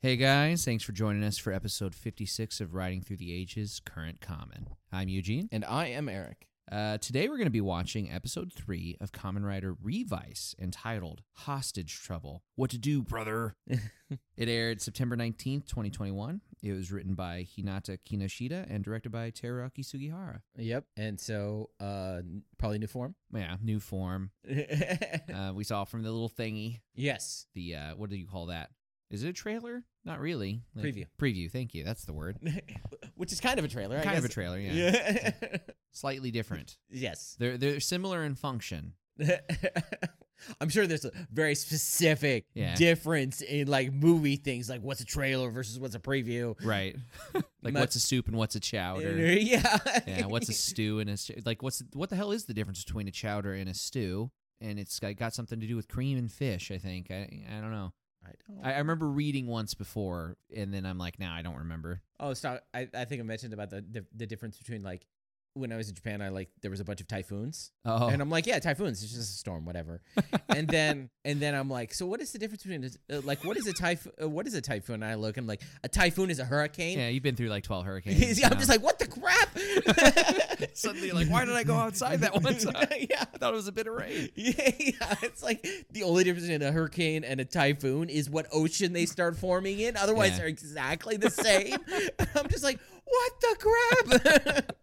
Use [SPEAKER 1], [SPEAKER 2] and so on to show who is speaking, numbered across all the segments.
[SPEAKER 1] Hey guys, thanks for joining us for episode 56 of Riding Through the Ages Current Common. I'm Eugene.
[SPEAKER 2] And I am Eric.
[SPEAKER 1] Uh, today we're going to be watching episode 3 of Common Rider Revice entitled Hostage Trouble. What to do, brother? it aired September 19th, 2021. It was written by Hinata Kinoshita and directed by Teraki Sugihara.
[SPEAKER 2] Yep. And so, uh, n- probably new form.
[SPEAKER 1] Yeah, new form. Uh, we saw from the little thingy,
[SPEAKER 2] yes.
[SPEAKER 1] the uh, what do you call that? Is it a trailer? Not really.
[SPEAKER 2] Preview.
[SPEAKER 1] Preview, thank you. That's the word.
[SPEAKER 2] Which is kind of a trailer. I
[SPEAKER 1] kind of a
[SPEAKER 2] guess.
[SPEAKER 1] trailer, yeah.
[SPEAKER 2] Yeah.
[SPEAKER 1] Slightly different.
[SPEAKER 2] yes.
[SPEAKER 1] They're they're similar in function.
[SPEAKER 2] I'm sure there's a very specific
[SPEAKER 1] Yeah.
[SPEAKER 2] difference in like movie things, like what's a trailer versus what's a preview.
[SPEAKER 1] Right. like
[SPEAKER 2] Much-
[SPEAKER 1] what's a soup and what's a chowder?
[SPEAKER 2] Yeah.
[SPEAKER 1] yeah, what's a stew and a ch- like what's what the hell is the difference between a chowder and a stew? And it's got, got something to do with cream and fish, I think. I I don't know.
[SPEAKER 2] I don't.
[SPEAKER 1] I, I remember reading once before and then I'm like, "Nah, I don't remember."
[SPEAKER 2] oh, stop. I, I think I mentioned about the, the the difference between like when I was in Japan, I like there was a bunch of typhoons.
[SPEAKER 1] Oh.
[SPEAKER 2] And I'm like, yeah, typhoons. It's just a storm, whatever. and then and then I'm like, so what is the difference between a, uh, like what is a typhoon? Uh, what is a typhoon? And I look, I'm like, a typhoon is a hurricane.
[SPEAKER 1] yeah, you've been through like 12 hurricanes.
[SPEAKER 2] I'm
[SPEAKER 1] now.
[SPEAKER 2] just like, what the crap?
[SPEAKER 1] Suddenly you're like, "Why did I go outside that one time?"
[SPEAKER 2] yeah.
[SPEAKER 1] I thought it was a bit of rain.
[SPEAKER 2] Yeah, yeah, it's like the only difference between a hurricane and a typhoon is what ocean they start forming in. Otherwise,
[SPEAKER 1] Yeah.
[SPEAKER 2] they're exactly the same. I'm just like, what the crap?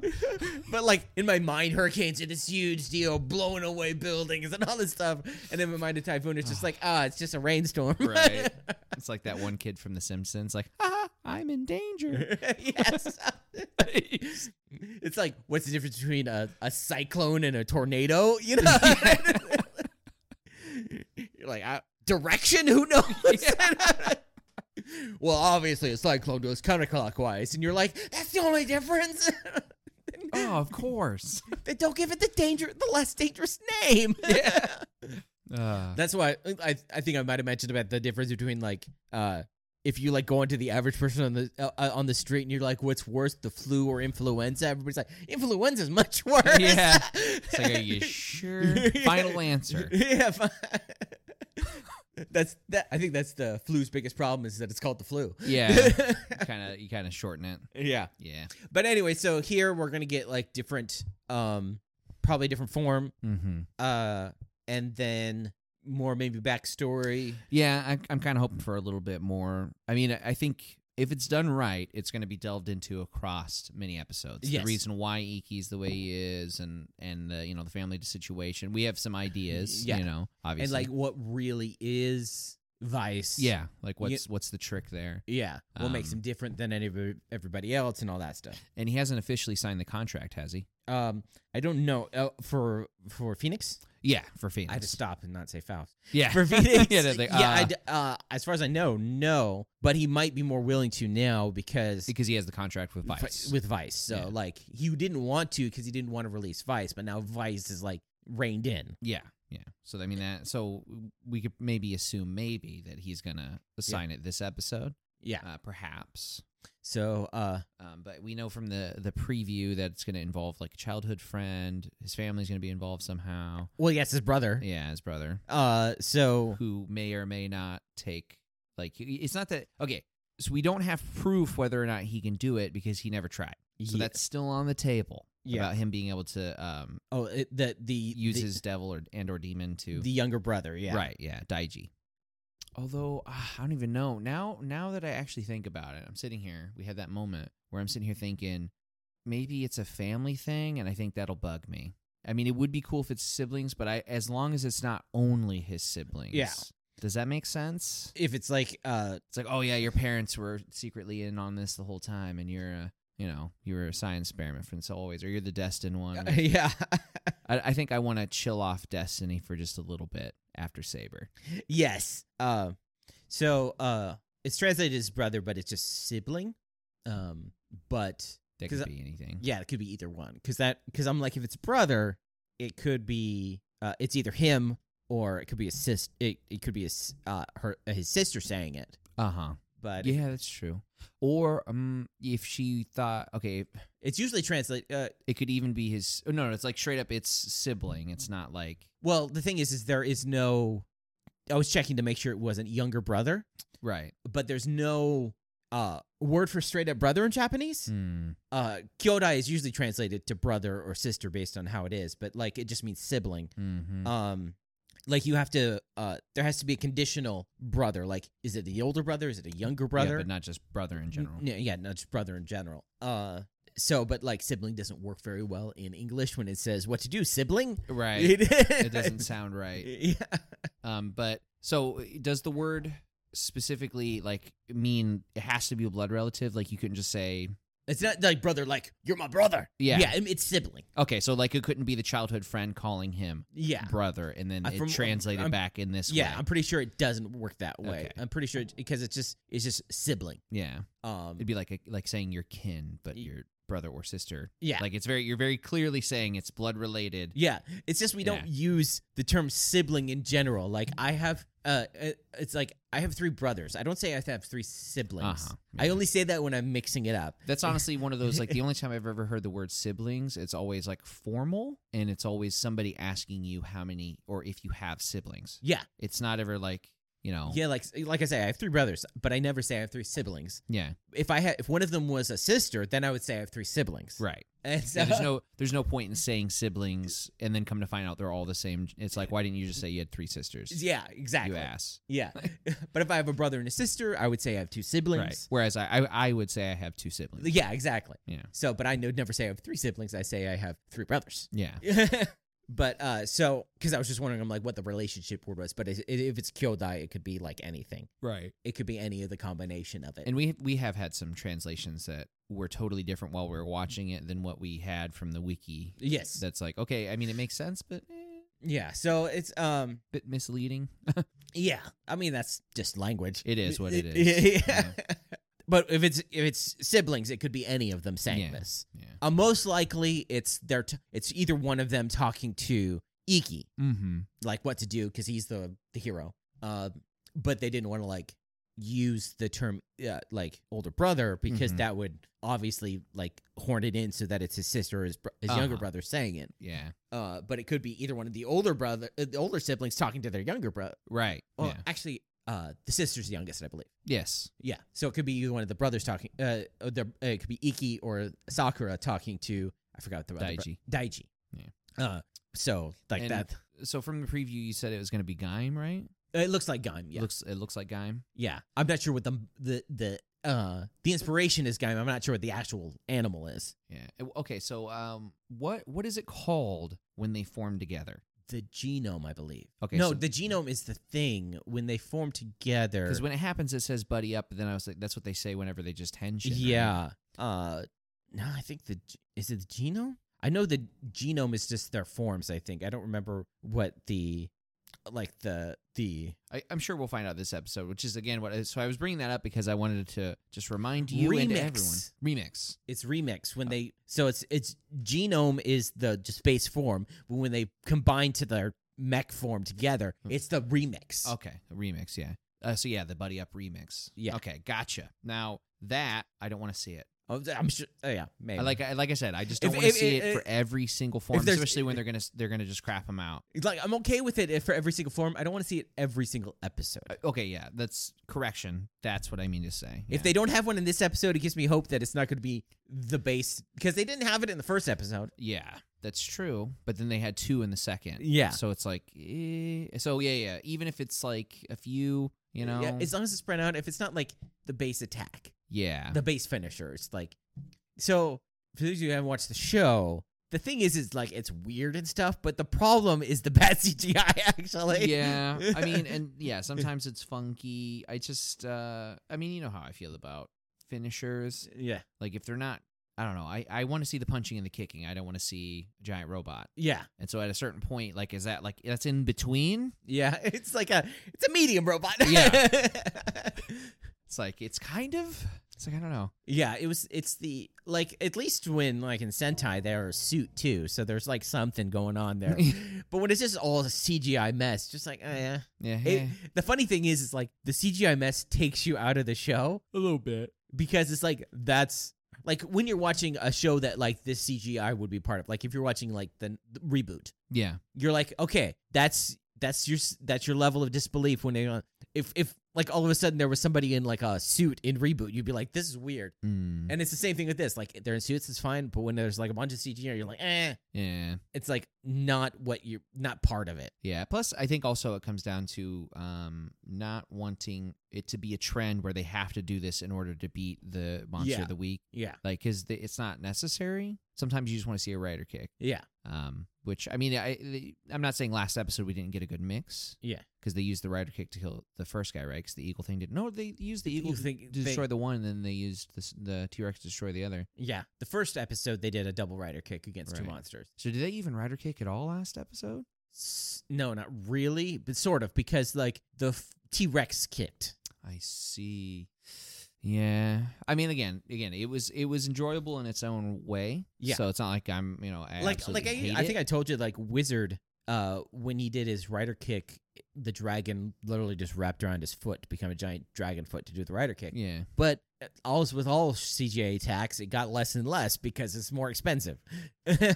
[SPEAKER 2] but like in my mind, hurricanes are this huge deal, blowing away buildings and all this stuff. And then in my mind, a typhoon is just like, ah, it's just a rainstorm.
[SPEAKER 1] Right. It's like that one kid from The Simpsons like, "Ah, I'm in danger."
[SPEAKER 2] yes. it's like, what's the difference between a, a cyclone and a tornado? You know? You're like, I, direction? Who knows? well, obviously, a cyclone goes counterclockwise. And you're like, that's the only difference.
[SPEAKER 1] oh, of course.
[SPEAKER 2] they don't give it the danger, the less dangerous name.
[SPEAKER 1] Uh,
[SPEAKER 2] That's why I I think I might have mentioned about the difference between like uh if you like go into the average person on the uh, uh, on the street and you're like what's worse the flu or influenza everybody's like influenza is much worse
[SPEAKER 1] Yeah. It's like, are you sure? Final answer.
[SPEAKER 2] yeah fi- that's that I think that's the flu's biggest problem is that it's called the flu
[SPEAKER 1] Yeah, kind of. You kind of shorten it.
[SPEAKER 2] yeah
[SPEAKER 1] Yeah.
[SPEAKER 2] but anyway so here we're gonna get like different um probably different form
[SPEAKER 1] Mm-hmm.
[SPEAKER 2] uh and then more maybe backstory
[SPEAKER 1] Yeah, I, I'm kind of hoping for a little bit more. I mean, I I think if it's done right, it's going to be delved into across many episodes.
[SPEAKER 2] Yes.
[SPEAKER 1] The reason why Iki's the way he is, and and the you know the family situation. We have some ideas.
[SPEAKER 2] Yeah.
[SPEAKER 1] You know, obviously.
[SPEAKER 2] and like what really is vice
[SPEAKER 1] yeah, like what's what's the trick there?
[SPEAKER 2] yeah what makes
[SPEAKER 1] Um,
[SPEAKER 2] him different than any e-, everybody else and all that stuff
[SPEAKER 1] And he hasn't officially signed the contract, has he?
[SPEAKER 2] um i don't know uh, for for phoenix
[SPEAKER 1] Yeah, for Phoenix.
[SPEAKER 2] i had to stop and not say faust
[SPEAKER 1] Yeah,
[SPEAKER 2] for phoenix
[SPEAKER 1] yeah, they're like,
[SPEAKER 2] yeah I
[SPEAKER 1] uh,
[SPEAKER 2] d- uh, as far as i know no but he might be more willing to now because
[SPEAKER 1] because he has the contract with Vice.
[SPEAKER 2] with vice so
[SPEAKER 1] Yeah.
[SPEAKER 2] like he didn't want to because he didn't want to release vice but now vice is like reined in
[SPEAKER 1] Yeah, yeah. So I mean that. So we could maybe assume maybe that he's gonna assign it this episode,
[SPEAKER 2] yeah
[SPEAKER 1] uh, perhaps.
[SPEAKER 2] so uh
[SPEAKER 1] Um, but we know from the the preview that it's gonna involve like a childhood friend. His family's gonna be involved somehow.
[SPEAKER 2] well yes his brother
[SPEAKER 1] Yeah, his brother,
[SPEAKER 2] uh so
[SPEAKER 1] who may or may not take. Like it's not that okay. So we don't have proof whether or not he can do it because he never tried. So
[SPEAKER 2] yeah.
[SPEAKER 1] that's still on the table
[SPEAKER 2] Yeah.
[SPEAKER 1] about him being able to um,
[SPEAKER 2] Oh, it, the the
[SPEAKER 1] use
[SPEAKER 2] the,
[SPEAKER 1] his devil or and or demon to
[SPEAKER 2] the younger brother. Yeah,
[SPEAKER 1] Right, yeah, Daiji. Although ah, I don't even know now. Now that I actually think about it, I'm sitting here. We had that moment where I'm sitting here thinking maybe it's a family thing, and I think that'll bug me. I mean, it would be cool if it's siblings, but I as long as it's not only his siblings.
[SPEAKER 2] Yeah.
[SPEAKER 1] Does that make sense?
[SPEAKER 2] If it's like, uh,
[SPEAKER 1] It's like, oh yeah, your parents were secretly in on this the whole time, and you're a, you know, you were a science experiment for this always, or you're the destined one. I,
[SPEAKER 2] yeah,
[SPEAKER 1] I think I want to chill off destiny for just a little bit after Saber.
[SPEAKER 2] yes. Uh, so uh, it's translated as brother, but it's just sibling. Um, but
[SPEAKER 1] That
[SPEAKER 2] 'Cause
[SPEAKER 1] could
[SPEAKER 2] I-
[SPEAKER 1] be anything.
[SPEAKER 2] yeah, it could be either one. Because that, because I'm like, if it's brother, it could be, uh, it's either him or it could be a sis. It, it could be a s uh, her his sister saying it.
[SPEAKER 1] Uh huh.
[SPEAKER 2] But
[SPEAKER 1] Yeah, that's true. Or um, if she thought, okay,
[SPEAKER 2] it's usually translate. Uh,
[SPEAKER 1] it could even be his. oh, No, no, it's like straight up, it's sibling. It's not like
[SPEAKER 2] well, the thing is, is there is no I was checking to make sure it wasn't younger brother,
[SPEAKER 1] Right.
[SPEAKER 2] but there's no uh, word for straight up brother in Japanese.
[SPEAKER 1] Mm.
[SPEAKER 2] Uh, kyodai is usually translated to brother or sister based on how it is, but like it just means sibling.
[SPEAKER 1] hmm
[SPEAKER 2] Um, like you have to, uh, there has to be a conditional brother. Like, is it the older brother? Is it a younger brother?
[SPEAKER 1] yeah, but not just brother in general.
[SPEAKER 2] N- yeah, not just brother in general. Uh, so, but like sibling doesn't work very well in English when it says what to do, sibling.
[SPEAKER 1] Right. it doesn't sound right.
[SPEAKER 2] Yeah.
[SPEAKER 1] Um, but so does the word specifically like mean it has to be a blood relative? Like you couldn't just say
[SPEAKER 2] It's not like brother, like you're my brother.
[SPEAKER 1] Yeah.
[SPEAKER 2] yeah, it- it's sibling.
[SPEAKER 1] okay. So like it couldn't be the childhood friend calling him
[SPEAKER 2] Yeah,
[SPEAKER 1] brother, and then
[SPEAKER 2] Uh,
[SPEAKER 1] it
[SPEAKER 2] from-
[SPEAKER 1] translated
[SPEAKER 2] I'm-
[SPEAKER 1] back in this
[SPEAKER 2] yeah. um,
[SPEAKER 1] way.
[SPEAKER 2] I'm pretty sure it doesn't work that way.
[SPEAKER 1] Okay.
[SPEAKER 2] I'm pretty sure it, because it's just it's just sibling.
[SPEAKER 1] yeah,
[SPEAKER 2] Um,
[SPEAKER 1] it'd be like a, like saying your kin, but
[SPEAKER 2] Y-
[SPEAKER 1] your brother or sister.
[SPEAKER 2] yeah,
[SPEAKER 1] Like it's very you're very clearly saying it's blood related.
[SPEAKER 2] yeah. It's just we don't use the term sibling in general. Like I have, uh, it- it's like I have three brothers. I don't say I have three siblings.
[SPEAKER 1] Uh-huh.
[SPEAKER 2] I only say that when I'm mixing it up.
[SPEAKER 1] That's honestly one of those like the only time I've ever heard the word siblings, it's always like formal and it's always somebody asking you how many or if you have siblings.
[SPEAKER 2] Yeah,
[SPEAKER 1] It's not ever like, you know,
[SPEAKER 2] yeah. Like like I say, I have three brothers, but I never say I have three siblings.
[SPEAKER 1] yeah,
[SPEAKER 2] If I had, if one of them was a sister, then I would say I have three siblings.
[SPEAKER 1] right.
[SPEAKER 2] And so,
[SPEAKER 1] Yeah, there's no there's no point in saying siblings and then come to find out they're all the same. It's like why didn't you just say you had three sisters?
[SPEAKER 2] yeah, exactly.
[SPEAKER 1] You ass.
[SPEAKER 2] Yeah. but if I have a brother and a sister, I would say I have two siblings.
[SPEAKER 1] Whereas I, I I would say I have two siblings.
[SPEAKER 2] Yeah, exactly.
[SPEAKER 1] Yeah.
[SPEAKER 2] So, but I would never say I have three siblings. I say I have three brothers.
[SPEAKER 1] Yeah.
[SPEAKER 2] but uh, so because I was just wondering, I'm like, what the relationship word was. But i- if it's kyodai, it could be like anything.
[SPEAKER 1] Right.
[SPEAKER 2] It could be any of the combination of it.
[SPEAKER 1] And we we have had some translations that were totally different while we were watching it than what we had from the wiki.
[SPEAKER 2] yes.
[SPEAKER 1] That's like okay, I mean it makes sense, but eh,
[SPEAKER 2] yeah. So it's um.
[SPEAKER 1] bit misleading.
[SPEAKER 2] Yeah. I mean, that's just language.
[SPEAKER 1] It is what it
[SPEAKER 2] Yeah.
[SPEAKER 1] is. Yeah.
[SPEAKER 2] But if it's if it's siblings, it could be any of them saying
[SPEAKER 1] Yeah.
[SPEAKER 2] this.
[SPEAKER 1] yeah.
[SPEAKER 2] Uh, most likely, it's their t- it's either one of them talking to Iki,
[SPEAKER 1] Mm-hmm.
[SPEAKER 2] like what to do because he's the the hero. Uh, but they didn't want to like use the term uh, like older brother because
[SPEAKER 1] Mhm.
[SPEAKER 2] that would obviously like horn it in so that it's his sister or his, br- his
[SPEAKER 1] Uh-huh.
[SPEAKER 2] younger brother saying it.
[SPEAKER 1] Yeah.
[SPEAKER 2] Uh, but it could be either one of the older brother, uh, the older siblings talking to their younger brother.
[SPEAKER 1] Right.
[SPEAKER 2] Well,
[SPEAKER 1] yeah.
[SPEAKER 2] actually, uh, the sister's the youngest, I believe.
[SPEAKER 1] Yes.
[SPEAKER 2] Yeah, so it could be either one of the brothers talking. Uh, or the, uh, it could be Iki or Sakura talking to I forgot the other bro-
[SPEAKER 1] Daiji.
[SPEAKER 2] Daiji. Yeah. Uh, so like
[SPEAKER 1] And-
[SPEAKER 2] that,
[SPEAKER 1] So from the preview, you said it was going to be Gaim, right?
[SPEAKER 2] it looks like Gaim. Yeah,
[SPEAKER 1] Looks it looks like Gaim.
[SPEAKER 2] yeah. I'm not sure what the the the uh the inspiration is Gaim. I'm not sure what the actual animal is.
[SPEAKER 1] Yeah. Uh, Okay. So, um, what what is it called when they form together?
[SPEAKER 2] The genome, I believe.
[SPEAKER 1] Okay,
[SPEAKER 2] No,
[SPEAKER 1] so-
[SPEAKER 2] the genome is the thing when they form together.
[SPEAKER 1] Because when it happens, it says buddy up. But then I was like, that's what they say whenever they just hench.
[SPEAKER 2] yeah. Uh, no, I think the g- is it the genome. I know the genome is just their forms. I think I don't remember what the like the the
[SPEAKER 1] I, I'm sure we'll find out this episode, which is again what. So I was bringing that up because I wanted to just remind you and to everyone.
[SPEAKER 2] Remix.
[SPEAKER 1] Remix.
[SPEAKER 2] it's remix when they so it's it's genome is the just base form, but when they combine to their mech form together, it's the remix.
[SPEAKER 1] Okay, a remix. Yeah. Uh, so yeah, the buddy up remix.
[SPEAKER 2] Yeah.
[SPEAKER 1] Okay, gotcha. Now that I don't want to see it.
[SPEAKER 2] Oh, I'm sure. Oh yeah, maybe.
[SPEAKER 1] I like I, like I said, I just don't
[SPEAKER 2] If-
[SPEAKER 1] want to
[SPEAKER 2] if-
[SPEAKER 1] see it
[SPEAKER 2] if-
[SPEAKER 1] for every single form,
[SPEAKER 2] there's-
[SPEAKER 1] especially when they're gonna s- they're gonna just crap them out.
[SPEAKER 2] It's like I'm okay with it if for every single form. I don't want to see it every single episode.
[SPEAKER 1] Uh, Okay, yeah, that's correction. That's what I mean to say.
[SPEAKER 2] If they don't have one in this episode, it gives me hope that it's not going to be the base because they didn't have it in the first episode.
[SPEAKER 1] Yeah, that's true. But then they had two in the second.
[SPEAKER 2] Yeah.
[SPEAKER 1] So it's like, eh. so yeah, yeah. Even if it's like a few, you know, yeah,
[SPEAKER 2] yeah, as long as it's spread out, if it's not like the base attack, the base finisher. It's like so for those of you who haven't watched the show, the thing is is like it's weird and stuff, but the problem is the bad CGI actually.
[SPEAKER 1] yeah. I mean, and yeah, sometimes it's funky. I just, uh I mean, you know how I feel about finishers.
[SPEAKER 2] Yeah.
[SPEAKER 1] Like if they're not, I don't know. I I want to see the punching and the kicking. I don't want to see a giant robot.
[SPEAKER 2] Yeah.
[SPEAKER 1] And so at a certain point, like, is that like that's in between?
[SPEAKER 2] Yeah. It's like a it's a medium robot.
[SPEAKER 1] Yeah. It's like it's kind of. It's like I don't know.
[SPEAKER 2] yeah, it was it's the like at least when like in Sentai they're a suit too, so there's like something going on there. but when it's just all a CGI mess, just like oh yeah.
[SPEAKER 1] Yeah.
[SPEAKER 2] It,
[SPEAKER 1] eh.
[SPEAKER 2] the funny thing is, is like the CGI mess takes you out of the show a little bit because it's like that's like when you're watching a show that like this CGI would be part of. Like if you're watching like the, the reboot,
[SPEAKER 1] yeah.
[SPEAKER 2] you're like, okay, that's that's your s- that's your level of disbelief when they uh, if if like all of a sudden there was somebody in like a suit in reboot, you'd be like, this is weird.
[SPEAKER 1] Mm,
[SPEAKER 2] And it's the same thing with this. Like they're in suits, it's fine, but when there's like a bunch of CGI, you're like, eh,
[SPEAKER 1] yeah.
[SPEAKER 2] it's like not what you're not part of it.
[SPEAKER 1] Yeah. Plus, I think also it comes down to um, not wanting it to be a trend where they have to do this in order to beat the monster
[SPEAKER 2] Yeah.
[SPEAKER 1] of the week.
[SPEAKER 2] Yeah,
[SPEAKER 1] Like, because it's not necessary. Sometimes you just want to see a rider kick.
[SPEAKER 2] yeah,
[SPEAKER 1] Um, which I mean, I the- I'm not saying last episode we didn't get a good mix.
[SPEAKER 2] Yeah.
[SPEAKER 1] because they used the rider kick to kill the first guy, right? Because the eagle thing didn't. No, they used the
[SPEAKER 2] The
[SPEAKER 1] eagle
[SPEAKER 2] eagle
[SPEAKER 1] to-
[SPEAKER 2] thing-
[SPEAKER 1] to
[SPEAKER 2] thing.
[SPEAKER 1] destroy the one, and then they used the s- the T Rex to destroy the other.
[SPEAKER 2] yeah. The first episode they did a double rider kick against two
[SPEAKER 1] Right.
[SPEAKER 2] monsters.
[SPEAKER 1] So did they even rider kick at all last episode?
[SPEAKER 2] S- no, not really, but sort of because like the T Rex kicked.
[SPEAKER 1] I see. Yeah, I mean, again, again, it was it was enjoyable in its own way.
[SPEAKER 2] Yeah.
[SPEAKER 1] So it's not like I'm, you know, I
[SPEAKER 2] like like I, I think
[SPEAKER 1] I,
[SPEAKER 2] I told you like Wizard uh when he did his rider kick the dragon literally just wrapped around his foot to become a giant dragon foot to do the rider kick.
[SPEAKER 1] yeah,
[SPEAKER 2] But always with all CGI attacks it got less and less because it's more expensive. yeah.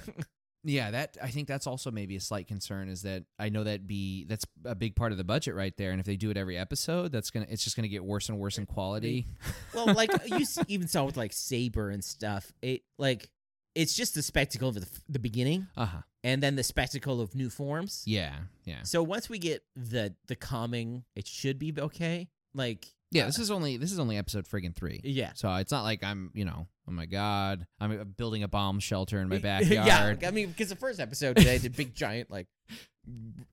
[SPEAKER 1] yeah. That I think that's also maybe a slight concern is that I know that be that's a big part of the budget right there, and if they do it every episode, that's gonna it's just gonna get worse and worse in quality.
[SPEAKER 2] Well, like uh, you s- even saw with like Saber and stuff. It like it's just the spectacle of the, f- the beginning
[SPEAKER 1] Uh huh.
[SPEAKER 2] and then the spectacle of new forms.
[SPEAKER 1] Yeah, yeah,
[SPEAKER 2] So once we get the the calming, it should be okay. Like
[SPEAKER 1] yeah. This is only this is only episode friggin' three.
[SPEAKER 2] yeah.
[SPEAKER 1] So it's not like I'm, you know, oh my god, I'm uh, building a bomb shelter in my
[SPEAKER 2] yeah,
[SPEAKER 1] backyard.
[SPEAKER 2] I mean, because the first episode today, the big giant like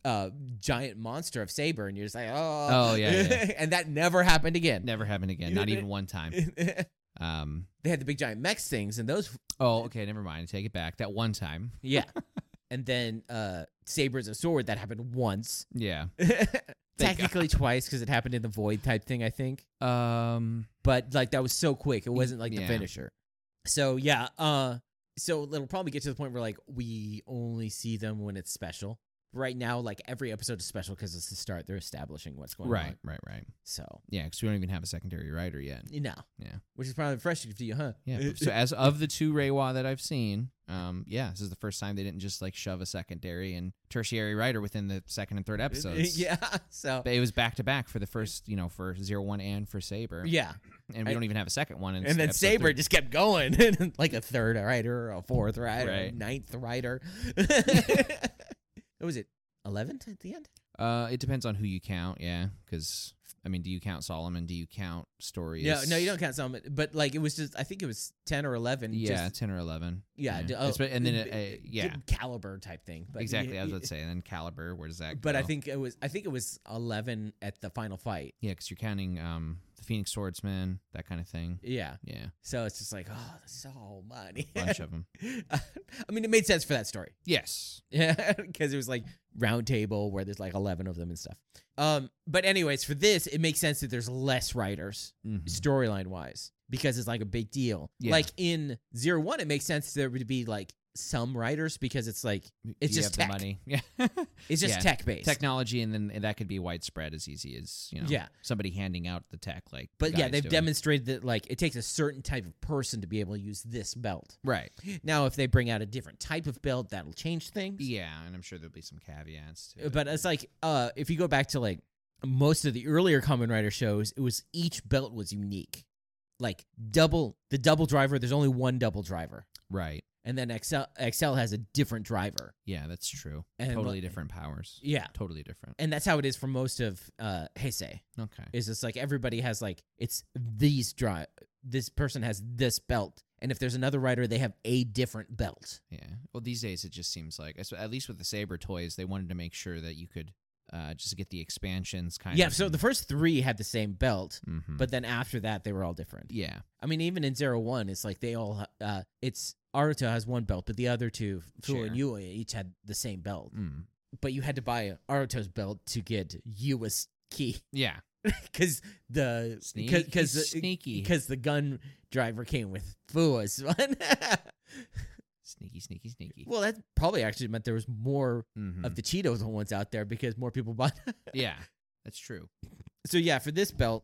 [SPEAKER 2] uh giant monster of Saber, and you're just like, oh,
[SPEAKER 1] Oh, yeah, yeah.
[SPEAKER 2] and that never happened again.
[SPEAKER 1] Never happened again. Not even one time.
[SPEAKER 2] they
[SPEAKER 1] Um.
[SPEAKER 2] had the big giant mechs things, and those,
[SPEAKER 1] Oh, okay. Never mind. I Take it back. That one time.
[SPEAKER 2] yeah. and then uh Saber's a sword that happened once,
[SPEAKER 1] Yeah.
[SPEAKER 2] technically twice because it happened in the void type thing, I think.
[SPEAKER 1] Um.
[SPEAKER 2] but like that was so quick. It wasn't like the
[SPEAKER 1] yeah.
[SPEAKER 2] finisher. So yeah, uh so it'll probably get to the point where like we only see them when it's special. Right now, like every episode is special because it's the start. They're establishing what's going
[SPEAKER 1] Right.
[SPEAKER 2] on.
[SPEAKER 1] Right. Right.
[SPEAKER 2] So
[SPEAKER 1] Yeah. Because we don't even have a secondary writer yet.
[SPEAKER 2] you know.
[SPEAKER 1] Yeah.
[SPEAKER 2] Which is probably refreshing to you, huh?
[SPEAKER 1] Yeah. so as of the two Reiwa that I've seen, um, yeah, this is the first time they didn't just like shove a secondary and tertiary writer within the second and third episodes.
[SPEAKER 2] yeah. So
[SPEAKER 1] But it was back to back for the first, you know, for zero one and for Saber.
[SPEAKER 2] yeah.
[SPEAKER 1] And we
[SPEAKER 2] I-
[SPEAKER 1] don't even have a second one.
[SPEAKER 2] And then Saber just kept going. like a third writer, a fourth writer, a
[SPEAKER 1] Right.
[SPEAKER 2] ninth writer. what was it? Eleventh at the end?
[SPEAKER 1] Uh, it depends on who you count, yeah. Because I mean, do you count Solomon? Do you count stories?
[SPEAKER 2] Yeah, no, you don't count some, but like it was just I think it was ten or eleven.
[SPEAKER 1] Yeah,
[SPEAKER 2] just
[SPEAKER 1] ten or eleven.
[SPEAKER 2] Yeah, d- oh,
[SPEAKER 1] It's- and then
[SPEAKER 2] b-
[SPEAKER 1] uh, uh, yeah,
[SPEAKER 2] d- caliber type thing. But
[SPEAKER 1] exactly. I was
[SPEAKER 2] y-
[SPEAKER 1] about to say, and then caliber. Where does that?
[SPEAKER 2] But I
[SPEAKER 1] go?
[SPEAKER 2] think it was I think it was eleven at the final fight.
[SPEAKER 1] yeah, because you're counting um the Phoenix Swordsman, that kind of thing.
[SPEAKER 2] Yeah,
[SPEAKER 1] Yeah,
[SPEAKER 2] so it's just like oh, that's so money.
[SPEAKER 1] bunch of them.
[SPEAKER 2] I mean, it made sense for that story.
[SPEAKER 1] Yes.
[SPEAKER 2] Yeah, because it was like round table where there's like eleven of them and stuff. Um, but anyways, for this, it makes sense that there's less writers
[SPEAKER 1] Mhm.
[SPEAKER 2] storyline wise because it's like a big deal.
[SPEAKER 1] Yeah.
[SPEAKER 2] Like in zero one, it makes sense there would be like some writers because it's like It's
[SPEAKER 1] You
[SPEAKER 2] just
[SPEAKER 1] have
[SPEAKER 2] tech.
[SPEAKER 1] the money. Yeah,
[SPEAKER 2] it's just
[SPEAKER 1] Yeah.
[SPEAKER 2] tech based.
[SPEAKER 1] technology, and then and that could be widespread as easy as you know.
[SPEAKER 2] Yeah.
[SPEAKER 1] somebody handing out the tech like.
[SPEAKER 2] But yeah,
[SPEAKER 1] guys
[SPEAKER 2] they've
[SPEAKER 1] doing.
[SPEAKER 2] demonstrated that like it takes a certain type of person to be able to use this belt.
[SPEAKER 1] right.
[SPEAKER 2] Now, if they bring out a different type of belt, that'll change things.
[SPEAKER 1] Yeah, and I'm sure there'll be some caveats. To it.
[SPEAKER 2] But it's like uh, if you go back to like most of the earlier Common Rider shows, it was each belt was unique. Like double the double driver, there's only one double driver,
[SPEAKER 1] right.
[SPEAKER 2] and then XL XL has a different driver.
[SPEAKER 1] Yeah, that's true.
[SPEAKER 2] And
[SPEAKER 1] totally
[SPEAKER 2] like-
[SPEAKER 1] different powers.
[SPEAKER 2] Yeah.
[SPEAKER 1] Totally different.
[SPEAKER 2] And that's how it is for most of uh Heisei.
[SPEAKER 1] Okay.
[SPEAKER 2] is it's like everybody has like it's these dry this person has this belt and if there's another writer they have a different belt
[SPEAKER 1] Yeah. Well, these days it just seems like, as- at least with the saber toys, they wanted to make sure that you could uh, just get the expansions kind
[SPEAKER 2] yeah
[SPEAKER 1] of.
[SPEAKER 2] so the first three had the same belt
[SPEAKER 1] Mhm.
[SPEAKER 2] but then after that they were all different
[SPEAKER 1] yeah,
[SPEAKER 2] i mean even in zero one it's like they all ha- uh it's Aruto has one belt, but the other two, Fu and Yua, each had the same belt.
[SPEAKER 1] mm.
[SPEAKER 2] But you had to buy Aruto's belt to get Yua's key
[SPEAKER 1] yeah,
[SPEAKER 2] because the
[SPEAKER 1] Sneaky,
[SPEAKER 2] because
[SPEAKER 1] sneaky.
[SPEAKER 2] because the gun driver came with Fua's one.
[SPEAKER 1] sneaky, sneaky, sneaky.
[SPEAKER 2] Well, that probably actually meant there was more
[SPEAKER 1] Mhm.
[SPEAKER 2] of the Cheetos ones out there because more people bought.
[SPEAKER 1] yeah, that's true.
[SPEAKER 2] so yeah, for this belt,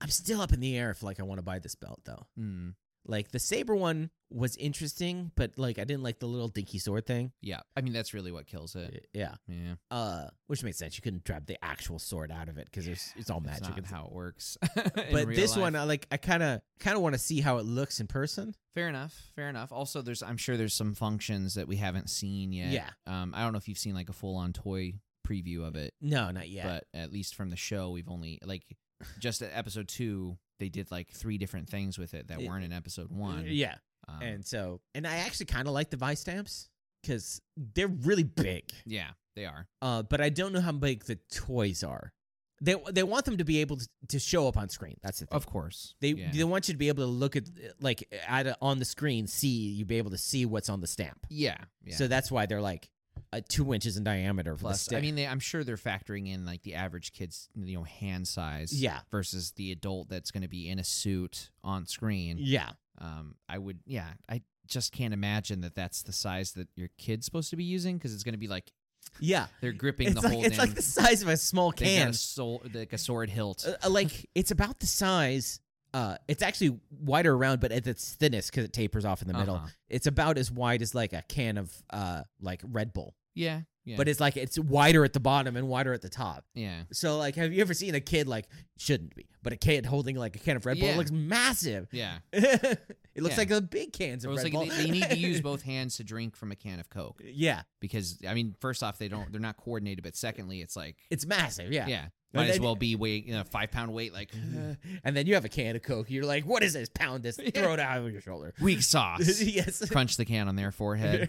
[SPEAKER 2] I'm still up in the air if like I want to buy this belt though.
[SPEAKER 1] Mm.
[SPEAKER 2] Like the saber one was interesting, but like I didn't like the little dinky sword thing.
[SPEAKER 1] Yeah. I mean, that's really what kills
[SPEAKER 2] Y-
[SPEAKER 1] it.
[SPEAKER 2] Yeah,
[SPEAKER 1] Yeah.
[SPEAKER 2] uh, which makes sense. You couldn't grab the actual sword out of it because it's all
[SPEAKER 1] That's
[SPEAKER 2] magic.
[SPEAKER 1] not
[SPEAKER 2] and stuff.
[SPEAKER 1] how it works.
[SPEAKER 2] but this one, uh, I like. I kind of kind of want to see how it looks in person.
[SPEAKER 1] fair enough. Fair enough. Also, there's I'm sure there's some functions that we haven't seen yet.
[SPEAKER 2] Yeah.
[SPEAKER 1] Um, I don't know if you've seen like a full on toy preview of it,
[SPEAKER 2] No, not yet.
[SPEAKER 1] but at least from the show, we've only like just at episode two, they did like three different things with it that
[SPEAKER 2] Yeah.
[SPEAKER 1] weren't in episode one.
[SPEAKER 2] yeah,
[SPEAKER 1] Um,
[SPEAKER 2] and so and I actually kind of like the vice stamps because they're really big.
[SPEAKER 1] yeah, they are.
[SPEAKER 2] Uh, but I don't know how big the toys are. They they want them to be able to, to show up on screen. That's the thing.
[SPEAKER 1] Of course.
[SPEAKER 2] They
[SPEAKER 1] yeah.
[SPEAKER 2] they want you to be able to look at like at a, on the screen, see you be able to see what's on the stamp.
[SPEAKER 1] yeah. Yeah.
[SPEAKER 2] So that's why they're like uh, two inches in diameter. for the
[SPEAKER 1] Plus, I
[SPEAKER 2] stick.
[SPEAKER 1] mean, they, I'm sure they're factoring in like the average kid's you know hand size.
[SPEAKER 2] yeah,
[SPEAKER 1] Versus the adult that's going to be in a suit on screen.
[SPEAKER 2] yeah,
[SPEAKER 1] Um, I would, yeah, I just can't imagine that that's the size that your kid's supposed to be using because it's going to be like
[SPEAKER 2] yeah.
[SPEAKER 1] they're gripping
[SPEAKER 2] It's
[SPEAKER 1] the
[SPEAKER 2] like
[SPEAKER 1] whole
[SPEAKER 2] it's
[SPEAKER 1] damn.
[SPEAKER 2] like the size of a small
[SPEAKER 1] they've got
[SPEAKER 2] can.
[SPEAKER 1] a sol- like a sword hilt.
[SPEAKER 2] Uh, uh, like it's about the size. Uh, it's actually wider around, but at its thinnest because it tapers off in the middle.
[SPEAKER 1] Uh-huh.
[SPEAKER 2] It's about as wide as like a can of uh like Red Bull.
[SPEAKER 1] Yeah, yeah,
[SPEAKER 2] but it's like it's wider at the bottom and wider at the top.
[SPEAKER 1] yeah,
[SPEAKER 2] So like, have you ever seen a kid like shouldn't be, but a kid holding like a can of Red Bull
[SPEAKER 1] Yeah.
[SPEAKER 2] It looks massive.
[SPEAKER 1] yeah.
[SPEAKER 2] it looks
[SPEAKER 1] Yeah.
[SPEAKER 2] like a big cans
[SPEAKER 1] It
[SPEAKER 2] of
[SPEAKER 1] was like
[SPEAKER 2] Red Bull.
[SPEAKER 1] they, they need to use both hands to drink from a can of Coke
[SPEAKER 2] yeah,
[SPEAKER 1] because I mean, first off, they don't they're not coordinated, but secondly, it's like
[SPEAKER 2] it's massive. Yeah.
[SPEAKER 1] yeah, might as
[SPEAKER 2] then-
[SPEAKER 1] well be weight you know, five pound weight like
[SPEAKER 2] And then you have a can of Coke. You're like, what is this? Pound this. Throw it out of your shoulder.
[SPEAKER 1] weak sauce.
[SPEAKER 2] yes.
[SPEAKER 1] Crunch the can on their forehead.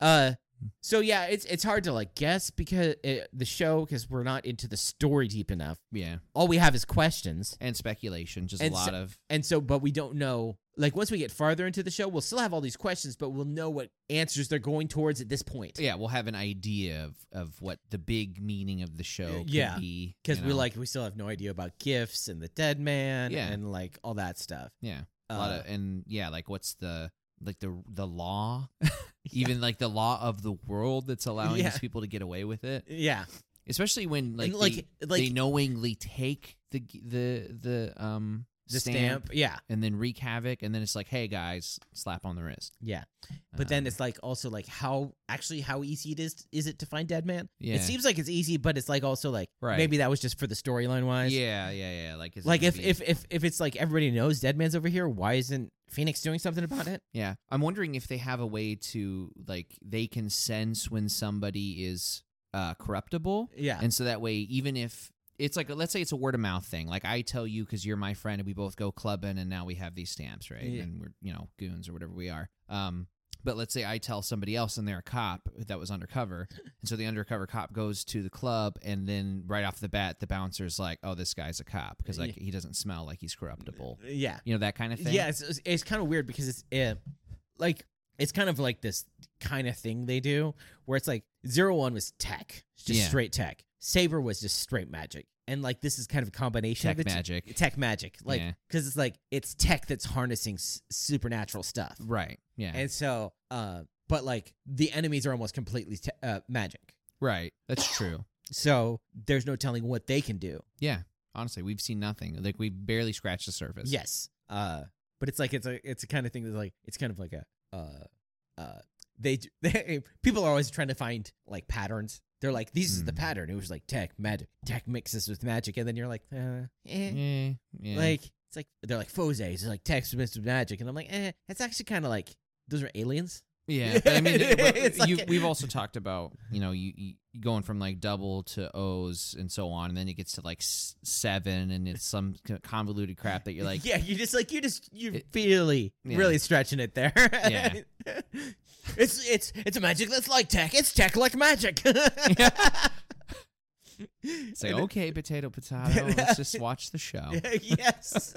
[SPEAKER 2] uh, so yeah, it's it's hard to like guess because uh the show because we're not into the story deep enough.
[SPEAKER 1] Yeah,
[SPEAKER 2] All we have is questions.
[SPEAKER 1] and speculation, just
[SPEAKER 2] And
[SPEAKER 1] a
[SPEAKER 2] so-
[SPEAKER 1] lot of
[SPEAKER 2] And so, but we don't know. Like once we get farther into the show, we'll still have all these questions, but we'll know what answers they're going towards at this point.
[SPEAKER 1] yeah, we'll have an idea of, of what the big meaning of the show could
[SPEAKER 2] Yeah,
[SPEAKER 1] be.
[SPEAKER 2] Because
[SPEAKER 1] you
[SPEAKER 2] we
[SPEAKER 1] know?
[SPEAKER 2] like we still have no idea about gifts and the dead man
[SPEAKER 1] Yeah.
[SPEAKER 2] and like all that stuff.
[SPEAKER 1] yeah, a lot
[SPEAKER 2] Uh,
[SPEAKER 1] of and yeah, like what's the like the the law, even like the law of the world that's allowing
[SPEAKER 2] Yeah.
[SPEAKER 1] these people to get away with it,
[SPEAKER 2] yeah,
[SPEAKER 1] especially when like
[SPEAKER 2] and like
[SPEAKER 1] they,
[SPEAKER 2] like
[SPEAKER 1] they knowingly take the g- the the um
[SPEAKER 2] the stamp. Yeah,
[SPEAKER 1] and then wreak havoc, and then it's like, hey guys, slap on the wrist.
[SPEAKER 2] yeah. But then
[SPEAKER 1] Um,
[SPEAKER 2] it's like also like how actually how easy it is is it to find dead man?
[SPEAKER 1] yeah,
[SPEAKER 2] It seems like it's easy, but it's like also like
[SPEAKER 1] Right.
[SPEAKER 2] maybe that was just for the storyline wise.
[SPEAKER 1] yeah, yeah, yeah. Like, is it
[SPEAKER 2] Like
[SPEAKER 1] gonna
[SPEAKER 2] if,
[SPEAKER 1] be-
[SPEAKER 2] if if if it's like everybody knows dead man's over here, why isn't Phoenix doing something about it?
[SPEAKER 1] Yeah. I'm wondering if they have a way to like they can sense when somebody is uh corruptible.
[SPEAKER 2] Yeah.
[SPEAKER 1] And so that way even if it's like let's say it's a word of mouth thing. Like I tell you cuz you're my friend and we both go clubbing and now we have these stamps, right?
[SPEAKER 2] Yeah.
[SPEAKER 1] And we're, you know, goons or whatever we are. Um but let's say I tell somebody else and they're a cop that was undercover. And so the undercover cop goes to the club and then right off the bat the bouncer's like, "Oh, this guy's a cop because like he doesn't smell like he's corruptible."
[SPEAKER 2] yeah.
[SPEAKER 1] You know that kind of thing.
[SPEAKER 2] Yeah, it's, it's, kind of weird because it's uh, like it's kind of like this kind of thing they do where it's like zero one was tech, just
[SPEAKER 1] Yeah.
[SPEAKER 2] straight tech. Saber was just straight magic, and like this is kind of a combination
[SPEAKER 1] Tech
[SPEAKER 2] of the two-
[SPEAKER 1] magic.
[SPEAKER 2] tech magic, like
[SPEAKER 1] Yeah.
[SPEAKER 2] because it's like it's tech that's harnessing s- supernatural stuff,
[SPEAKER 1] Right. Yeah.
[SPEAKER 2] and so uh, but like the enemies are almost completely te- uh, magic,
[SPEAKER 1] Right. That's true.
[SPEAKER 2] so there's no telling what they can do.
[SPEAKER 1] Yeah. Honestly, we've seen nothing. Like we barely scratched the surface.
[SPEAKER 2] Yes. Uh, but it's like it's a it's a kind of thing that's like it's kind of like a uh uh they, d- they people are always trying to find like patterns. They're like this is the
[SPEAKER 1] Mm.
[SPEAKER 2] pattern. It was like tech magic. Tech mixes with magic, and then you're like, uh, eh.
[SPEAKER 1] Yeah. Mm-hmm. yeah.
[SPEAKER 2] like it's like they're like Fozes. It's like tech mixed with magic, and I'm like, eh, that's actually kind of like those are aliens.
[SPEAKER 1] yeah. But, I mean, but
[SPEAKER 2] It's
[SPEAKER 1] you,
[SPEAKER 2] like-
[SPEAKER 1] we've also talked about you know you, you going from like double to O's and so on, and then it gets to like s- seven, and it's some c- convoluted crap that you're like,
[SPEAKER 2] yeah, you just like you just you
[SPEAKER 1] It-
[SPEAKER 2] really
[SPEAKER 1] Yeah.
[SPEAKER 2] really stretching it there.
[SPEAKER 1] Yeah.
[SPEAKER 2] it's it's it's a magic that's like tech. It's tech like magic.
[SPEAKER 1] it's like okay, potato, potato. let's just watch the show.
[SPEAKER 2] yes.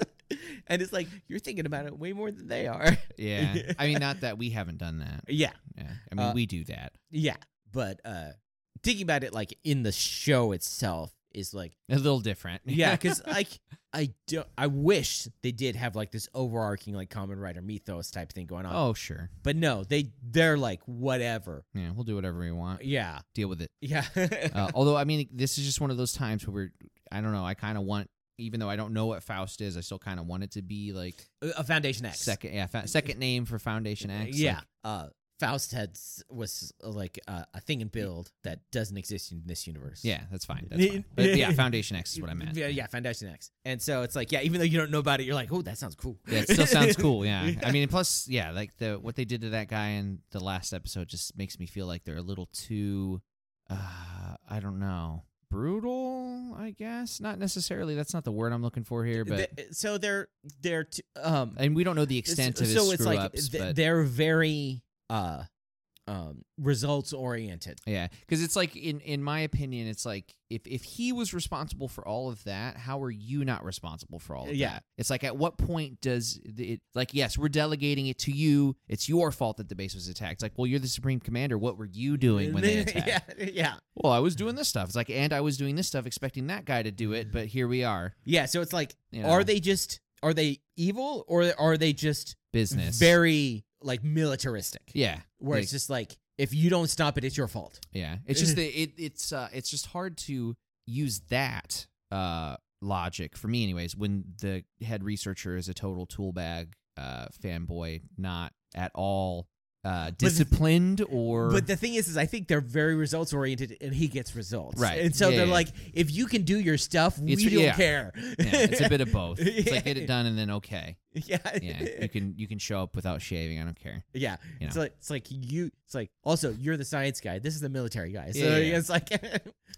[SPEAKER 2] and it's like you're thinking about it way more than they are.
[SPEAKER 1] Yeah. I mean, not that we haven't done that.
[SPEAKER 2] Yeah.
[SPEAKER 1] Yeah. I mean,
[SPEAKER 2] Uh,
[SPEAKER 1] we do that.
[SPEAKER 2] Yeah. But uh thinking about it like in the show itself is like
[SPEAKER 1] A little different.
[SPEAKER 2] yeah, cuz like I don't I wish they did have like this overarching like common writer mythos type thing going on.
[SPEAKER 1] oh sure.
[SPEAKER 2] But no, they they're like whatever.
[SPEAKER 1] Yeah. We'll do whatever we want.
[SPEAKER 2] Yeah.
[SPEAKER 1] Deal with it.
[SPEAKER 2] Yeah.
[SPEAKER 1] Oh. Uh, although I mean, this is just one of those times where we're, I don't know. I kind of want even though I don't know what Faust is, I still kind of want it to be like
[SPEAKER 2] A a Foundation X.
[SPEAKER 1] second, yeah, fa- second name for Foundation X. like-
[SPEAKER 2] Yeah. uh, Faust had s- was uh, like uh, a thing in build that doesn't exist in this universe.
[SPEAKER 1] yeah, that's fine. That's fine. But yeah, Foundation X is what I meant.
[SPEAKER 2] Yeah, yeah, Foundation X. And so it's like, yeah, even though you don't know about it, you're like, oh, that sounds cool.
[SPEAKER 1] Yeah, it still sounds cool. Yeah, I mean, and plus, yeah, like the what they did to that guy in the last episode just makes me feel like they're a little too, uh, I don't know, brutal. I guess not necessarily. That's not the word I'm looking for here, but
[SPEAKER 2] Th- so they're they're t- um
[SPEAKER 1] and we don't know the extent of his
[SPEAKER 2] so
[SPEAKER 1] screw
[SPEAKER 2] it's like
[SPEAKER 1] ups,
[SPEAKER 2] th-
[SPEAKER 1] but
[SPEAKER 2] they're very uh um results oriented.
[SPEAKER 1] yeah, because it's like in in my opinion, it's like if if he was responsible for all of that, how are you not responsible for all of
[SPEAKER 2] Yeah.
[SPEAKER 1] that? It's like at what point does the- it like yes, we're delegating it to you. It's your fault that the base was attacked. It's like well, you're the supreme commander. What were you doing when they attacked?
[SPEAKER 2] yeah, yeah,
[SPEAKER 1] Well, I was doing this stuff. It's like and I was doing this stuff, expecting that guy to do it, but here we are.
[SPEAKER 2] yeah. So it's like,
[SPEAKER 1] You
[SPEAKER 2] are
[SPEAKER 1] know.
[SPEAKER 2] they just are they evil or are they just
[SPEAKER 1] Business
[SPEAKER 2] very like militaristic?
[SPEAKER 1] yeah.
[SPEAKER 2] where it's
[SPEAKER 1] Like-
[SPEAKER 2] just like if you don't stop it, it's your fault.
[SPEAKER 1] Yeah, it's just that it, it's uh, it's just hard to use that uh, logic for me, anyways. When the head researcher is a total tool bag uh, fanboy, not at all uh, disciplined or
[SPEAKER 2] But the thing is, is I think they're very results oriented, and he gets results.
[SPEAKER 1] Right.
[SPEAKER 2] And so
[SPEAKER 1] Yeah,
[SPEAKER 2] they're
[SPEAKER 1] yeah,
[SPEAKER 2] like, if you can do your stuff, we
[SPEAKER 1] It's-
[SPEAKER 2] don't
[SPEAKER 1] yeah.
[SPEAKER 2] care.
[SPEAKER 1] yeah, it's a bit of both. It's like
[SPEAKER 2] Yeah.
[SPEAKER 1] get it done and then okay.
[SPEAKER 2] yeah,
[SPEAKER 1] Yeah, you can you can show up without shaving. I don't care.
[SPEAKER 2] yeah.
[SPEAKER 1] You
[SPEAKER 2] It's
[SPEAKER 1] know.
[SPEAKER 2] like it's like you. It's like also you're the science guy. This is the military guy. So
[SPEAKER 1] Yeah, yeah.
[SPEAKER 2] it's like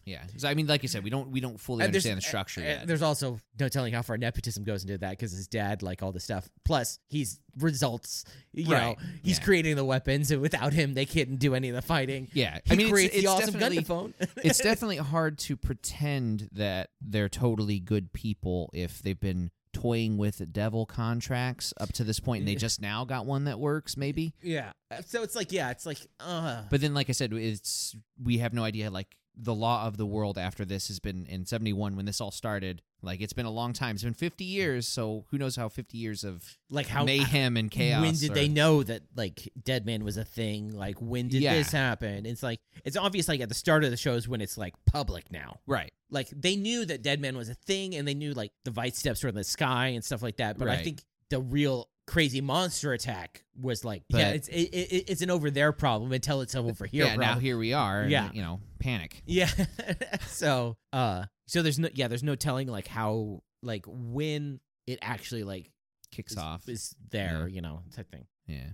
[SPEAKER 1] Yeah, so, I mean, like I said, we don't we don't fully
[SPEAKER 2] and there's-
[SPEAKER 1] understand the structure
[SPEAKER 2] and
[SPEAKER 1] yet.
[SPEAKER 2] There's also no telling how far nepotism goes into that because his dad, like all the stuff. Plus, he's results. You
[SPEAKER 1] Right.
[SPEAKER 2] know, he's
[SPEAKER 1] Yeah.
[SPEAKER 2] creating the weapons, and without him, they couldn't do any of the fighting.
[SPEAKER 1] Yeah,
[SPEAKER 2] He
[SPEAKER 1] I mean,
[SPEAKER 2] creates
[SPEAKER 1] it's,
[SPEAKER 2] the
[SPEAKER 1] it's
[SPEAKER 2] awesome
[SPEAKER 1] definitely
[SPEAKER 2] gun phone.
[SPEAKER 1] it's definitely hard to pretend that they're totally good people if they've been toying with devil contracts up to this point and they just now got one that works maybe
[SPEAKER 2] Yeah. So it's like, yeah, it's like, uh.
[SPEAKER 1] but then like i said it's we have no idea like the law of the world after this has been in 71 when this all started like it's been a long time it's been 50 years so who knows how 50 years of
[SPEAKER 2] like how uh,
[SPEAKER 1] mayhem and chaos
[SPEAKER 2] When did
[SPEAKER 1] are-
[SPEAKER 2] they know that like Dead Man was a thing? Like when did
[SPEAKER 1] Yeah.
[SPEAKER 2] this happen? It's like it's obvious. Like at the start of the shows when it's like public now.
[SPEAKER 1] right
[SPEAKER 2] Like they knew that Dead Man was a thing, and they knew like the Vice Steps were in the sky and stuff like that. But I
[SPEAKER 1] Right.
[SPEAKER 2] think the real crazy monster attack was like, yeah,
[SPEAKER 1] But-
[SPEAKER 2] it's it, it, it's an over there problem until it's over for here.
[SPEAKER 1] yeah now
[SPEAKER 2] problem.
[SPEAKER 1] here we are and,
[SPEAKER 2] Yeah.
[SPEAKER 1] you know panic
[SPEAKER 2] Yeah. so, uh, so there's no, yeah, there's no telling like how, like when it actually like
[SPEAKER 1] kicks
[SPEAKER 2] is,
[SPEAKER 1] off
[SPEAKER 2] is there, you know, type thing.
[SPEAKER 1] yeah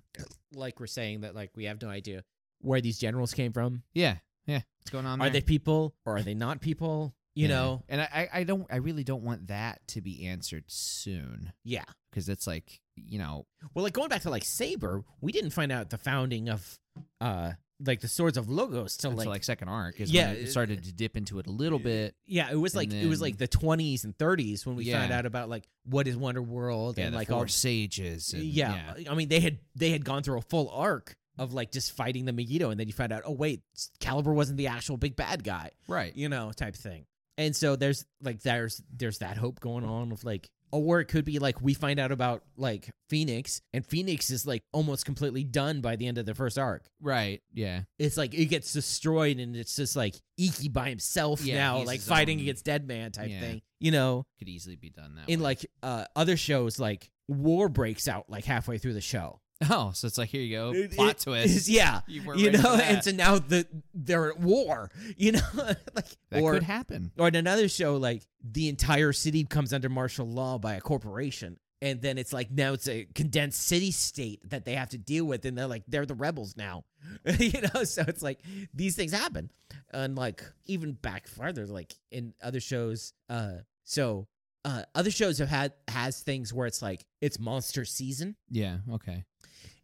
[SPEAKER 2] Like we're saying that like we have no idea where these generals came from.
[SPEAKER 1] yeah yeah what's going on
[SPEAKER 2] are
[SPEAKER 1] there?
[SPEAKER 2] they people or are they not people? You
[SPEAKER 1] Mm-hmm. Yeah.
[SPEAKER 2] know?
[SPEAKER 1] and I, I I don't i really don't want that to be answered soon
[SPEAKER 2] Yeah.
[SPEAKER 1] because it's like you know
[SPEAKER 2] Well, like going back to like Saber, we didn't find out the founding of, uh, like the swords of Logos till
[SPEAKER 1] until
[SPEAKER 2] like,
[SPEAKER 1] like, second arc is
[SPEAKER 2] Yeah,
[SPEAKER 1] when it
[SPEAKER 2] it-
[SPEAKER 1] started to dip into it a little bit
[SPEAKER 2] yeah, it was
[SPEAKER 1] and
[SPEAKER 2] like it was
[SPEAKER 1] then-
[SPEAKER 2] like the 20s and 30s when we found
[SPEAKER 1] Yeah.
[SPEAKER 2] out about like what is Wonder World
[SPEAKER 1] yeah
[SPEAKER 2] and
[SPEAKER 1] the
[SPEAKER 2] like
[SPEAKER 1] four
[SPEAKER 2] all
[SPEAKER 1] sages and,
[SPEAKER 2] yeah,
[SPEAKER 1] yeah
[SPEAKER 2] I mean they had they had gone through a full arc of like just fighting the Megiddo, and then you find out, oh wait, Caliber wasn't the actual big bad guy,
[SPEAKER 1] right
[SPEAKER 2] you know, type thing. And so there's like there's there's that hope going on of like, oh, or it could be like we find out about like Phoenix, and Phoenix is like almost completely done by the end of the first arc.
[SPEAKER 1] right yeah
[SPEAKER 2] It's like it gets destroyed, and it's just like Iki by himself
[SPEAKER 1] Yeah,
[SPEAKER 2] now,
[SPEAKER 1] he's
[SPEAKER 2] like
[SPEAKER 1] his
[SPEAKER 2] fighting
[SPEAKER 1] own-
[SPEAKER 2] against Dead Man type
[SPEAKER 1] Yeah.
[SPEAKER 2] thing, you know
[SPEAKER 1] could easily be done that
[SPEAKER 2] in
[SPEAKER 1] way.
[SPEAKER 2] like uh, other shows like war breaks out like halfway through the show
[SPEAKER 1] oh so it's like here you go
[SPEAKER 2] It-
[SPEAKER 1] plot
[SPEAKER 2] it-
[SPEAKER 1] twist
[SPEAKER 2] yeah
[SPEAKER 1] you, were
[SPEAKER 2] you
[SPEAKER 1] ready for
[SPEAKER 2] know and
[SPEAKER 1] that.
[SPEAKER 2] so now the they're at war you know like
[SPEAKER 1] that
[SPEAKER 2] or
[SPEAKER 1] could happen
[SPEAKER 2] or in another show like the entire city comes under martial law by a corporation and then it's like now it's a condensed city state that they have to deal with and they're like they're the rebels now you know so it's like these things happen and like even back farther like in other shows uh so uh other shows have had has things where it's like it's monster season
[SPEAKER 1] yeah okay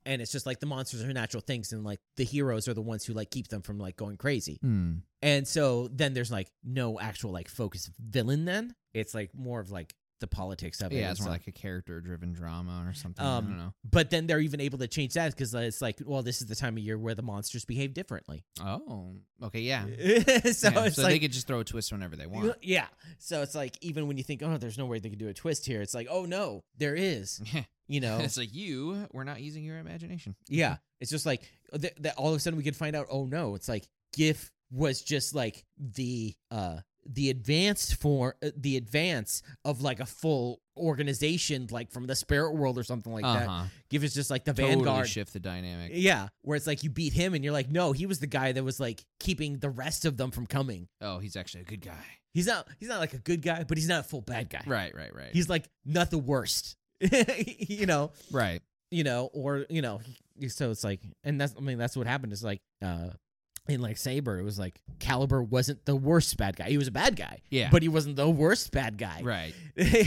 [SPEAKER 2] and it's just like the monsters are natural things and like the heroes are the ones who like keep them from like going crazy
[SPEAKER 1] hmm
[SPEAKER 2] and so then there's like no actual like focused villain then. It's like more of like the politics of it.
[SPEAKER 1] yeah
[SPEAKER 2] and
[SPEAKER 1] it's more like
[SPEAKER 2] stuff.
[SPEAKER 1] a character driven drama or something i
[SPEAKER 2] Um,
[SPEAKER 1] don't know
[SPEAKER 2] but then they're even able to change that because it's like, well, this is the time of year where the monsters behave differently.
[SPEAKER 1] oh okay yeah
[SPEAKER 2] so
[SPEAKER 1] Yeah,
[SPEAKER 2] it's
[SPEAKER 1] so they
[SPEAKER 2] like,
[SPEAKER 1] could just throw a twist whenever they
[SPEAKER 2] you-
[SPEAKER 1] want
[SPEAKER 2] yeah. So it's like, even when you think, oh, there's no way they could do a twist here, it's like, oh no, there is.
[SPEAKER 1] yeah
[SPEAKER 2] You know,
[SPEAKER 1] it's like you were not using your imagination
[SPEAKER 2] yeah. It's just like th- that. All of a sudden, we could find out. Oh no, it's like GIF was just like the uh the advanced for uh, the advance of like a full organization, like from the spirit world or something like that.
[SPEAKER 1] uh-huh.
[SPEAKER 2] Give us just like the
[SPEAKER 1] Totally
[SPEAKER 2] vanguard.
[SPEAKER 1] shift the dynamic.
[SPEAKER 2] Yeah, where it's like you beat him and you're like, no, he was the guy that was like keeping the rest of them from coming.
[SPEAKER 1] oh, he's actually a good guy.
[SPEAKER 2] He's not he's not like a good guy, but he's not a full bad guy.
[SPEAKER 1] Right, right, right.
[SPEAKER 2] He's like not the worst. you know,
[SPEAKER 1] right.
[SPEAKER 2] you know, or you know, he- so it's like and that's I mean that's what happened is like uh in like Saber, it was like Caliber wasn't the worst bad guy. He was a bad guy,
[SPEAKER 1] Yeah.
[SPEAKER 2] but he wasn't the worst bad guy.
[SPEAKER 1] right.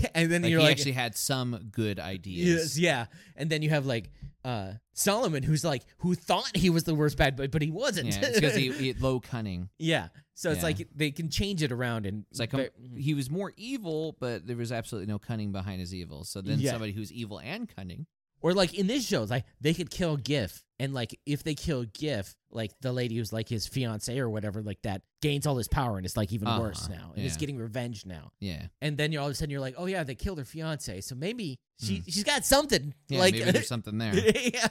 [SPEAKER 2] and then
[SPEAKER 1] Like, he
[SPEAKER 2] you're like
[SPEAKER 1] actually had some good
[SPEAKER 2] Yes,
[SPEAKER 1] ideas.
[SPEAKER 2] yeah. And then you have like uh Solomon who's like who thought he was the worst bad but but he wasn't.
[SPEAKER 1] Yeah, it's because he, he low cunning.
[SPEAKER 2] Yeah. So it's
[SPEAKER 1] Yeah.
[SPEAKER 2] like they can change it around and
[SPEAKER 1] It's like um,
[SPEAKER 2] but-
[SPEAKER 1] he was more evil, but there was absolutely no cunning behind his evil. So then
[SPEAKER 2] Yeah.
[SPEAKER 1] somebody who's evil and cunning.
[SPEAKER 2] or like in this show, it's like they could kill Gif and like if they kill Gif, like the lady who's like his fiance or whatever, like that gains all his power and it's like even worse
[SPEAKER 1] Uh-huh,
[SPEAKER 2] now. And it's
[SPEAKER 1] yeah.
[SPEAKER 2] getting revenge now.
[SPEAKER 1] Yeah.
[SPEAKER 2] And then you're all of a sudden you're like, Oh yeah, they killed her fiance. So maybe she she's got something.
[SPEAKER 1] Hmm. Yeah.
[SPEAKER 2] like
[SPEAKER 1] maybe there's something there.
[SPEAKER 2] yeah.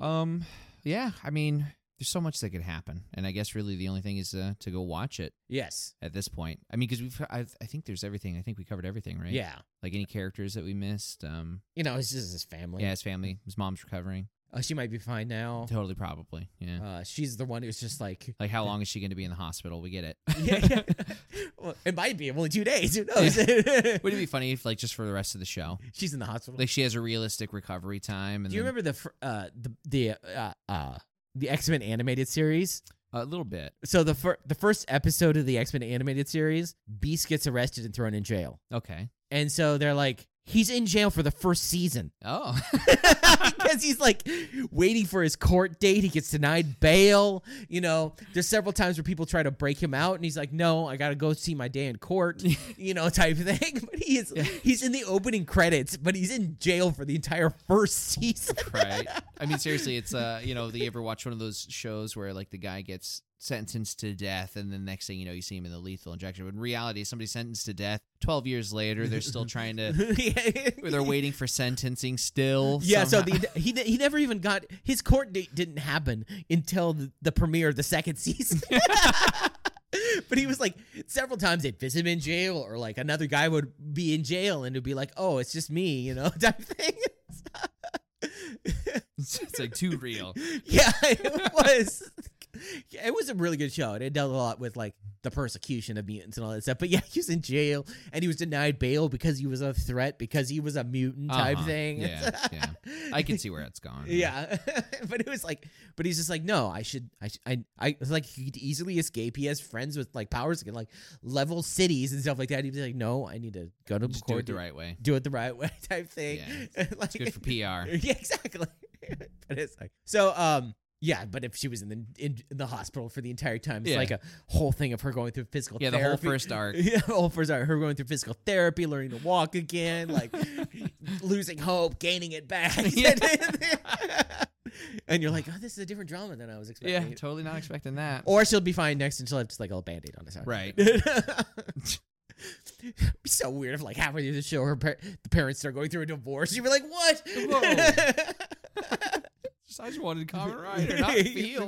[SPEAKER 1] Um, yeah. I mean, there's so much that could happen, and I guess really the only thing is uh, to go watch it
[SPEAKER 2] Yes.
[SPEAKER 1] at this point. I mean, because we've, I, I think there's everything. I think we covered everything, right?
[SPEAKER 2] Yeah.
[SPEAKER 1] Like any characters that we missed. Um,
[SPEAKER 2] You know, it's just his family.
[SPEAKER 1] yeah, his family, his mom's recovering.
[SPEAKER 2] Uh, she might be fine now.
[SPEAKER 1] Totally, probably. Yeah.
[SPEAKER 2] Uh, she's the one who's just like,
[SPEAKER 1] like, how long is she going to be in the hospital? We get it.
[SPEAKER 2] yeah, yeah. well, it might be only two days. Who knows?
[SPEAKER 1] Would it be funny if, like, just for the rest of the show,
[SPEAKER 2] she's in the hospital.
[SPEAKER 1] like she has a realistic recovery time? And
[SPEAKER 2] Do you
[SPEAKER 1] then-
[SPEAKER 2] remember the fr- uh the the uh, uh the X Men animated series?
[SPEAKER 1] a little bit?
[SPEAKER 2] So the fir- the first episode of the X Men animated series, Beast gets arrested and thrown in jail,
[SPEAKER 1] Okay.
[SPEAKER 2] and so they're like, he's in jail for the first season.
[SPEAKER 1] Oh,
[SPEAKER 2] because he's like waiting for his court date. He gets denied bail. You know, there's several times where people try to break him out, and he's like, "No, I gotta go see my day in court," you know, type thing. But he is he's in the opening credits, but he's in jail for the entire first season.
[SPEAKER 1] right. I mean, seriously, it's uh, you know, you ever watch one of those shows where like the guy gets sentenced to death, and then next thing you know, you see him in the lethal injection. But in reality, somebody sentenced to death twelve years later, they're still trying to, they're waiting for sentencing still.
[SPEAKER 2] Yeah, so
[SPEAKER 1] somehow.
[SPEAKER 2] the, he he never even got his court date didn't happen until the, the premiere of the second season. but he was like several times they'd visit him in jail, or like another guy would be in jail and it'd be like, "Oh, it's just me," you know, type thing.
[SPEAKER 1] it's like too real.
[SPEAKER 2] yeah, it was. Yeah, It was a really good show. and It dealt a lot with like the persecution of mutants and all that stuff. But yeah, he was in jail and he was denied bail because he was a threat because he was a mutant type
[SPEAKER 1] Uh-huh,
[SPEAKER 2] thing.
[SPEAKER 1] yeah, yeah. I can see where it's gone.
[SPEAKER 2] Yeah, but it was like, but he's just like, no, I should, I, should, I, I it's like he could easily escape. He has friends with like powers that can like level cities and stuff like that. He'd be like, no, I need to go to
[SPEAKER 1] just do
[SPEAKER 2] court,
[SPEAKER 1] it the right way.
[SPEAKER 2] do it the right way type thing.
[SPEAKER 1] Yeah,
[SPEAKER 2] like,
[SPEAKER 1] It's good for PR.
[SPEAKER 2] yeah, exactly. but it's like so, um, yeah. But if she was in the in, in the hospital for the entire time, it's
[SPEAKER 1] Yeah.
[SPEAKER 2] like a whole thing of her going through physical.
[SPEAKER 1] Yeah, the whole
[SPEAKER 2] therapy.
[SPEAKER 1] first arc.
[SPEAKER 2] Yeah, all for sorry, her going through physical therapy, learning to walk again, like losing hope, gaining it back.
[SPEAKER 1] Yeah.
[SPEAKER 2] and you're like, oh, this is a different drama than I was
[SPEAKER 1] Yeah,
[SPEAKER 2] expecting.
[SPEAKER 1] totally not expecting that.
[SPEAKER 2] Or she'll be fine next, and she'll have just like a little band-aid on his arm.
[SPEAKER 1] Right.
[SPEAKER 2] It'd be so weird if like halfway through the show, her par- the parents start going through a divorce. You'd be like, what?
[SPEAKER 1] Just- I just wanted Common
[SPEAKER 2] Yeah.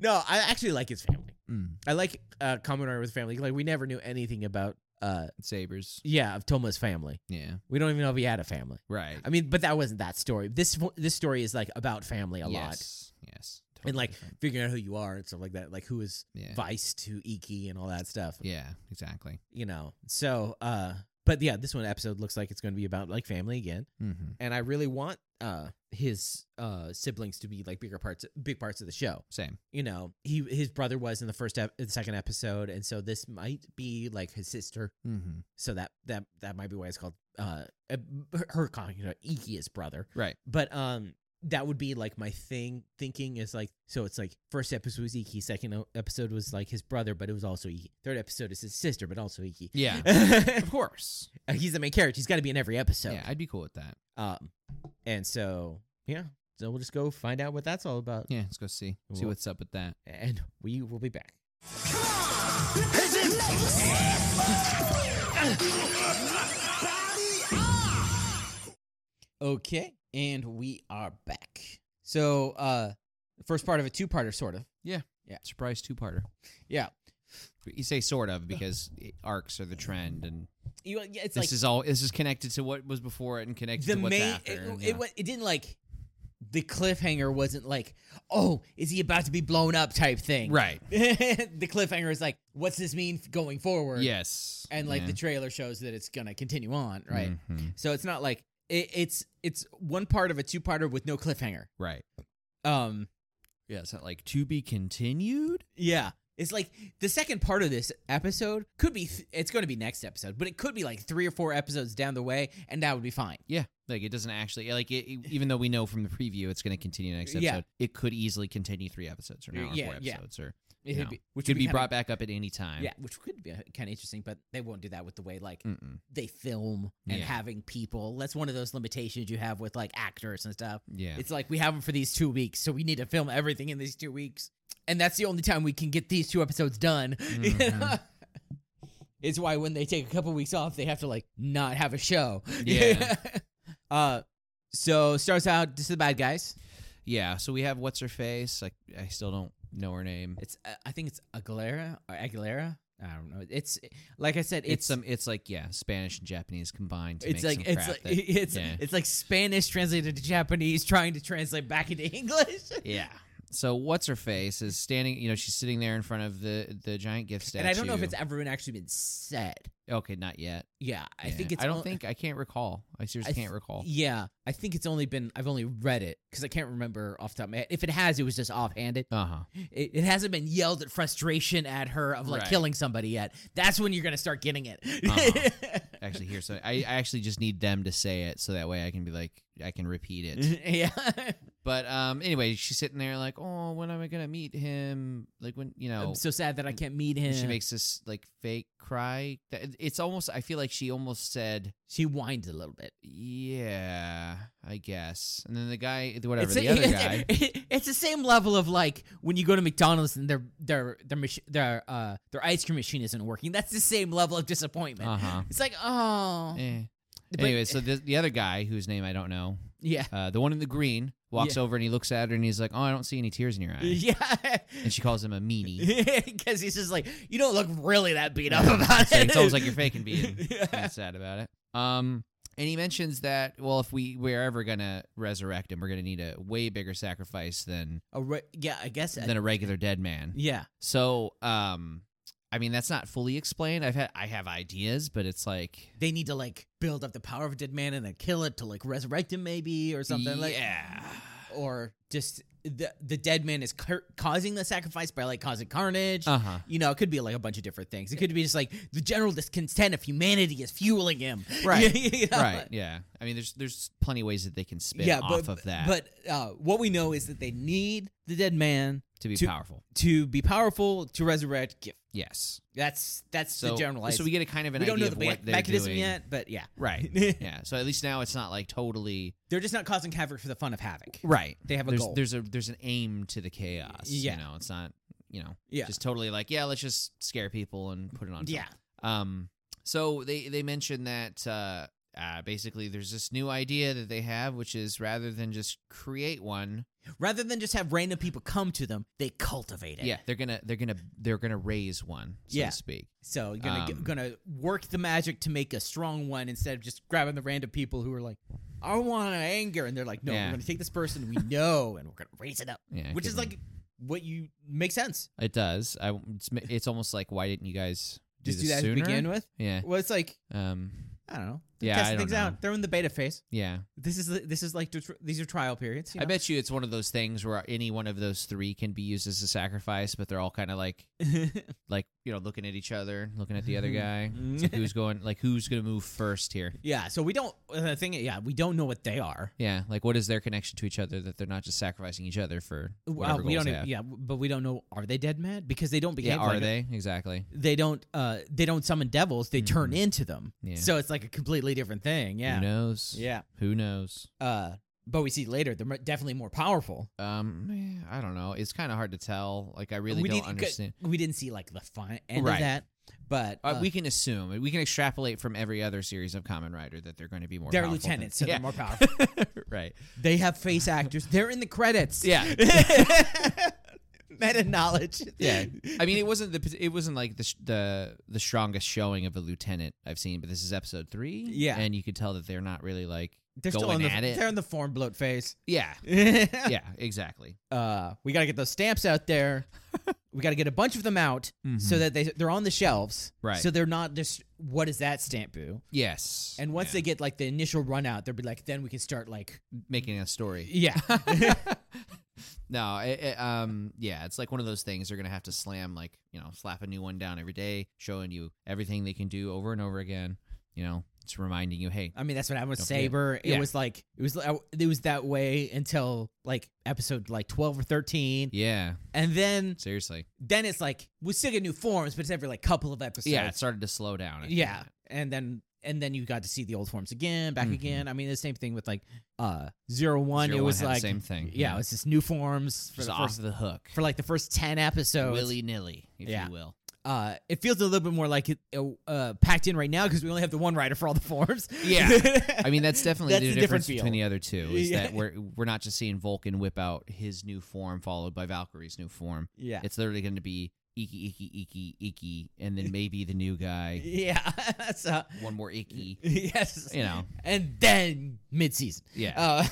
[SPEAKER 2] No, I actually like his family.
[SPEAKER 1] Mm,
[SPEAKER 2] I like uh, Kamen Rider with family. Like we never knew anything about uh
[SPEAKER 1] sabers.
[SPEAKER 2] yeah of Toma's family.
[SPEAKER 1] Yeah.
[SPEAKER 2] We don't even know if he had a family.
[SPEAKER 1] Right.
[SPEAKER 2] I mean, but that wasn't that story. This fo- this story is like about family a lot
[SPEAKER 1] yes. Yes. Totally
[SPEAKER 2] and like
[SPEAKER 1] different.
[SPEAKER 2] figuring out who you are and stuff like that. Like who is
[SPEAKER 1] yeah.
[SPEAKER 2] Vice to Iki and all that stuff.
[SPEAKER 1] Yeah. Exactly.
[SPEAKER 2] You know. So, uh, but yeah, this one episode looks like it's going to be about like family again,
[SPEAKER 1] Mm-hmm.
[SPEAKER 2] and I really want uh his uh siblings to be like bigger parts, big parts of the show.
[SPEAKER 1] Same.
[SPEAKER 2] You know, he his brother was in the first ep- the second episode, and so this might be like his sister.
[SPEAKER 1] Mm-hmm.
[SPEAKER 2] So that that that might be why it's called uh uh, her- her calling you know Iki's brother.
[SPEAKER 1] Right.
[SPEAKER 2] But um that would be like my thing thinking is like so it's like first episode was Iki, second o- episode was like his brother, but it was also Iki. Third episode is his sister, but also Iki.
[SPEAKER 1] Yeah. of course.
[SPEAKER 2] He's the main character. He's got to be in every episode.
[SPEAKER 1] Yeah. I'd be cool with that.
[SPEAKER 2] Um and so yeah, so we'll just go find out what that's all about
[SPEAKER 1] Yeah. Let's go see. See
[SPEAKER 2] Well-
[SPEAKER 1] what's up with that.
[SPEAKER 2] and we will be back. Okay, and we are back. So, uh, the first part of a two-parter, sort of.
[SPEAKER 1] Surprise two-parter.
[SPEAKER 2] Yeah.
[SPEAKER 1] You say sort of because arcs are the trend, and
[SPEAKER 2] You, yeah, it's
[SPEAKER 1] this
[SPEAKER 2] like
[SPEAKER 1] is all this is connected to what was before it and connected
[SPEAKER 2] the
[SPEAKER 1] to what's
[SPEAKER 2] main.
[SPEAKER 1] after.
[SPEAKER 2] It,
[SPEAKER 1] and
[SPEAKER 2] it,
[SPEAKER 1] yeah.
[SPEAKER 2] wa- it didn't like the cliffhanger wasn't like, oh, is he about to be blown up type thing.
[SPEAKER 1] right?
[SPEAKER 2] the cliffhanger is like, what's this mean f- going forward?
[SPEAKER 1] Yes,
[SPEAKER 2] And like
[SPEAKER 1] Yeah.
[SPEAKER 2] the trailer shows that it's gonna continue on, right?
[SPEAKER 1] Mhm.
[SPEAKER 2] So it's not like it, it's it's one part of a two parter with no cliffhanger.
[SPEAKER 1] right.
[SPEAKER 2] Um,
[SPEAKER 1] Yeah, it's not like to be continued.
[SPEAKER 2] yeah. It's like the second part of this episode could be, th- it's going to be next episode, but it could be like three or four episodes down the way, and that would be fine.
[SPEAKER 1] Yeah, like it doesn't actually like it, it- even though we know from the preview it's going to continue next episode.
[SPEAKER 2] Yeah.
[SPEAKER 1] It could easily continue three episodes or now or
[SPEAKER 2] Yeah,
[SPEAKER 1] four
[SPEAKER 2] yeah.
[SPEAKER 1] episodes or
[SPEAKER 2] It
[SPEAKER 1] Yeah.
[SPEAKER 2] would be, which
[SPEAKER 1] could
[SPEAKER 2] would
[SPEAKER 1] be
[SPEAKER 2] kinda-
[SPEAKER 1] brought back up at any time.
[SPEAKER 2] Yeah, which could be kind of interesting, but they won't do that with the way like
[SPEAKER 1] Mm-mm.
[SPEAKER 2] they film and
[SPEAKER 1] Yeah.
[SPEAKER 2] having people. That's one of those limitations you have with like actors and stuff.
[SPEAKER 1] yeah.
[SPEAKER 2] It's like we have them for these two weeks, so we need to film everything in these two weeks, and that's the only time we can get these two episodes done. You know?
[SPEAKER 1] Mhm.
[SPEAKER 2] it's why when they take a couple weeks off, they have to like not have a show.
[SPEAKER 1] Yeah.
[SPEAKER 2] uh, so starts out just the bad guys.
[SPEAKER 1] yeah. So we have what's her face. Like I still don't know her name.
[SPEAKER 2] It's uh, I think it's Aguilera or Aguilera. I don't know. It's like I said,
[SPEAKER 1] It's, some. It's like yeah, Spanish and Japanese combined. To
[SPEAKER 2] it's
[SPEAKER 1] make
[SPEAKER 2] like
[SPEAKER 1] some
[SPEAKER 2] it's
[SPEAKER 1] crap
[SPEAKER 2] like
[SPEAKER 1] that-
[SPEAKER 2] it's
[SPEAKER 1] yeah.
[SPEAKER 2] it's like Spanish translated to Japanese, trying to translate back into English.
[SPEAKER 1] yeah. So what's her face is standing. You know, she's sitting there in front of the the giant gift statue.
[SPEAKER 2] And I don't know if it's ever been actually been said.
[SPEAKER 1] okay. Not yet.
[SPEAKER 2] Yeah, I
[SPEAKER 1] Yeah.
[SPEAKER 2] think it's.
[SPEAKER 1] I don't
[SPEAKER 2] on-
[SPEAKER 1] think. I can't recall. I seriously
[SPEAKER 2] I th-
[SPEAKER 1] can't recall.
[SPEAKER 2] Yeah, I think it's only been. I've only read it because I can't remember off the top of my head. If it has, it was just offhanded.
[SPEAKER 1] Uh huh.
[SPEAKER 2] It, it hasn't been yelled at frustration at her of like
[SPEAKER 1] Right.
[SPEAKER 2] killing somebody yet. That's when you're gonna start getting it.
[SPEAKER 1] Uh-huh. actually hear something. I, I actually just need them to say it so that way I can be like I can repeat it.
[SPEAKER 2] yeah.
[SPEAKER 1] But um anyway, she's sitting there like, Oh, when am I gonna meet him? Like when you know
[SPEAKER 2] I'm so sad that I can't meet him.
[SPEAKER 1] and she makes this like fake cry. That- It's almost I feel like she almost said,
[SPEAKER 2] she whines a little bit.
[SPEAKER 1] Yeah, I guess. And then the guy whatever
[SPEAKER 2] It's
[SPEAKER 1] the
[SPEAKER 2] a-
[SPEAKER 1] other guy.
[SPEAKER 2] It's the same level of like when you go to McDonald's and their their their machi- their uh their ice cream machine isn't working. That's the same level of disappointment.
[SPEAKER 1] Uh-huh.
[SPEAKER 2] It's like oh
[SPEAKER 1] Eh.
[SPEAKER 2] But-
[SPEAKER 1] Anyway, so the, the other guy whose name I don't know,
[SPEAKER 2] yeah
[SPEAKER 1] uh, the one in the green, walks
[SPEAKER 2] Yeah.
[SPEAKER 1] over and he looks at her and he's like, "Oh, I don't see any tears in your eyes,"
[SPEAKER 2] yeah
[SPEAKER 1] and she calls him a meanie.
[SPEAKER 2] because he's just like you don't look really that beat up about
[SPEAKER 1] So
[SPEAKER 2] it.
[SPEAKER 1] it's almost like you're faking being
[SPEAKER 2] Yeah.
[SPEAKER 1] kinda sad about it. Um, and he mentions that well, if we we're ever gonna resurrect him, we're gonna need a way bigger sacrifice than
[SPEAKER 2] A re- yeah, I guess I-
[SPEAKER 1] than a regular dead man.
[SPEAKER 2] yeah
[SPEAKER 1] So, um, I mean that's not fully explained. I've had I have ideas, but it's like
[SPEAKER 2] they need to like build up the power of a dead man and then kill it to like resurrect him maybe or something like
[SPEAKER 1] yeah,
[SPEAKER 2] or just the the dead man is cur- causing the sacrifice by like causing carnage.
[SPEAKER 1] uh huh,
[SPEAKER 2] You know, it could be like a bunch of different things. It could be just like the general discontent of humanity is fueling him.
[SPEAKER 1] Right.
[SPEAKER 2] You know?
[SPEAKER 1] right, yeah. I mean, there's there's plenty of ways that they can spin
[SPEAKER 2] Yeah,
[SPEAKER 1] off
[SPEAKER 2] but,
[SPEAKER 1] of that
[SPEAKER 2] but uh, what we know is that they need the dead man
[SPEAKER 1] to be
[SPEAKER 2] to-
[SPEAKER 1] powerful.
[SPEAKER 2] to be powerful to resurrect Gif.
[SPEAKER 1] Yes,
[SPEAKER 2] That's that's
[SPEAKER 1] so
[SPEAKER 2] the general.
[SPEAKER 1] so we get a kind of an
[SPEAKER 2] we don't
[SPEAKER 1] idea
[SPEAKER 2] know
[SPEAKER 1] of
[SPEAKER 2] the me-
[SPEAKER 1] what they're
[SPEAKER 2] mechanism
[SPEAKER 1] doing.
[SPEAKER 2] yet, but yeah,
[SPEAKER 1] Right. Yeah. So at least now it's not like totally
[SPEAKER 2] they're just not causing havoc for the fun of havoc.
[SPEAKER 1] Right.
[SPEAKER 2] They have a
[SPEAKER 1] there's,
[SPEAKER 2] goal.
[SPEAKER 1] There's a there's an aim to the chaos.
[SPEAKER 2] Yeah.
[SPEAKER 1] You know, it's not you know
[SPEAKER 2] Yeah,
[SPEAKER 1] just totally like yeah, let's just scare people and put it on. film.
[SPEAKER 2] yeah,
[SPEAKER 1] Um. So they they mentioned that uh, uh basically there's this new idea that they have, which is rather than just create one,
[SPEAKER 2] rather than just have random people come to them, they cultivate it.
[SPEAKER 1] yeah, they're gonna they're gonna they're gonna raise one, so
[SPEAKER 2] Yeah.
[SPEAKER 1] to speak.
[SPEAKER 2] So you're gonna
[SPEAKER 1] Um,
[SPEAKER 2] gonna work the magic to make a strong one instead of just grabbing the random people who are like, I want anger, and they're like, no,
[SPEAKER 1] Yeah.
[SPEAKER 2] we're gonna take this person we know and we're gonna raise it up,
[SPEAKER 1] Yeah. it
[SPEAKER 2] which
[SPEAKER 1] could
[SPEAKER 2] is
[SPEAKER 1] be-
[SPEAKER 2] like what you makes sense.
[SPEAKER 1] it does. I it's, ma- it's almost like why didn't you guys do
[SPEAKER 2] Just
[SPEAKER 1] this
[SPEAKER 2] do that
[SPEAKER 1] sooner?
[SPEAKER 2] to begin with.
[SPEAKER 1] Yeah.
[SPEAKER 2] Well, it's like
[SPEAKER 1] Um.
[SPEAKER 2] I don't know.
[SPEAKER 1] Yeah,
[SPEAKER 2] testing
[SPEAKER 1] I don't
[SPEAKER 2] things
[SPEAKER 1] know.
[SPEAKER 2] out. They're in the beta phase.
[SPEAKER 1] Yeah.
[SPEAKER 2] This is this is like these are trial periods. You
[SPEAKER 1] I bet you it's one of those things where any one of those three can be used as a sacrifice, but they're all kind of like,
[SPEAKER 2] bet.
[SPEAKER 1] like you know, looking at each other, looking at the other guy.
[SPEAKER 2] Mm-hmm.
[SPEAKER 1] It's like who's going? Like who's going to move first here?
[SPEAKER 2] yeah. So we don't. uh, The thing. Yeah, we don't know what they are.
[SPEAKER 1] Yeah, like what is their connection to each other that they're not just sacrificing each other for
[SPEAKER 2] Well,
[SPEAKER 1] whatever
[SPEAKER 2] Uh, we
[SPEAKER 1] goals
[SPEAKER 2] don't.
[SPEAKER 1] they
[SPEAKER 2] Even,
[SPEAKER 1] have?
[SPEAKER 2] yeah, but we don't know. Are they dead mad? Because they don't
[SPEAKER 1] yeah,
[SPEAKER 2] behave.
[SPEAKER 1] are
[SPEAKER 2] like
[SPEAKER 1] they exactly?
[SPEAKER 2] they don't uh they don't summon devils they turn
[SPEAKER 1] Mhm.
[SPEAKER 2] into them
[SPEAKER 1] Yeah.
[SPEAKER 2] so it's like a completely different thing yeah
[SPEAKER 1] Who knows?
[SPEAKER 2] yeah
[SPEAKER 1] Who knows?
[SPEAKER 2] uh but we see later they're mo- definitely more powerful
[SPEAKER 1] Um, eh, I don't know. It's kind of hard to tell. Like I really
[SPEAKER 2] we
[SPEAKER 1] don't
[SPEAKER 2] didn't- 'cause
[SPEAKER 1] understand.
[SPEAKER 2] we didn't see like the fine end
[SPEAKER 1] Right.
[SPEAKER 2] of that but
[SPEAKER 1] Uh,
[SPEAKER 2] uh,
[SPEAKER 1] we can assume we can extrapolate from every other series of Common Rider that they're going to be more.
[SPEAKER 2] they're
[SPEAKER 1] powerful than-
[SPEAKER 2] lieutenants so
[SPEAKER 1] yeah.
[SPEAKER 2] they're more powerful
[SPEAKER 1] right.
[SPEAKER 2] they have face actors they're in the credits
[SPEAKER 1] Yeah.
[SPEAKER 2] meta knowledge.
[SPEAKER 1] Yeah. I mean, it wasn't the it wasn't like the sh- the the strongest showing of a lieutenant I've seen, but this is episode three.
[SPEAKER 2] Yeah.
[SPEAKER 1] and you could tell that they're not really like
[SPEAKER 2] they're
[SPEAKER 1] going
[SPEAKER 2] still on the,
[SPEAKER 1] at it.
[SPEAKER 2] They're in the form bloat phase.
[SPEAKER 1] yeah,
[SPEAKER 2] yeah.
[SPEAKER 1] yeah, exactly.
[SPEAKER 2] uh, we got to get those stamps out there. we got to get a bunch of them out so
[SPEAKER 1] Mhm.
[SPEAKER 2] that they they're on the shelves.
[SPEAKER 1] Right.
[SPEAKER 2] So they're not just what is that stamp boo?
[SPEAKER 1] yes,
[SPEAKER 2] And once
[SPEAKER 1] Yeah.
[SPEAKER 2] they get like the initial run out, they'll be like, then we can start like
[SPEAKER 1] making a story.
[SPEAKER 2] yeah.
[SPEAKER 1] no, it, it, um, yeah, it's like one of those things they're gonna have to slam like you know slap a new one down every day, showing you everything they can do over and over again. You know, it's reminding you, hey,
[SPEAKER 2] I mean that's what I was
[SPEAKER 1] Don't forget.
[SPEAKER 2] Saber. It
[SPEAKER 1] Yeah.
[SPEAKER 2] was like it was uh, it was that way until like episode like twelve or thirteen,
[SPEAKER 1] yeah,
[SPEAKER 2] and then
[SPEAKER 1] seriously,
[SPEAKER 2] then it's like we still get new forms, but it's every like couple of episodes.
[SPEAKER 1] yeah, it started to slow down. I think.
[SPEAKER 2] yeah and then and then you got to see the old forms again back
[SPEAKER 1] Mhm.
[SPEAKER 2] again i mean the same thing with like uh zero one
[SPEAKER 1] Zero
[SPEAKER 2] it
[SPEAKER 1] One
[SPEAKER 2] was
[SPEAKER 1] had the
[SPEAKER 2] like
[SPEAKER 1] same thing,
[SPEAKER 2] yeah,
[SPEAKER 1] yeah.
[SPEAKER 2] it was just new forms for
[SPEAKER 1] just
[SPEAKER 2] the
[SPEAKER 1] off
[SPEAKER 2] first,
[SPEAKER 1] the hook.
[SPEAKER 2] for like the first 10 episodes
[SPEAKER 1] willy nilly, if
[SPEAKER 2] Yeah.
[SPEAKER 1] you will.
[SPEAKER 2] uh it feels a little bit more like it, uh packed in right now because we only have the one writer for all the forms
[SPEAKER 1] Yeah. I mean, that's definitely
[SPEAKER 2] That's
[SPEAKER 1] the
[SPEAKER 2] a different
[SPEAKER 1] difference
[SPEAKER 2] feel.
[SPEAKER 1] between the other two is
[SPEAKER 2] Yeah.
[SPEAKER 1] that we're we're not just seeing Vulcan whip out his new form followed by Valkyrie's new form.
[SPEAKER 2] yeah
[SPEAKER 1] It's literally going to be icky icky icky icky, and then maybe the new guy
[SPEAKER 2] yeah that's uh
[SPEAKER 1] one more icky.
[SPEAKER 2] yes
[SPEAKER 1] You know,
[SPEAKER 2] and then mid-season
[SPEAKER 1] yeah.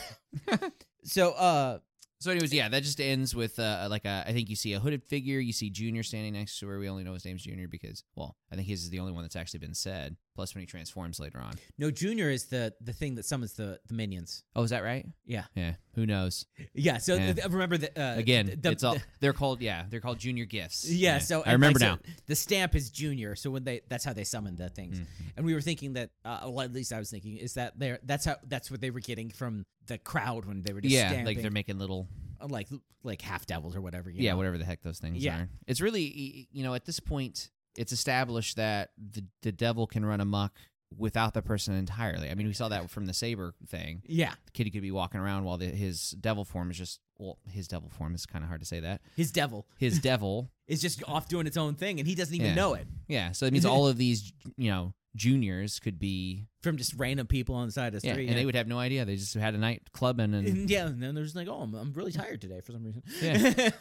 [SPEAKER 2] uh so uh
[SPEAKER 1] so, anyways, yeah, that just ends with uh, like a. I think you see a hooded figure. You see Junior standing next to her. We only know his name's Junior because, well, I think his is the only one that's actually been said. Plus, when he transforms later on.
[SPEAKER 2] no junior is the the thing that summons the the minions
[SPEAKER 1] Oh, is that right?
[SPEAKER 2] Yeah.
[SPEAKER 1] Yeah. Who knows?
[SPEAKER 2] yeah so
[SPEAKER 1] Yeah.
[SPEAKER 2] th- remember that uh
[SPEAKER 1] Again,
[SPEAKER 2] th- the-
[SPEAKER 1] it's all
[SPEAKER 2] the-
[SPEAKER 1] they're called. Yeah, they're called junior gifts.
[SPEAKER 2] Yeah,
[SPEAKER 1] I
[SPEAKER 2] so and, like,
[SPEAKER 1] remember
[SPEAKER 2] so
[SPEAKER 1] now.
[SPEAKER 2] the stamp is junior, so when they that's how they summon the things.
[SPEAKER 1] Mm.
[SPEAKER 2] And we were thinking that, uh, well, at least I was thinking, is that they are that's how that's what they were getting from the crowd when they were just
[SPEAKER 1] yeah,
[SPEAKER 2] stamping,
[SPEAKER 1] like they're making little,
[SPEAKER 2] uh, like like half devils or whatever. you
[SPEAKER 1] yeah,
[SPEAKER 2] know?
[SPEAKER 1] whatever the heck those things
[SPEAKER 2] Yeah.
[SPEAKER 1] are. It's really, y- you know, at this point, it's established that the the devil can run amok without the person entirely. I mean, we saw that from the saber thing.
[SPEAKER 2] yeah.
[SPEAKER 1] The kid could be walking around while the, his devil form is just well, his devil form is kind of hard to say that
[SPEAKER 2] His devil
[SPEAKER 1] his devil.
[SPEAKER 2] is just off doing its own thing, and he doesn't even
[SPEAKER 1] Yeah.
[SPEAKER 2] know it
[SPEAKER 1] Yeah, so it means all of these, you know, juniors could be,
[SPEAKER 2] from just random people on the side of the
[SPEAKER 1] yeah,
[SPEAKER 2] street.
[SPEAKER 1] and they would have no idea. They just had a night clubbing and
[SPEAKER 2] And yeah, and then they're just like, oh, I'm, I'm really tired today for some reason.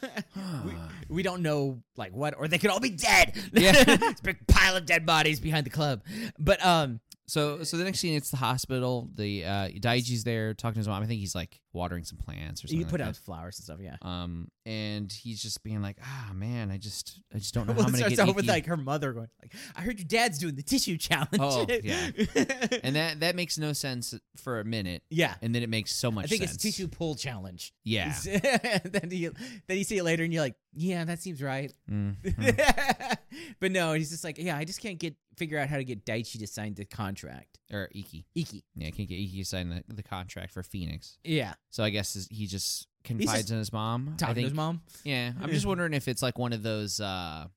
[SPEAKER 2] we, we don't know like what, or they could all be dead.
[SPEAKER 1] Yeah.
[SPEAKER 2] it's a big pile of dead bodies behind the club. But um,
[SPEAKER 1] So, so the next scene, it's the hospital. The uh, Daiji's there talking to his mom. I think he's like watering some plants or something.
[SPEAKER 2] you put
[SPEAKER 1] like
[SPEAKER 2] out flowers and stuff, yeah.
[SPEAKER 1] that. Um, and he's just being like, "Ah, man, I just, I just don't know
[SPEAKER 2] Well,
[SPEAKER 1] how
[SPEAKER 2] it
[SPEAKER 1] many." E
[SPEAKER 2] starts out with like her mother going, like, "I heard your dad's doing the tissue challenge."
[SPEAKER 1] Oh, yeah. and that that makes no sense for a minute,
[SPEAKER 2] yeah.
[SPEAKER 1] and then it makes so much.
[SPEAKER 2] I think
[SPEAKER 1] sense.
[SPEAKER 2] it's tissue pull challenge.
[SPEAKER 1] Yeah.
[SPEAKER 2] And then you then you see it later and you're like, yeah, that seems right.
[SPEAKER 1] Mhm.
[SPEAKER 2] but no, he's just like, yeah, I just can't get figure out how to get Daichi to sign the contract.
[SPEAKER 1] or Iki.
[SPEAKER 2] Iki.
[SPEAKER 1] Yeah, I can't get Iki to sign the, the contract for Phoenix.
[SPEAKER 2] Yeah.
[SPEAKER 1] So I guess he just confides
[SPEAKER 2] just
[SPEAKER 1] in his mom. I
[SPEAKER 2] Talking to
[SPEAKER 1] think
[SPEAKER 2] his mom.
[SPEAKER 1] Yeah, I'm just wondering if it's like one of those uh,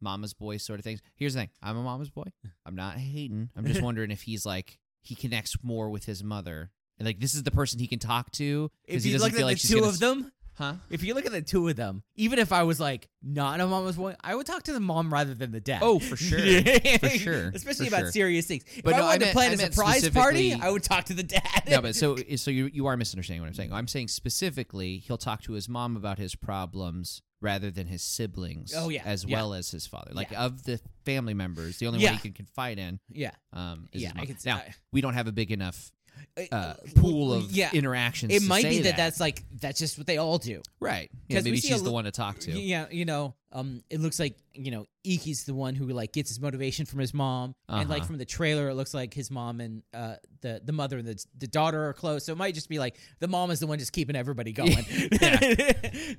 [SPEAKER 1] mama's boy sort of things. Here's the thing: I'm a mama's boy. I'm not hating. I'm just wondering if he's like he connects more with his mother, and like this is the person he can talk to
[SPEAKER 2] If
[SPEAKER 1] because he
[SPEAKER 2] you
[SPEAKER 1] doesn't
[SPEAKER 2] look at
[SPEAKER 1] feel like
[SPEAKER 2] the
[SPEAKER 1] she's
[SPEAKER 2] two
[SPEAKER 1] gonna
[SPEAKER 2] of them,
[SPEAKER 1] huh?
[SPEAKER 2] if you look at the two of them, even if I was like not a mama's boy, I would talk to the mom rather than the dad.
[SPEAKER 1] Oh, for sure. For sure.
[SPEAKER 2] Especially
[SPEAKER 1] For
[SPEAKER 2] about
[SPEAKER 1] sure.
[SPEAKER 2] serious things.
[SPEAKER 1] But
[SPEAKER 2] if
[SPEAKER 1] no, I
[SPEAKER 2] I wanted to
[SPEAKER 1] meant-
[SPEAKER 2] plan
[SPEAKER 1] I
[SPEAKER 2] a
[SPEAKER 1] meant
[SPEAKER 2] surprise party,
[SPEAKER 1] specifically-
[SPEAKER 2] I would talk to the dad.
[SPEAKER 1] no, but so so you you are misunderstanding what I'm saying. I'm saying specifically he'll talk to his mom about his problems rather than his siblings.
[SPEAKER 2] Oh, yeah,
[SPEAKER 1] as
[SPEAKER 2] yeah.
[SPEAKER 1] well as his father. Like
[SPEAKER 2] Yeah.
[SPEAKER 1] of the family members, the only one
[SPEAKER 2] Yeah.
[SPEAKER 1] he can confide in.
[SPEAKER 2] yeah,
[SPEAKER 1] Um, is
[SPEAKER 2] yeah,
[SPEAKER 1] his mom.
[SPEAKER 2] I could
[SPEAKER 1] now we don't have a big enough
[SPEAKER 2] I-
[SPEAKER 1] uh,
[SPEAKER 2] I-
[SPEAKER 1] pool of
[SPEAKER 2] yeah.
[SPEAKER 1] interactions.
[SPEAKER 2] It
[SPEAKER 1] to
[SPEAKER 2] might
[SPEAKER 1] say
[SPEAKER 2] be that,
[SPEAKER 1] that
[SPEAKER 2] that's like that's just what they all do.
[SPEAKER 1] Right. Yeah,
[SPEAKER 2] 'Cause we
[SPEAKER 1] maybe
[SPEAKER 2] see a
[SPEAKER 1] she's the
[SPEAKER 2] li-
[SPEAKER 1] one to talk to.
[SPEAKER 2] Yeah, you know, um, it looks like you know Iki's the one who like gets his motivation from his mom, and like
[SPEAKER 1] Uh-huh.
[SPEAKER 2] from the trailer, it looks like his mom and uh the the mother and the the daughter are close. So it might just be like the mom is the one just keeping everybody going.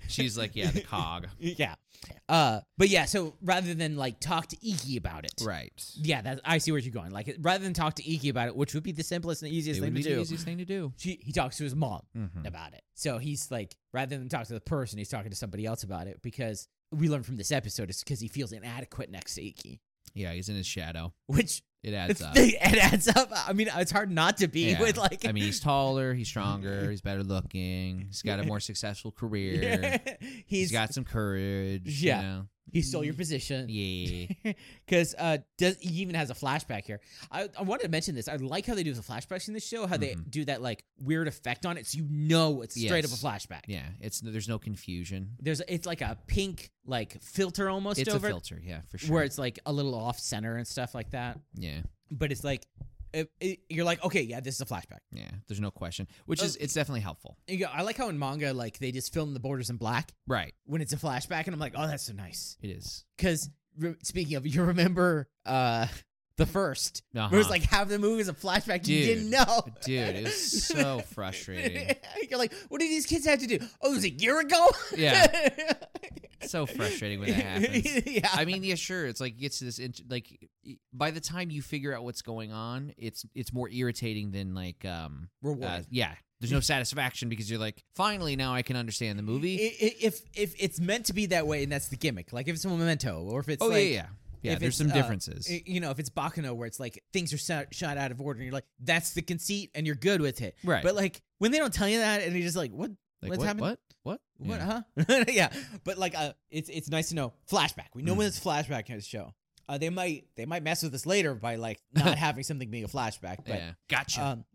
[SPEAKER 1] She's like, yeah, the cog.
[SPEAKER 2] yeah, uh, but yeah, so rather than like talk to Iki about it,
[SPEAKER 1] Right.
[SPEAKER 2] Yeah, that I see where you're going. Like rather than talk to Iki about it, which would be the simplest and easiest
[SPEAKER 1] It would
[SPEAKER 2] thing to
[SPEAKER 1] be the
[SPEAKER 2] do,
[SPEAKER 1] easiest thing to do.
[SPEAKER 2] she, he talks to his mom
[SPEAKER 1] Mhm.
[SPEAKER 2] about it. So he's like, rather than talk to the person, he's talking to somebody else about it because we learned from this episode is because he feels inadequate next to Iki,
[SPEAKER 1] Yeah, he's in his shadow.
[SPEAKER 2] which
[SPEAKER 1] It adds
[SPEAKER 2] it
[SPEAKER 1] up.
[SPEAKER 2] adds up. I mean, it's hard not to be
[SPEAKER 1] Yeah.
[SPEAKER 2] with like.
[SPEAKER 1] I mean, he's taller, he's stronger, he's better looking, he's got a more successful career,
[SPEAKER 2] he's,
[SPEAKER 1] he's got some courage.
[SPEAKER 2] Yeah.
[SPEAKER 1] You know?
[SPEAKER 2] He stole your position.
[SPEAKER 1] Yeah.
[SPEAKER 2] Because uh, does he even has a flashback here? I, I wanted to mention this. I like how they do the flashbacks in this show. How they
[SPEAKER 1] Mhm.
[SPEAKER 2] do that like weird effect on it, so you know it's straight up a
[SPEAKER 1] Yes.
[SPEAKER 2] flashback.
[SPEAKER 1] yeah. It's there's no confusion.
[SPEAKER 2] There's it's like a pink like filter almost
[SPEAKER 1] It's
[SPEAKER 2] over
[SPEAKER 1] a
[SPEAKER 2] it,
[SPEAKER 1] filter, yeah, for sure.
[SPEAKER 2] where it's like a little off center and stuff like that.
[SPEAKER 1] yeah,
[SPEAKER 2] But it's like it, it- you're like okay, yeah, this is a flashback.
[SPEAKER 1] yeah. There's no question, which is
[SPEAKER 2] Oh.
[SPEAKER 1] it's definitely helpful.
[SPEAKER 2] You go, I like how in manga like they just film the borders in black
[SPEAKER 1] Right.
[SPEAKER 2] when it's a flashback, and I'm like, oh, that's so nice.
[SPEAKER 1] It is.
[SPEAKER 2] Because re- speaking of, you remember uh the first Where It was
[SPEAKER 1] Uh-huh.
[SPEAKER 2] like half the movie is a flashback you
[SPEAKER 1] Dude.
[SPEAKER 2] didn't know.
[SPEAKER 1] Dude, it was so frustrating.
[SPEAKER 2] You're like, what do these kids have to do? Oh, it was a year ago?
[SPEAKER 1] Yeah. so frustrating when that happens.
[SPEAKER 2] yeah.
[SPEAKER 1] I mean, yeah, sure. It's like it gets to this int- like y- by the time you figure out what's going on, it's it's more irritating than like um uh,
[SPEAKER 2] Reward.
[SPEAKER 1] yeah. There's no satisfaction because you're like, finally now I can understand the
[SPEAKER 2] I-
[SPEAKER 1] movie.
[SPEAKER 2] i- if if it's meant to be that way and that's the gimmick, like if it's a memento or if it's
[SPEAKER 1] oh
[SPEAKER 2] like,
[SPEAKER 1] yeah, yeah, yeah.
[SPEAKER 2] if
[SPEAKER 1] There's
[SPEAKER 2] it's,
[SPEAKER 1] some
[SPEAKER 2] uh,
[SPEAKER 1] differences.
[SPEAKER 2] i- you know, if it's Bacano where it's like things are shot, shot out of order and you're like, that's the conceit and you're good with it.
[SPEAKER 1] right.
[SPEAKER 2] But like when they don't tell you that and you're just like, what?
[SPEAKER 1] like,
[SPEAKER 2] what's
[SPEAKER 1] what,
[SPEAKER 2] happened-
[SPEAKER 1] what? What?
[SPEAKER 2] What?
[SPEAKER 1] Yeah.
[SPEAKER 2] Huh? yeah. But like, uh, it's it's nice to know flashback. We know when
[SPEAKER 1] Mm.
[SPEAKER 2] it's flashback in this show. Uh, they might they might mess with us later by like not having something being a flashback. But
[SPEAKER 1] yeah. Gotcha.
[SPEAKER 2] um,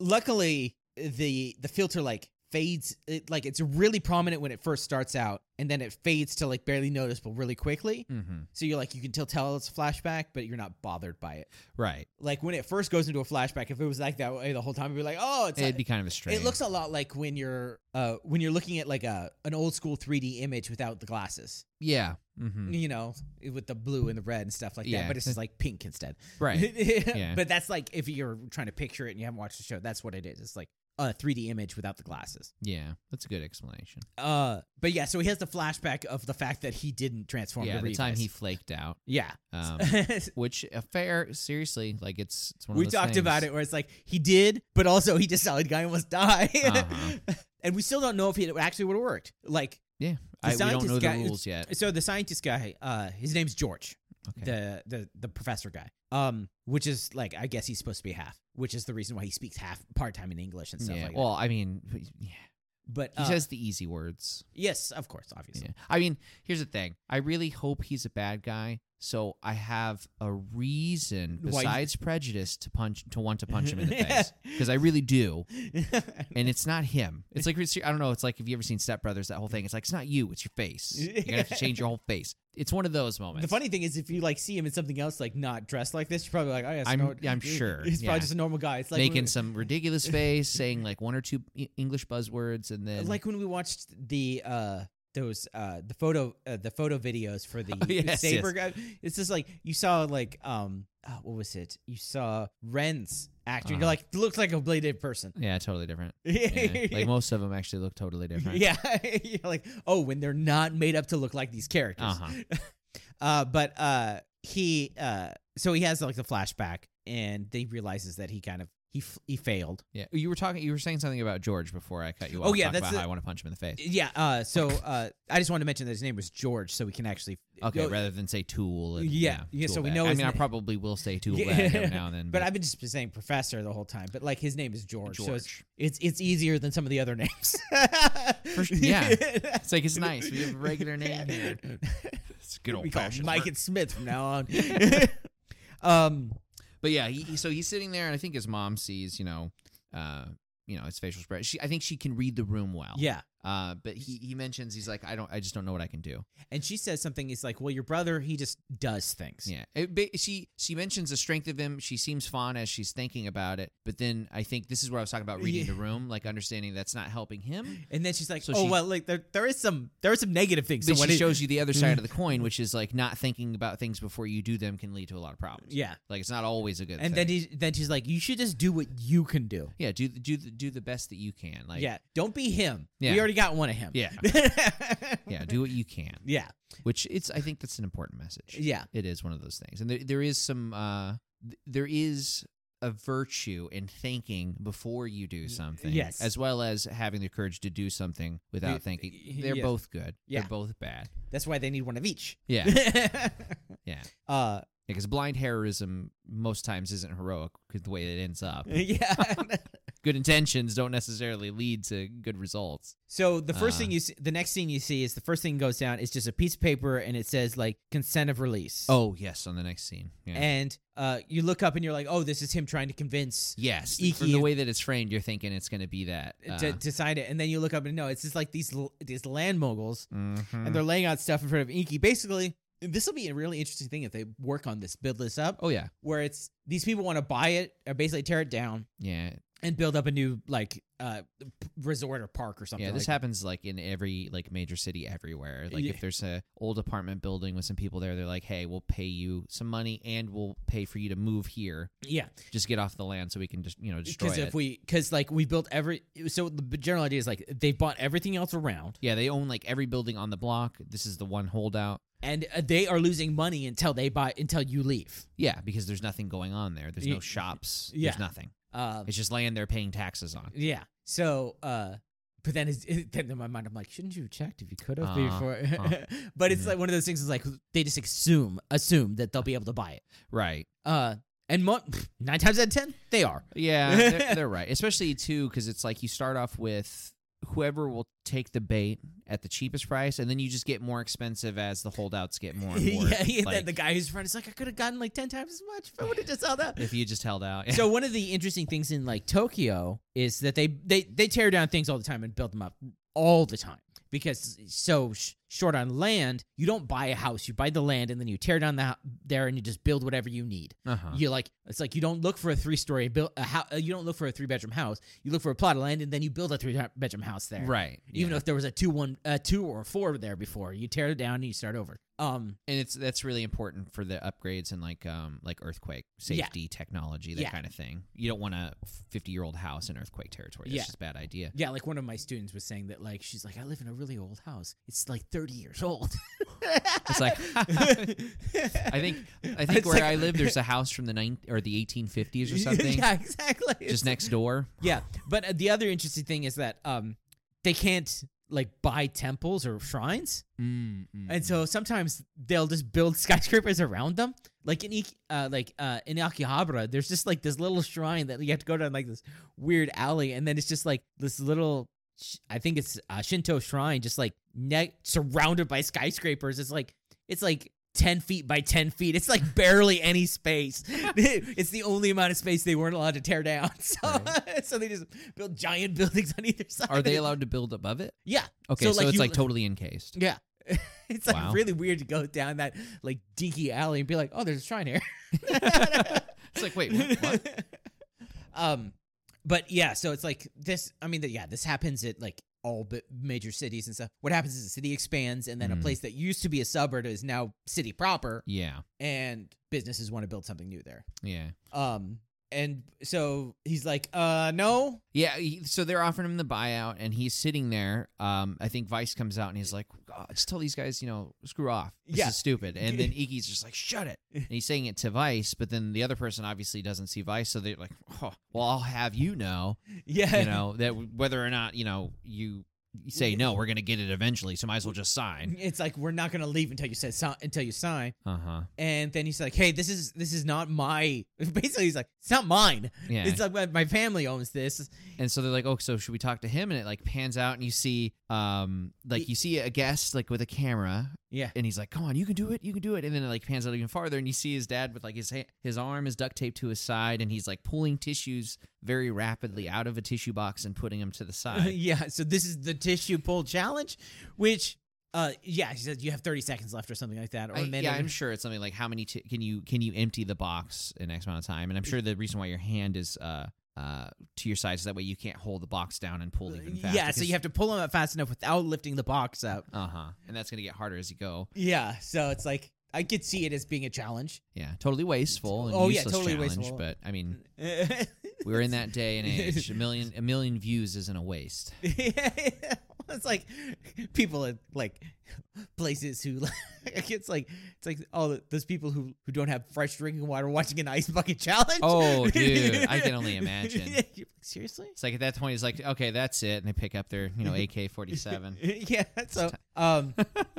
[SPEAKER 2] luckily the the filter like fades. It, like it's really prominent when it first starts out, and then it fades to like barely noticeable really quickly.
[SPEAKER 1] mm-hmm.
[SPEAKER 2] So you're like you can still tell it's a flashback, but you're not bothered by it.
[SPEAKER 1] Right.
[SPEAKER 2] Like when it first goes into a flashback, if it was like that way the whole time, you'd be like, oh, it's
[SPEAKER 1] It'd
[SPEAKER 2] like,
[SPEAKER 1] be kind of a strange.
[SPEAKER 2] it looks a lot like when you're uh, when you're looking at like a an old school 3D image without the glasses,
[SPEAKER 1] Yeah. Mm-hmm.
[SPEAKER 2] you know, with the blue and the red and stuff like that.
[SPEAKER 1] Yeah.
[SPEAKER 2] But it's just like pink instead,
[SPEAKER 1] Right.
[SPEAKER 2] yeah. But that's like if you're trying to picture it and you haven't watched the show, that's what it is. It's like a 3D image without the glasses.
[SPEAKER 1] Yeah. That's a good explanation.
[SPEAKER 2] Uh, but yeah, so he has the flashback of the fact that he didn't transform.
[SPEAKER 1] Yeah.
[SPEAKER 2] to
[SPEAKER 1] The time
[SPEAKER 2] Revis.
[SPEAKER 1] he flaked out.
[SPEAKER 2] yeah.
[SPEAKER 1] Um, which a fair seriously like it's it's one of
[SPEAKER 2] we
[SPEAKER 1] those
[SPEAKER 2] talked about
[SPEAKER 1] things.
[SPEAKER 2] it where it's like he did, but also he just saw the guy almost die,
[SPEAKER 1] Uh-huh.
[SPEAKER 2] and we still don't know if he actually would have worked. Like
[SPEAKER 1] I, we don't
[SPEAKER 2] scientist
[SPEAKER 1] know the
[SPEAKER 2] guy-
[SPEAKER 1] rules yet
[SPEAKER 2] So the scientist guy, uh, his name's George,
[SPEAKER 1] Okay.
[SPEAKER 2] the the the professor guy. Um, which is like I guess he's supposed to be half, which is the reason why he speaks half part time in English and stuff
[SPEAKER 1] yeah
[SPEAKER 2] like
[SPEAKER 1] well i mean yeah.
[SPEAKER 2] that. But
[SPEAKER 1] he
[SPEAKER 2] uh,
[SPEAKER 1] says the easy words
[SPEAKER 2] yes, of course, obviously.
[SPEAKER 1] yeah. i mean here's the thing i really hope he's a bad guy so i have a reason
[SPEAKER 2] Why-
[SPEAKER 1] besides prejudice to punch to want to punch him in the face because i really do and it's not him it's like i don't know it's like have you ever seen step brothers that whole thing it's like it's not you it's your face you're gonna have to change your whole face it's one of those moments
[SPEAKER 2] the funny thing is, if you like see him in something else, like not dressed like this, you're probably like, oh yeah, it's
[SPEAKER 1] I'm-
[SPEAKER 2] no-
[SPEAKER 1] I'm
[SPEAKER 2] he-
[SPEAKER 1] sure,
[SPEAKER 2] he's probably
[SPEAKER 1] yeah.
[SPEAKER 2] just a normal guy. It's like when
[SPEAKER 1] making
[SPEAKER 2] we-
[SPEAKER 1] some ridiculous face, saying like one or two E- English buzzwords, and then
[SPEAKER 2] like when we watched the uh those uh the photo uh, the photo videos for the
[SPEAKER 1] Oh, yes,
[SPEAKER 2] saber guy it's just like you saw like um uh, what was it you saw ren's actor and you're
[SPEAKER 1] Uh-huh.
[SPEAKER 2] like looks like a bladed person
[SPEAKER 1] yeah, totally different. Yeah.
[SPEAKER 2] yeah,
[SPEAKER 1] like most of them actually look totally different.
[SPEAKER 2] yeah You're like oh when they're not made up to look like these characters
[SPEAKER 1] Uh huh.
[SPEAKER 2] uh but uh he uh so he has like the flashback and they realizes that he kind of he f- he failed
[SPEAKER 1] Yeah. You were talking. You were saying something about George before I cut you
[SPEAKER 2] Oh,
[SPEAKER 1] off.
[SPEAKER 2] yeah,
[SPEAKER 1] talking
[SPEAKER 2] that's
[SPEAKER 1] about
[SPEAKER 2] the-
[SPEAKER 1] how I want to punch him in the face.
[SPEAKER 2] yeah uh so uh i just wanted to mention that his name was george so we can actually
[SPEAKER 1] Okay,
[SPEAKER 2] Oh,
[SPEAKER 1] rather than say tool. And,
[SPEAKER 2] Yeah, yeah,
[SPEAKER 1] tool
[SPEAKER 2] so we
[SPEAKER 1] bag.
[SPEAKER 2] know
[SPEAKER 1] I
[SPEAKER 2] his
[SPEAKER 1] mean, I
[SPEAKER 2] na-
[SPEAKER 1] probably will say tool
[SPEAKER 2] Yeah.
[SPEAKER 1] bag every now and then.
[SPEAKER 2] But I've been just saying professor the whole time. But like his name is George, so it's,
[SPEAKER 1] George.
[SPEAKER 2] it's it's easier than some of the other names.
[SPEAKER 1] sure, yeah. It's like it's nice. We have a regular name here. It's a good old
[SPEAKER 2] we call him
[SPEAKER 1] fashioned
[SPEAKER 2] Mike
[SPEAKER 1] work.
[SPEAKER 2] and Smith from now on. um,
[SPEAKER 1] But yeah, he, he- so he's sitting there, and I think his mom sees, you know, uh, you know, his facial spread. She, I think she can read the room well.
[SPEAKER 2] yeah.
[SPEAKER 1] Uh, but he, he mentions he's like, I don't, I just don't know what I can do.
[SPEAKER 2] And she says something. It's like, well, your brother, he just does things.
[SPEAKER 1] Yeah, It ba- she she mentions the strength of him. She seems fond as she's thinking about it, but then I think this is where I was talking about reading
[SPEAKER 2] Yeah.
[SPEAKER 1] the room, like understanding that's not helping him.
[SPEAKER 2] And then she's like,
[SPEAKER 1] So
[SPEAKER 2] oh
[SPEAKER 1] she-
[SPEAKER 2] well, like there there is some there are some negative things.
[SPEAKER 1] But
[SPEAKER 2] so when
[SPEAKER 1] she
[SPEAKER 2] it- Mm-hmm.
[SPEAKER 1] shows you the other side of the coin, which is like not thinking about things before you do them can lead to a lot of problems.
[SPEAKER 2] yeah.
[SPEAKER 1] like it's not always a good.
[SPEAKER 2] And
[SPEAKER 1] thing.
[SPEAKER 2] then he, then she's like, you should just do what you can do.
[SPEAKER 1] yeah, do the- do the, do the best that you can. Like
[SPEAKER 2] yeah. Don't be him.
[SPEAKER 1] Yeah.
[SPEAKER 2] We already got one of him.
[SPEAKER 1] yeah, yeah, do what you can.
[SPEAKER 2] yeah.
[SPEAKER 1] Which it's I think that's an important message.
[SPEAKER 2] Yeah.
[SPEAKER 1] it is one of those things and there, there is some uh th- there is a virtue in thinking before you do something
[SPEAKER 2] yes.
[SPEAKER 1] as well as having the courage to do something without
[SPEAKER 2] Y-
[SPEAKER 1] thinking
[SPEAKER 2] y-
[SPEAKER 1] they're
[SPEAKER 2] yes.
[SPEAKER 1] both good
[SPEAKER 2] Yeah.
[SPEAKER 1] they're both bad
[SPEAKER 2] That's why they need one of each.
[SPEAKER 1] yeah Yeah.
[SPEAKER 2] yeah. Uh,
[SPEAKER 1] because blind heroism most times isn't heroic 'cause the way it ends up
[SPEAKER 2] yeah.
[SPEAKER 1] good intentions don't necessarily lead to good results.
[SPEAKER 2] So the first
[SPEAKER 1] Uh.
[SPEAKER 2] thing you see, the next thing you see is the first thing goes down is just a piece of paper and it says like consent of release.
[SPEAKER 1] Oh yes, on the next scene. Yeah.
[SPEAKER 2] And uh, you look up and you're like, oh, this is him trying to convince
[SPEAKER 1] yes,
[SPEAKER 2] Iki
[SPEAKER 1] from the
[SPEAKER 2] and-
[SPEAKER 1] way that it's framed, you're thinking it's going to be that.
[SPEAKER 2] to decide E it. And then you look up and no, it's just like these l- these land moguls
[SPEAKER 1] mhm.
[SPEAKER 2] and they're laying out stuff in front of Inky. Basically, this will be a really interesting thing if they work on this, build this up,
[SPEAKER 1] oh yeah,
[SPEAKER 2] where it's these people want to buy it or basically tear it down
[SPEAKER 1] yeah,
[SPEAKER 2] and build up a new like uh, p- resort or park or something.
[SPEAKER 1] yeah. This
[SPEAKER 2] like
[SPEAKER 1] happens like in every like major city everywhere. Like
[SPEAKER 2] Yeah.
[SPEAKER 1] if there's a old apartment building with some people there, they're like, "Hey, we'll pay you some money and we'll pay for you to move here.
[SPEAKER 2] yeah,
[SPEAKER 1] Just get off the land so we can just you know destroy
[SPEAKER 2] because
[SPEAKER 1] it."
[SPEAKER 2] if we because like we built every so the general idea is like they bought everything else around
[SPEAKER 1] yeah, they own like every building on the block. This is the one holdout.
[SPEAKER 2] and uh, they are losing money until they buy until you leave.
[SPEAKER 1] Yeah, because there's nothing going on there. There's
[SPEAKER 2] Ye-
[SPEAKER 1] no shops.
[SPEAKER 2] yeah.
[SPEAKER 1] There's nothing.
[SPEAKER 2] Um,
[SPEAKER 1] It's just land they're paying taxes on.
[SPEAKER 2] yeah. So, uh, but then, is, then in my mind, I'm like, shouldn't you have checked if you could have
[SPEAKER 1] Uh,
[SPEAKER 2] before?
[SPEAKER 1] uh,
[SPEAKER 2] but it's
[SPEAKER 1] yeah.
[SPEAKER 2] like one of those things. Is like they just assume assume that they'll be able to buy it.
[SPEAKER 1] Right.
[SPEAKER 2] Uh, and mo- pff, nine times out of ten, they are.
[SPEAKER 1] Yeah, they're, they're right. Especially too, because it's like you start off with whoever will take the bait at the cheapest price, and then you just get more expensive as the holdouts get more. And more
[SPEAKER 2] yeah, yeah
[SPEAKER 1] like,
[SPEAKER 2] the, the guy who's front is like, I could have gotten like ten times as much if I would have just held out.
[SPEAKER 1] if you just held out.
[SPEAKER 2] so one of the interesting things in like Tokyo is that they they they tear down things all the time and build them up all the time because it's so sh- short on land you don't buy a house you buy the land and then you tear down the hou- there and you just build whatever you need
[SPEAKER 1] uh-huh.
[SPEAKER 2] you like it's like you don't look for a three story build a hou- uh, you don't look for a three bedroom house you look for a plot of land and then you build a three bedroom house there
[SPEAKER 1] right.
[SPEAKER 2] even
[SPEAKER 1] yeah.
[SPEAKER 2] if there was a two one a two or a four there before you tear it down and you start over um
[SPEAKER 1] and it's that's really important for the upgrades and like um like earthquake
[SPEAKER 2] Yeah.
[SPEAKER 1] safety technology that
[SPEAKER 2] Yeah.
[SPEAKER 1] kind of thing. You don't want a fifty year old house in earthquake territory. That's
[SPEAKER 2] Yeah.
[SPEAKER 1] just a bad idea.
[SPEAKER 2] Yeah, like one of my students was saying that, like, she's like, I live in a really old house. It's like 30 years old.
[SPEAKER 1] It's like I think I think
[SPEAKER 2] It's
[SPEAKER 1] where
[SPEAKER 2] like-
[SPEAKER 1] I live, there's a house from the nine or the eighteen fifties or something,
[SPEAKER 2] yeah, exactly. It's-
[SPEAKER 1] just next door.
[SPEAKER 2] yeah, but uh, the other interesting thing is that um, they can't like buy temples or shrines,
[SPEAKER 1] Mm, mm,
[SPEAKER 2] and so sometimes they'll just build skyscrapers around them. Like in Ik- uh, like uh, in Akihabara, there's just like this little shrine that you have to go down like this weird alley, and then it's just like this little. sh- I think it's a Shinto shrine, just like ne- surrounded by skyscrapers. It's like it's like ten feet by ten feet. It's like barely any space. it's the only amount of space they weren't allowed to tear down. So so they just built giant buildings on either side.
[SPEAKER 1] Are they allowed to build above it?
[SPEAKER 2] Yeah,
[SPEAKER 1] Okay,
[SPEAKER 2] So,
[SPEAKER 1] so,
[SPEAKER 2] like,
[SPEAKER 1] it's
[SPEAKER 2] you-
[SPEAKER 1] like totally encased.
[SPEAKER 2] yeah. It's like
[SPEAKER 1] Wow.
[SPEAKER 2] really weird to go down that like dinky alley and be like, oh, there's a shrine here.
[SPEAKER 1] It's like wait, what? what?
[SPEAKER 2] Um, but yeah, so it's like this. I mean, yeah, this happens at like all bi- major cities and stuff. What happens is the city expands, and then a
[SPEAKER 1] Mm.
[SPEAKER 2] place that used to be a suburb is now city proper,
[SPEAKER 1] Yeah,
[SPEAKER 2] and businesses want to build something new there.
[SPEAKER 1] yeah,
[SPEAKER 2] Um, and so he's like, uh, no,
[SPEAKER 1] yeah. he- so they're offering him the buyout, and he's sitting there. Um, I think Vice comes out and he's like, "God, "Just tell these guys, you know, screw off. This
[SPEAKER 2] Yeah.
[SPEAKER 1] is stupid." And then Iggy's just like, "Shut it!" And he's saying it to Vice, but then the other person obviously doesn't see Vice, so they're like, "Oh, well, I'll have you know,
[SPEAKER 2] yeah,
[SPEAKER 1] you know that whether or not you know you." say no, we're gonna get it eventually, so might as well just sign.
[SPEAKER 2] It's like we're not gonna leave until you said si- until you sign.
[SPEAKER 1] Uh huh.
[SPEAKER 2] And then he's like, hey, this is this is not my. Basically, he's like, it's not mine.
[SPEAKER 1] Yeah.
[SPEAKER 2] It's like my- my family owns this.
[SPEAKER 1] And so they're like, "Oh, so should we talk to him?" And it like pans out, and you see, um, like you see a guest like with a camera,
[SPEAKER 2] Yeah.
[SPEAKER 1] and he's like, "Come on, you can do it, you can do it." And then it like pans out even farther, and you see his dad with like his ha- his arm is duct taped to his side, and he's like pulling tissues very rapidly out of a tissue box and putting them to the side.
[SPEAKER 2] yeah, so this is the tissue pull challenge, which, uh, yeah, she said you have thirty seconds left or something like that, or
[SPEAKER 1] I,
[SPEAKER 2] a minute.
[SPEAKER 1] yeah, I'm sure it's something like how many ti can you can you empty the box in X amount of time? And I'm sure the reason why your hand is uh uh to your side is that way you can't hold the box down and pull even faster.
[SPEAKER 2] Uh, yeah, so you have to pull them up fast enough without lifting the box up.
[SPEAKER 1] uh huh, and that's gonna get harder as you go.
[SPEAKER 2] Yeah, so it's like I could see it as being a challenge.
[SPEAKER 1] Yeah, totally wasteful and
[SPEAKER 2] Oh, yeah,
[SPEAKER 1] useless
[SPEAKER 2] totally
[SPEAKER 1] challenge.
[SPEAKER 2] wasteful.
[SPEAKER 1] But I mean,
[SPEAKER 2] yeah,
[SPEAKER 1] we were in that day and age. A million, a million views isn't a waste.
[SPEAKER 2] it's like people at like places who like it's like it's like all the, those people who who don't have fresh drinking water watching an ice bucket challenge.
[SPEAKER 1] Oh, dude, I can only imagine.
[SPEAKER 2] You're like, Seriously?
[SPEAKER 1] It's like at that point, it's like, okay, that's it, and they pick up their, you know, AK forty seven.
[SPEAKER 2] yeah so um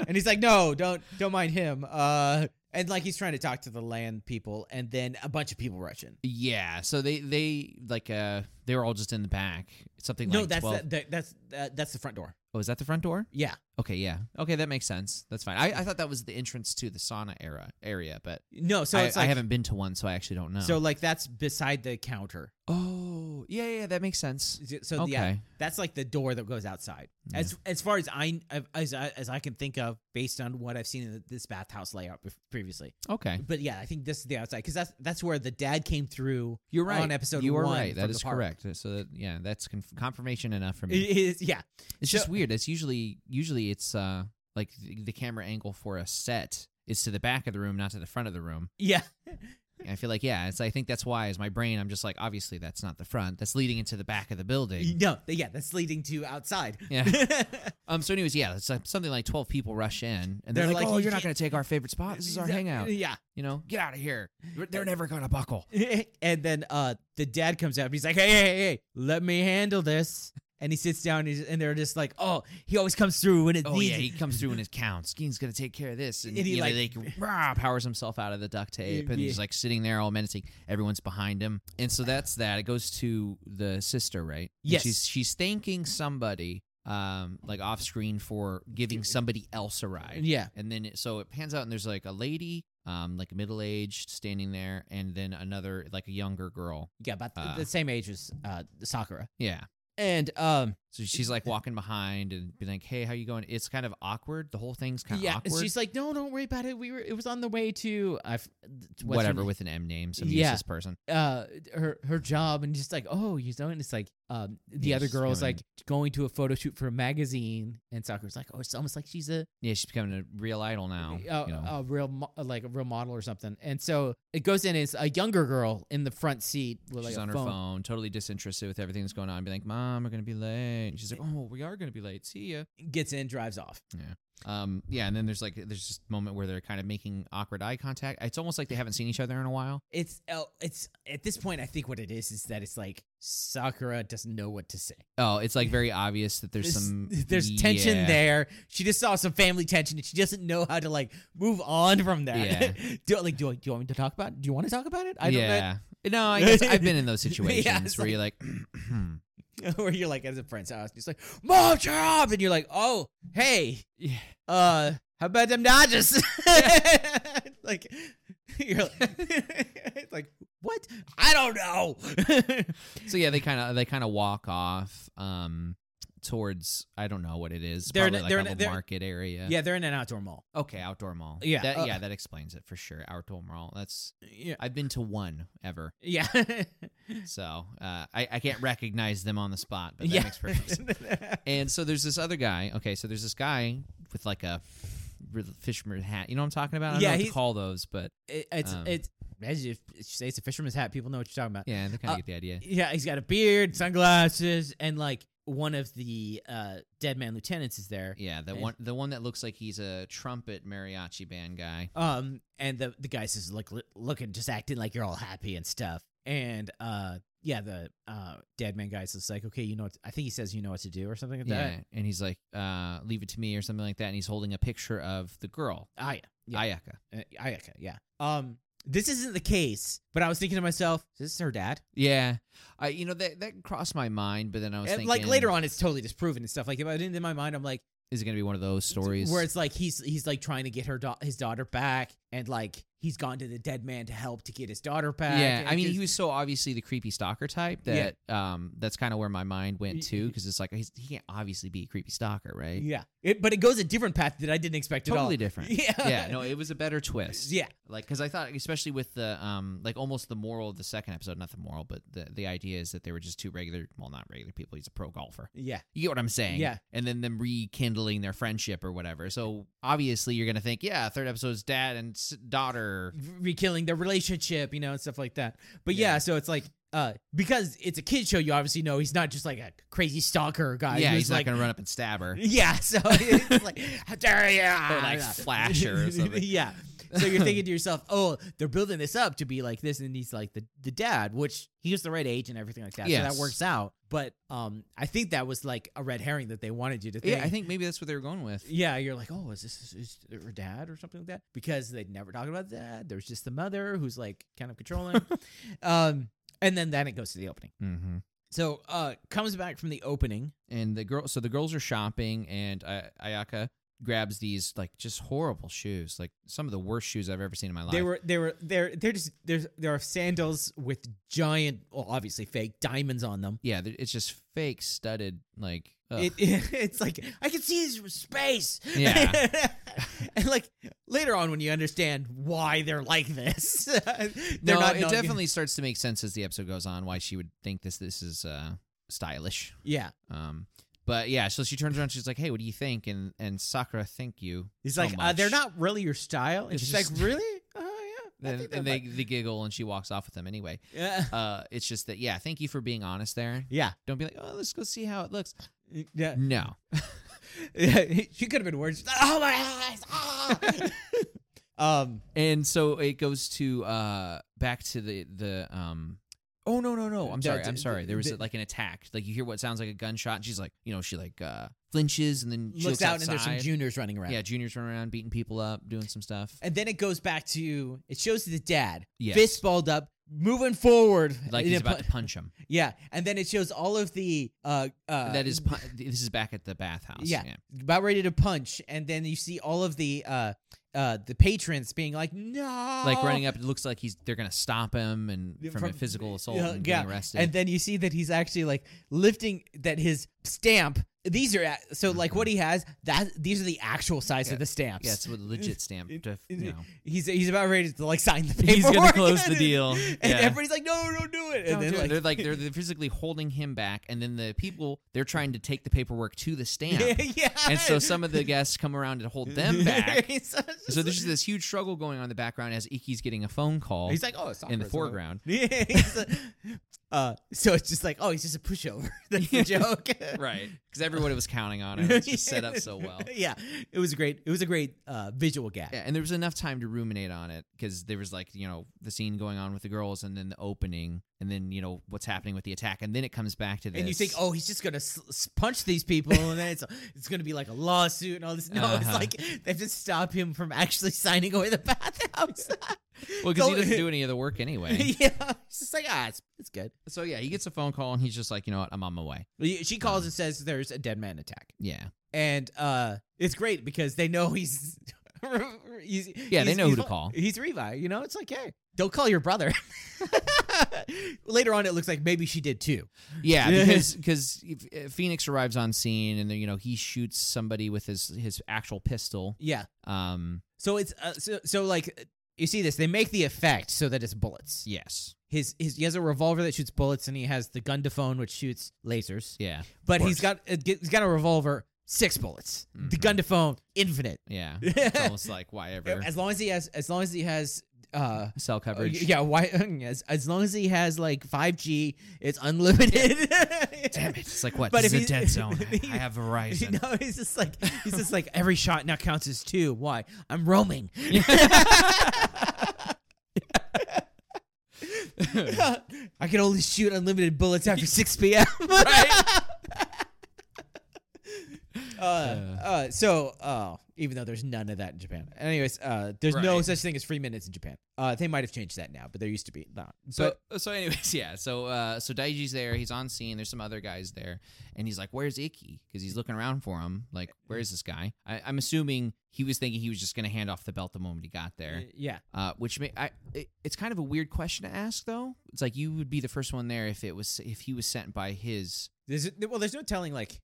[SPEAKER 2] and he's like no don't don't mind him uh And like he's trying to talk to the land people, and then a bunch of people rush in.
[SPEAKER 1] Yeah, so they they like uh they were all just in the back. Something
[SPEAKER 2] no,
[SPEAKER 1] like
[SPEAKER 2] that's
[SPEAKER 1] 12.
[SPEAKER 2] the, the, that's uh, that's the front door.
[SPEAKER 1] Oh, is that the front door?
[SPEAKER 2] Yeah,
[SPEAKER 1] Okay, yeah. Okay, that makes sense. That's fine. I, I thought that was the entrance to the sauna era area, but
[SPEAKER 2] no. So
[SPEAKER 1] I,
[SPEAKER 2] it's like,
[SPEAKER 1] I haven't been to one, so I actually don't know.
[SPEAKER 2] So like that's beside the counter.
[SPEAKER 1] oh yeah, yeah, that makes sense.
[SPEAKER 2] So
[SPEAKER 1] okay,
[SPEAKER 2] yeah, that's like the door that goes outside. As as far as I as I- as I can think of, based on what I've seen in this bathhouse layout bef- previously.
[SPEAKER 1] okay,
[SPEAKER 2] But yeah, I think this is the outside because that's that's where the dad came through.
[SPEAKER 1] you're right.
[SPEAKER 2] on episode
[SPEAKER 1] you are
[SPEAKER 2] one
[SPEAKER 1] right. That
[SPEAKER 2] from
[SPEAKER 1] is
[SPEAKER 2] the park.
[SPEAKER 1] correct. So that, yeah, that's conf- confirmation enough for
[SPEAKER 2] It
[SPEAKER 1] me.
[SPEAKER 2] is yeah,
[SPEAKER 1] It's
[SPEAKER 2] so-
[SPEAKER 1] just weird. It's usually usually it's uh like the, the camera angle for a set is to the back of the room, not to the front of the room.
[SPEAKER 2] yeah.
[SPEAKER 1] And I feel like yeah, it's I think that's why as my brain I'm just like obviously that's not the front. That's leading into the back of the building.
[SPEAKER 2] No, yeah, that's leading to outside.
[SPEAKER 1] Yeah. Um so anyways, yeah, it's like something like 12 people rush in and they're,
[SPEAKER 2] They're
[SPEAKER 1] like,
[SPEAKER 2] like,
[SPEAKER 1] "Oh,
[SPEAKER 2] "You
[SPEAKER 1] you're not
[SPEAKER 2] can't-
[SPEAKER 1] going to take our favorite spot. This is our
[SPEAKER 2] Yeah,
[SPEAKER 1] hangout."
[SPEAKER 2] Yeah.
[SPEAKER 1] You know, get out of here. They're- They're never going to buckle.
[SPEAKER 2] and then uh the dad comes up and he's like, hey, hey, hey, hey, let me handle this. And he sits down and, he's, and they're just like, oh, he always comes through when it
[SPEAKER 1] Oh
[SPEAKER 2] needs
[SPEAKER 1] yeah, he comes through and it counts. Keen's going to take care of this and,
[SPEAKER 2] And he,
[SPEAKER 1] you know,
[SPEAKER 2] like-
[SPEAKER 1] they can- rah, powers himself out of the duct tape and
[SPEAKER 2] Yeah.
[SPEAKER 1] he's like sitting there all menacing. Everyone's behind him. And so that's that. It goes to the sister, right? And
[SPEAKER 2] Yes.
[SPEAKER 1] She's she's thanking somebody um like off screen for giving somebody else a ride.
[SPEAKER 2] Yeah.
[SPEAKER 1] And then it, so it pans out, and there's like a lady, um, like middle aged, standing there, and then another, like a younger girl.
[SPEAKER 2] Yeah, about th-
[SPEAKER 1] Uh.
[SPEAKER 2] the same age as uh Sakura.
[SPEAKER 1] Yeah.
[SPEAKER 2] And um
[SPEAKER 1] So she's like walking behind and being like, "Hey, how you going?" It's kind of awkward. The whole thing's kind of
[SPEAKER 2] yeah,
[SPEAKER 1] awkward.
[SPEAKER 2] she's like, no, don't worry about it. We were it was on the way to I f- what's her
[SPEAKER 1] whatever
[SPEAKER 2] name?
[SPEAKER 1] with an M name, some
[SPEAKER 2] Yeah.
[SPEAKER 1] useless person.
[SPEAKER 2] uh her her job and just like oh you know and it's like um the
[SPEAKER 1] Yeah,
[SPEAKER 2] other
[SPEAKER 1] she's
[SPEAKER 2] girl's
[SPEAKER 1] going-
[SPEAKER 2] like going to a photo shoot for a magazine and Sakura's like oh it's almost like she's a
[SPEAKER 1] Yeah, she's becoming a real
[SPEAKER 2] Uh,
[SPEAKER 1] idol now.
[SPEAKER 2] a,
[SPEAKER 1] you know.
[SPEAKER 2] a real mo- like a real model or something. And so it goes in. It's a younger girl in the front seat with like
[SPEAKER 1] she's
[SPEAKER 2] a
[SPEAKER 1] on her
[SPEAKER 2] phone.
[SPEAKER 1] phone. totally disinterested with everything that's going on. Be like, "Mom, we're gonna be late." And she's like, "Oh, we are gonna be late. See ya."
[SPEAKER 2] Gets in, drives off.
[SPEAKER 1] Um, yeah, and then there's like there's just a moment where they're kind of making awkward eye contact. It's almost like they haven't seen each other in a while.
[SPEAKER 2] It's oh, it's at this point. I think what it is is that it's like Sakura doesn't know what to say.
[SPEAKER 1] Oh, it's like very obvious that there's
[SPEAKER 2] There's-
[SPEAKER 1] some
[SPEAKER 2] there's tension
[SPEAKER 1] Yeah.
[SPEAKER 2] there. She just saw some family tension, and she doesn't know how to like move on from that. do like do, I- do you want me to talk about? it? Do you want to talk about it? I
[SPEAKER 1] yeah. No, I guess I've been in those
[SPEAKER 2] Yeah,
[SPEAKER 1] situations
[SPEAKER 2] it's
[SPEAKER 1] where you're like,
[SPEAKER 2] don't know. Where you're like as a friend's house, it's like mom job, and you're like oh hey
[SPEAKER 1] yeah.
[SPEAKER 2] uh how about them dodges like you're like, like, what i don't know
[SPEAKER 1] so yeah, they kind of they kind of walk off um towards I don't know what it is.
[SPEAKER 2] They're in
[SPEAKER 1] probably
[SPEAKER 2] a-
[SPEAKER 1] like
[SPEAKER 2] they're
[SPEAKER 1] a
[SPEAKER 2] in a-
[SPEAKER 1] little
[SPEAKER 2] they're-
[SPEAKER 1] market area.
[SPEAKER 2] yeah they're in an outdoor mall
[SPEAKER 1] Okay, outdoor mall.
[SPEAKER 2] Yeah,
[SPEAKER 1] That,
[SPEAKER 2] uh,
[SPEAKER 1] yeah, that explains it for sure. Outdoor mall. That's
[SPEAKER 2] yeah
[SPEAKER 1] I've been to one ever,
[SPEAKER 2] yeah
[SPEAKER 1] so uh, I I can't recognize them on the spot, but that
[SPEAKER 2] yeah
[SPEAKER 1] makes perfect sense. And so there's this other guy. Okay, so there's this guy with like a fisherman hat. You know what I'm talking about? I don't
[SPEAKER 2] Yeah,
[SPEAKER 1] know what to
[SPEAKER 2] he's-
[SPEAKER 1] call those, but
[SPEAKER 2] It- it's
[SPEAKER 1] Um,
[SPEAKER 2] it's as you say it's a fisherman's hat people know what you're talking about
[SPEAKER 1] yeah, they kind of
[SPEAKER 2] Uh,
[SPEAKER 1] get the idea.
[SPEAKER 2] yeah he's got a beard sunglasses and like one of the uh dead man lieutenants is there
[SPEAKER 1] Yeah, the
[SPEAKER 2] and-
[SPEAKER 1] one the one that looks like he's a trumpet mariachi band guy.
[SPEAKER 2] Um, and the the guy says, "Look, look- looking, just acting like you're all happy and stuff." And uh, yeah, the uh, dead man guy says, "Like, okay, you know, what I think he says, you know what to do, or something like
[SPEAKER 1] Yeah,
[SPEAKER 2] that."
[SPEAKER 1] and he's like, uh, "Leave it to me" or something like that. And he's holding a picture of the girl
[SPEAKER 2] Ah, yeah. Yeah.
[SPEAKER 1] Ayaka.
[SPEAKER 2] Uh, Ayaka, yeah. Um, this isn't the case, but I was thinking to myself, "Is this her dad?"
[SPEAKER 1] Yeah, I you know that that crossed my mind, but then I was
[SPEAKER 2] And,
[SPEAKER 1] thinking,
[SPEAKER 2] like later on, it's totally disproven and stuff like that. But in my mind, I'm like,
[SPEAKER 1] is it gonna be one of those stories
[SPEAKER 2] where it's like he's he's like trying to get her da- his daughter back, and like he's gone to the dead man to help to get his daughter back.
[SPEAKER 1] yeah,
[SPEAKER 2] and
[SPEAKER 1] I mean,
[SPEAKER 2] just-
[SPEAKER 1] he was so obviously the creepy stalker type
[SPEAKER 2] Yeah.
[SPEAKER 1] that um, that's kind of where my mind
[SPEAKER 2] Y-
[SPEAKER 1] went to because it's like he's, he can't obviously be a creepy stalker, right?
[SPEAKER 2] yeah, it, but it goes a different path that I didn't expect at all.
[SPEAKER 1] Totally different.
[SPEAKER 2] Yeah.
[SPEAKER 1] yeah, no, it was a better twist.
[SPEAKER 2] Yeah.
[SPEAKER 1] like because I thought, especially with the um, like almost the moral of the second episode, not the moral, but the the idea is that they were just two regular, well, not regular people. He's a pro golfer.
[SPEAKER 2] Yeah.
[SPEAKER 1] You get what I'm saying?
[SPEAKER 2] Yeah.
[SPEAKER 1] And then them rekindling their friendship or whatever. So obviously you're gonna think, yeah, third episode's dad and s- daughter.
[SPEAKER 2] Rekilling the relationship, you know, and stuff like that. But yeah,
[SPEAKER 1] Yeah.
[SPEAKER 2] so it's like uh because it's a kid show, you obviously know he's not just like a crazy stalker guy.
[SPEAKER 1] yeah,
[SPEAKER 2] who's
[SPEAKER 1] he's
[SPEAKER 2] like
[SPEAKER 1] not gonna run up and stab her.
[SPEAKER 2] Yeah, so it's like how dare you
[SPEAKER 1] Or like flash her or something.
[SPEAKER 2] yeah. So you're thinking to yourself, oh, they're building this up to be like this, and he's like the, the dad, which he was the right age and everything like that. So
[SPEAKER 1] Yes.
[SPEAKER 2] that works out. But um, I think that was like a red herring that they wanted you to think.
[SPEAKER 1] yeah, I think maybe that's what they were going with.
[SPEAKER 2] Yeah, you're like, oh, is this is is her dad or something like that? Because they'd never talk about that. There's just the mother who's like kind of controlling. um, and then then it goes to the opening.
[SPEAKER 1] Mm-hmm.
[SPEAKER 2] So uh, comes back from the opening.
[SPEAKER 1] And the girl, so the girls are shopping, and uh, Ayaka grabs these like just horrible shoes, like some of the worst shoes I've ever seen in my life.
[SPEAKER 2] They were they were they're they're just there's there are sandals with giant, well, obviously fake diamonds on them.
[SPEAKER 1] yeah, they're- it's just fake studded, like ugh.
[SPEAKER 2] It, it's like I can see this from space.
[SPEAKER 1] Yeah.
[SPEAKER 2] and like later on when you understand why they're like this, they're
[SPEAKER 1] no,
[SPEAKER 2] not
[SPEAKER 1] it
[SPEAKER 2] knowing-
[SPEAKER 1] definitely starts to make sense as the episode goes on why she would think this this is uh, stylish.
[SPEAKER 2] yeah.
[SPEAKER 1] Um, but yeah, so she turns around, she's like, "Hey, what do you think?" And and Sakura, thank you.
[SPEAKER 2] He's
[SPEAKER 1] so
[SPEAKER 2] like, uh, they're
[SPEAKER 1] much."
[SPEAKER 2] not really your style. And
[SPEAKER 1] It's
[SPEAKER 2] she's
[SPEAKER 1] just-
[SPEAKER 2] like, really? Oh, yeah. I
[SPEAKER 1] And,
[SPEAKER 2] think
[SPEAKER 1] and
[SPEAKER 2] they're
[SPEAKER 1] they, they giggle, and she walks off with them anyway.
[SPEAKER 2] fine." yeah.
[SPEAKER 1] Uh, it's just that, yeah, thank you for being honest there.
[SPEAKER 2] Yeah.
[SPEAKER 1] Don't be like, oh, let's go see how it looks.
[SPEAKER 2] Yeah.
[SPEAKER 1] No,
[SPEAKER 2] she could have been worse. Oh, my eyes. Ah! um,
[SPEAKER 1] and so it goes to uh back to the the um. Oh no no no! I'm
[SPEAKER 2] The-
[SPEAKER 1] sorry.
[SPEAKER 2] the-
[SPEAKER 1] I'm sorry. There was
[SPEAKER 2] the-
[SPEAKER 1] like an attack. Like you hear what sounds like a gunshot, and she's like, you know, she like uh flinches, and then she
[SPEAKER 2] looks out and there's some
[SPEAKER 1] outside.
[SPEAKER 2] juniors running around.
[SPEAKER 1] Yeah, juniors running around, beating people up, doing some stuff.
[SPEAKER 2] And then it goes back to it shows the dad,
[SPEAKER 1] Yes.
[SPEAKER 2] fist balled up, moving forward.
[SPEAKER 1] like
[SPEAKER 2] in
[SPEAKER 1] he's
[SPEAKER 2] a
[SPEAKER 1] about
[SPEAKER 2] pu-
[SPEAKER 1] to punch him.
[SPEAKER 2] Yeah. And then it shows all of the uh, uh
[SPEAKER 1] that is pu- this is back at the bathhouse.
[SPEAKER 2] Yeah. about ready to punch, and then you see all of the uh uh the patrons being like, No
[SPEAKER 1] like running up. It looks like he's they're gonna stop him and from, a
[SPEAKER 2] Oh. From-
[SPEAKER 1] physical assault
[SPEAKER 2] Yeah,
[SPEAKER 1] and getting
[SPEAKER 2] yeah.
[SPEAKER 1] arrested.
[SPEAKER 2] and then you see that he's actually like lifting that his stamp these are a- so like what he has that these are the actual size
[SPEAKER 1] Yeah.
[SPEAKER 2] of the stamps
[SPEAKER 1] yeah, it's a legit stamp.
[SPEAKER 2] It-
[SPEAKER 1] To,
[SPEAKER 2] it-
[SPEAKER 1] you know.
[SPEAKER 2] he's he's about ready to like sign the paper
[SPEAKER 1] He's gonna close the deal.
[SPEAKER 2] and
[SPEAKER 1] Yeah.
[SPEAKER 2] everybody's like no don't do it
[SPEAKER 1] No,
[SPEAKER 2] and then
[SPEAKER 1] dude,
[SPEAKER 2] like,
[SPEAKER 1] they're like they're, they're physically holding him back, and then the people they're trying to take the paperwork to the stamp,
[SPEAKER 2] yeah
[SPEAKER 1] and so some of the guests come around and hold them back.
[SPEAKER 2] It's just-
[SPEAKER 1] so there's just this huge struggle going on in the background as Iki's getting a phone call
[SPEAKER 2] he's like oh it's
[SPEAKER 1] in the
[SPEAKER 2] Sakura's
[SPEAKER 1] foreground.
[SPEAKER 2] over. Yeah, he's, uh, uh, so it's just like oh he's just a pushover that's the joke
[SPEAKER 1] Right, because everybody was counting on it. It's just set up so well.
[SPEAKER 2] yeah it was a great it was a great uh visual gag
[SPEAKER 1] Yeah, and there was enough time to ruminate on it because there was like you know the scene going on with the girls, and then the opening, and then you know what's happening with the attack, and then it comes back to this.
[SPEAKER 2] And you think, oh, he's just gonna s- s- punch these people, and then it's it's gonna be like a lawsuit and all this. No, it's
[SPEAKER 1] Uh-huh.
[SPEAKER 2] like they have to stop him from actually signing away the bathhouse.
[SPEAKER 1] well, because
[SPEAKER 2] so-
[SPEAKER 1] he doesn't do any of the work anyway.
[SPEAKER 2] yeah, it's just like ah, it's, it's good.
[SPEAKER 1] so yeah, he gets a phone call, and he's just like, you know what, I'm on my way.
[SPEAKER 2] She calls and says there's a dead man attack,
[SPEAKER 1] Yeah,
[SPEAKER 2] and uh, it's great because they know he's. he's
[SPEAKER 1] Yeah, they
[SPEAKER 2] he's-
[SPEAKER 1] know who
[SPEAKER 2] he's
[SPEAKER 1] to
[SPEAKER 2] vi-
[SPEAKER 1] call.
[SPEAKER 2] He's Revi, you know. It's like, hey, don't call your brother. Later on, it looks like maybe she did too.
[SPEAKER 1] yeah, because because Phoenix arrives on scene, and then you know he shoots somebody with his his actual pistol.
[SPEAKER 2] Yeah.
[SPEAKER 1] Um,
[SPEAKER 2] So it's uh, so so like you see this. They make the effect so that it's bullets.
[SPEAKER 1] yes,
[SPEAKER 2] his, his he has a revolver that shoots bullets and he has the gun to phone which shoots lasers
[SPEAKER 1] yeah,
[SPEAKER 2] but he's
[SPEAKER 1] course.
[SPEAKER 2] got uh, g- he's got a revolver six bullets the
[SPEAKER 1] Mhm.
[SPEAKER 2] gun to phone infinite
[SPEAKER 1] yeah. It's almost like why ever
[SPEAKER 2] as long as he has as long as he has uh
[SPEAKER 1] cell coverage.
[SPEAKER 2] yeah why as, as long as he has like 5g it's unlimited
[SPEAKER 1] Damn it! It's like what?
[SPEAKER 2] But
[SPEAKER 1] this
[SPEAKER 2] if
[SPEAKER 1] is a
[SPEAKER 2] he-
[SPEAKER 1] dead zone. I,
[SPEAKER 2] he-
[SPEAKER 1] I have Verizon.
[SPEAKER 2] You know, he's just like he's just like every shot now counts as two. Why? I'm roaming. I can only shoot unlimited bullets after six p.m. right? Uh, uh, so, uh, even though there's none of that in Japan. Anyways, uh, there's no
[SPEAKER 1] Right.
[SPEAKER 2] such thing as free minutes in Japan. Uh, they might have changed that now, but there used to be not.
[SPEAKER 1] So uh, so anyways, yeah. So uh so Daiji's there, he's on scene, there's some other guys there, and he's like, Where's Icky? Because he's looking around for him, like, where is this guy? I, I'm assuming he was thinking he was just gonna hand off the belt the moment he got
[SPEAKER 2] But,
[SPEAKER 1] there.
[SPEAKER 2] yeah,
[SPEAKER 1] Uh which may I it, it's kind of a weird question to ask though. It's like you would be the first one there if it was if he was sent by his
[SPEAKER 2] there's well, there's no telling like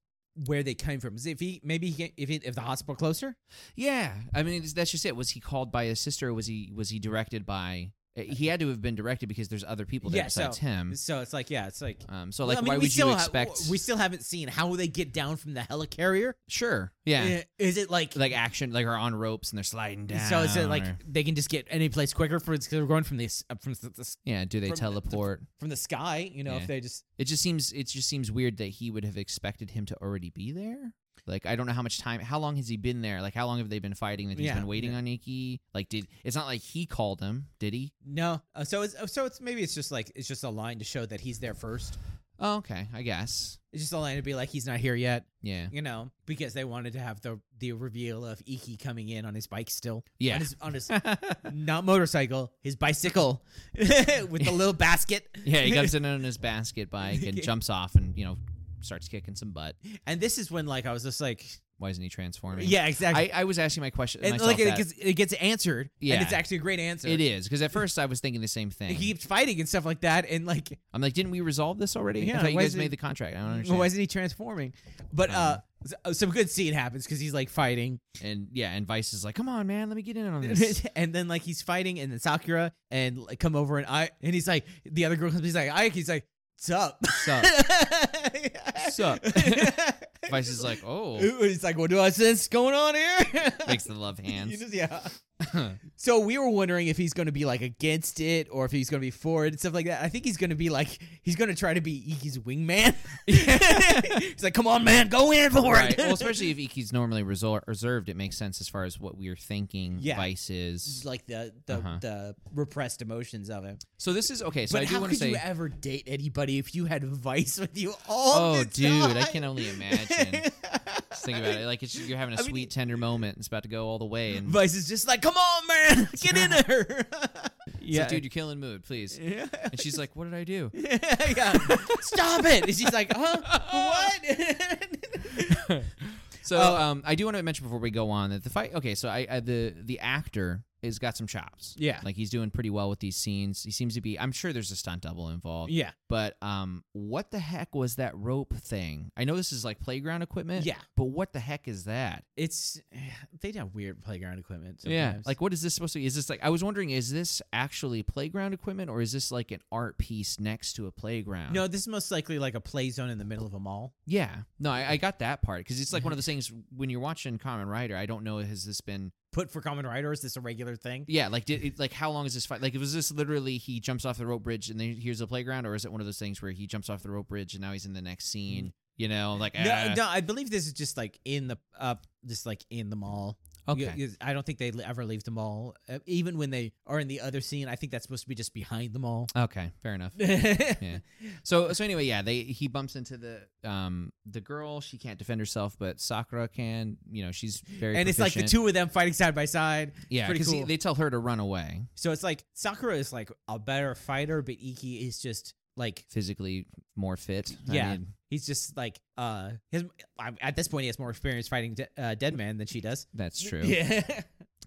[SPEAKER 2] where they came from. If he maybe he, if he, if the hospital closer,
[SPEAKER 1] Yeah. I mean it's- that's just it. Was he called by his sister or was he was he directed by eh, he had to have been directed because there's other people there
[SPEAKER 2] Yeah, so-
[SPEAKER 1] besides him.
[SPEAKER 2] So it's like, yeah, it's like.
[SPEAKER 1] Um, Mm-hmm. so
[SPEAKER 2] Well,
[SPEAKER 1] like
[SPEAKER 2] I mean,
[SPEAKER 1] why
[SPEAKER 2] we
[SPEAKER 1] would you
[SPEAKER 2] still ha-
[SPEAKER 1] expect
[SPEAKER 2] we still haven't seen how they get down from the helicarrier.
[SPEAKER 1] sure. Yeah.
[SPEAKER 2] Uh, Is it like. eh,
[SPEAKER 1] like action, like are on ropes and they're sliding down.
[SPEAKER 2] so is it like
[SPEAKER 1] or-
[SPEAKER 2] they can just get any place quicker for because they're going from the s- up from the, s-
[SPEAKER 1] yeah? Do they
[SPEAKER 2] from the-
[SPEAKER 1] teleport?
[SPEAKER 2] from the sky? You know,
[SPEAKER 1] Yeah.
[SPEAKER 2] if they just
[SPEAKER 1] it just seems it just seems weird that he would have expected him to already be there. Like I don't know how much time. How long has he been there? Like how long have they been fighting that he's
[SPEAKER 2] Yeah,
[SPEAKER 1] been waiting
[SPEAKER 2] yeah.
[SPEAKER 1] on Iki? Like did it's not like he called him, did he?
[SPEAKER 2] No, uh, so it's uh, so it's maybe it's just like it's just a line to show that he's there first.
[SPEAKER 1] Oh, okay, I guess.
[SPEAKER 2] It's just a line to be like he's not here yet,
[SPEAKER 1] Yeah,
[SPEAKER 2] you know, because they wanted to have the the reveal of Iki coming in on his bike still, on
[SPEAKER 1] yeah.
[SPEAKER 2] his on his not motorcycle, his bicycle with the little basket.
[SPEAKER 1] Yeah, he comes in on his basket bike and jumps off and, you know, starts kicking some butt.
[SPEAKER 2] and this is when like I was just like,
[SPEAKER 1] Why isn't he transforming?
[SPEAKER 2] yeah, exactly.
[SPEAKER 1] I, I was asking my question.
[SPEAKER 2] and
[SPEAKER 1] myself
[SPEAKER 2] like it
[SPEAKER 1] that.
[SPEAKER 2] gets, it gets answered.
[SPEAKER 1] Yeah.
[SPEAKER 2] and it's actually a great answer.
[SPEAKER 1] It is, because at first I was thinking the same
[SPEAKER 2] He
[SPEAKER 1] thing.
[SPEAKER 2] keeps fighting and stuff like that, and like
[SPEAKER 1] I'm like, didn't we resolve this already? I
[SPEAKER 2] Yeah,
[SPEAKER 1] thought you
[SPEAKER 2] why
[SPEAKER 1] guys
[SPEAKER 2] is it-
[SPEAKER 1] made the contract. I don't understand.
[SPEAKER 2] why isn't he transforming? But uh, s- some good scene happens because he's like fighting,
[SPEAKER 1] and yeah, and Vice is like, come on, man, let me get in on this.
[SPEAKER 2] and then like he's fighting, and then Sakura and like, come over and I and he's like the other girl comes, he's like I, he's like sup,
[SPEAKER 1] Sup. Sup. Vice is like, oh,
[SPEAKER 2] He's like, what do I sense going on here?
[SPEAKER 1] makes the love
[SPEAKER 2] You
[SPEAKER 1] hands.
[SPEAKER 2] just- yeah. So we were wondering if he's going to be like against it or if he's going to be for it and stuff like that. I think he's going to be like he's going to try to be Iki's wingman. he's like, "Come on, man, go in for
[SPEAKER 1] right.
[SPEAKER 2] it."
[SPEAKER 1] Well, especially if Iki's normally resor- reserved, it makes sense as far as what we're thinking
[SPEAKER 2] Yeah.
[SPEAKER 1] Vice is.
[SPEAKER 2] like the the,
[SPEAKER 1] Uh-huh.
[SPEAKER 2] the repressed emotions of him.
[SPEAKER 1] So this is okay. So
[SPEAKER 2] but
[SPEAKER 1] I do
[SPEAKER 2] how
[SPEAKER 1] want to
[SPEAKER 2] could
[SPEAKER 1] say,
[SPEAKER 2] you ever date anybody if you had vice with you all?
[SPEAKER 1] oh,
[SPEAKER 2] the
[SPEAKER 1] dude, I
[SPEAKER 2] time?
[SPEAKER 1] can only imagine. Just think about it. Like it's, you're having a
[SPEAKER 2] I mean,
[SPEAKER 1] sweet, tender moment. and It's about to go all the way, and
[SPEAKER 2] Vice is just like, "Come on, man, get in there."
[SPEAKER 1] it's
[SPEAKER 2] yeah,
[SPEAKER 1] like, dude, you're killing mood, please.
[SPEAKER 2] Yeah.
[SPEAKER 1] And she's like, "What did I do?"
[SPEAKER 2] yeah. Stop it. And she's like, huh? What?
[SPEAKER 1] So
[SPEAKER 2] Oh.
[SPEAKER 1] um, I do want to mention before we go on that the fight. Okay, so I, I the the actor has got some chops.
[SPEAKER 2] yeah.
[SPEAKER 1] Like he's doing pretty well with these scenes. He seems to be. I'm sure there's a stunt double involved.
[SPEAKER 2] yeah.
[SPEAKER 1] But um, what the heck was that rope thing? I know this is like playground equipment.
[SPEAKER 2] Yeah.
[SPEAKER 1] But what the heck is that?
[SPEAKER 2] It's they have weird playground equipment.
[SPEAKER 1] Yeah.
[SPEAKER 2] Sometimes.
[SPEAKER 1] Like what is this supposed to be? Is this like I was wondering? Is this actually playground equipment or is this like an art piece next to a playground?
[SPEAKER 2] no, this is most likely like a play zone in the middle of a mall.
[SPEAKER 1] Yeah. No, I, I got that part because it's like one of those things when you're watching Common Rider. I don't know has this been
[SPEAKER 2] Put for common rider, or is this a regular thing?
[SPEAKER 1] Yeah, like did it, like how long is this fight? Like was this literally he jumps off the rope bridge and then here's a playground, or is it one of those things where he jumps off the rope bridge and now he's in the next scene? You know, like ah.
[SPEAKER 2] No, no, I believe this is just like in the uh, just like in the mall.
[SPEAKER 1] okay,
[SPEAKER 2] You- you- I don't think they li- ever leave the mall, uh, even when they are in the other scene. I think that's supposed to be just behind the mall.
[SPEAKER 1] okay, fair enough. So so anyway, yeah, they he bumps into the um the girl. She can't defend herself, but Sakura can. You know, she's very
[SPEAKER 2] and it's like the
[SPEAKER 1] proficient.
[SPEAKER 2] two of them fighting side by side.
[SPEAKER 1] Yeah,
[SPEAKER 2] pretty
[SPEAKER 1] because
[SPEAKER 2] cool.
[SPEAKER 1] they tell her to run away
[SPEAKER 2] So it's like Sakura is like a better fighter, but Iki is just like
[SPEAKER 1] physically more fit. I
[SPEAKER 2] Yeah.
[SPEAKER 1] mean,
[SPEAKER 2] he's just like uh his I- at this point he has more experience fighting de- uh, dead man than she does.
[SPEAKER 1] that's true.
[SPEAKER 2] Yeah,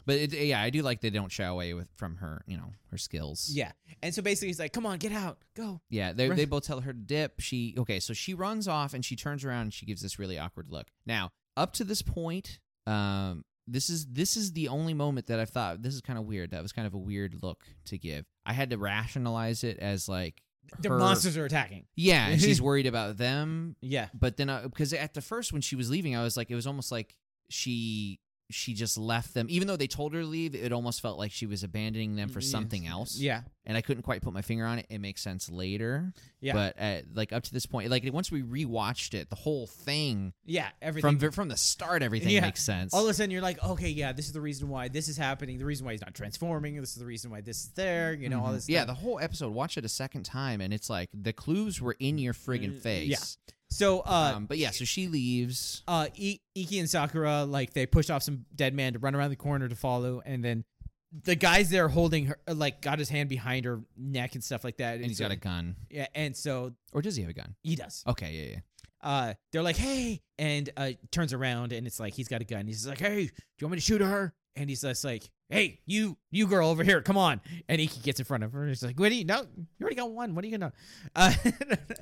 [SPEAKER 1] But it, yeah, I do like they don't shy away with from her. You know, her skills.
[SPEAKER 2] yeah. And so basically he's like, "Come on, get out, go."
[SPEAKER 1] Yeah, they
[SPEAKER 2] Right.
[SPEAKER 1] they both tell her to dip. She okay, so she runs off and she turns around and she gives this really awkward look. Now, up to this point, um, this is this is the only moment that I thought this is kind of weird. That was kind of a weird look to give. I had to rationalize it as like
[SPEAKER 2] The
[SPEAKER 1] her-
[SPEAKER 2] monsters are attacking.
[SPEAKER 1] Yeah, and she's worried about them.
[SPEAKER 2] Yeah,
[SPEAKER 1] But then, because at the first when she was leaving, I was like, it was almost like she she just left them. Even though they told her to leave, it almost felt like she was abandoning them for
[SPEAKER 2] Yes.
[SPEAKER 1] something else.
[SPEAKER 2] yeah,
[SPEAKER 1] and I couldn't quite put my finger on it. It makes sense later.
[SPEAKER 2] yeah,
[SPEAKER 1] But uh, like up to this point, like once we rewatched it, the whole thing
[SPEAKER 2] yeah. Everything.
[SPEAKER 1] from from the start, everything
[SPEAKER 2] Yeah.
[SPEAKER 1] makes sense.
[SPEAKER 2] all of a sudden, you're like, okay, yeah, this is the reason why this is happening. The reason why he's not transforming. This is the reason why this is there. You know, all
[SPEAKER 1] Mhm.
[SPEAKER 2] this.
[SPEAKER 1] Yeah,
[SPEAKER 2] stuff.
[SPEAKER 1] the whole episode. Watch it a second time, and it's like the clues were in your
[SPEAKER 2] Mm,
[SPEAKER 1] friggin' face.
[SPEAKER 2] So, uh,
[SPEAKER 1] um, but yeah, so she leaves.
[SPEAKER 2] uh, I- Iki and Sakura like they push off some dead man to run around the corner to follow, and then the guys there holding her like got his hand behind her neck and stuff like that.
[SPEAKER 1] And he's
[SPEAKER 2] so,
[SPEAKER 1] got a gun,
[SPEAKER 2] yeah, and so
[SPEAKER 1] or does he have a gun?
[SPEAKER 2] he does.
[SPEAKER 1] Okay, yeah, yeah.
[SPEAKER 2] Uh, they're like, hey, and uh, turns around and it's like he's got a gun. He's like, hey, do you want me to shoot her? And he's just like, hey, you, you girl over here, come on. And Iki gets in front of her. and He's like, what do you know? You already got one. What are you gonna? Uh,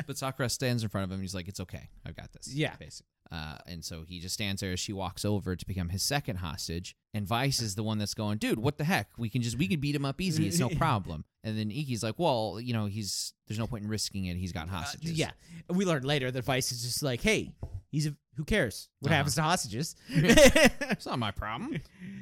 [SPEAKER 1] But Sakura stands in front of him. He's like, "It's okay, I've got this."
[SPEAKER 2] Yeah.
[SPEAKER 1] basically. Uh, and so he just stands there as she walks over to become his second hostage. And Vice is the one that's going, "Dude, what the heck? We can just we can beat him up easy. It's no problem." And then Iki's like, "Well, you know, he's there's no point in risking it. He's got
[SPEAKER 2] Uh,
[SPEAKER 1] hostages."
[SPEAKER 2] yeah, we learned later that Vice is just like, hey, he's a, who cares what
[SPEAKER 1] Uh-huh.
[SPEAKER 2] happens to hostages?
[SPEAKER 1] it's not my problem.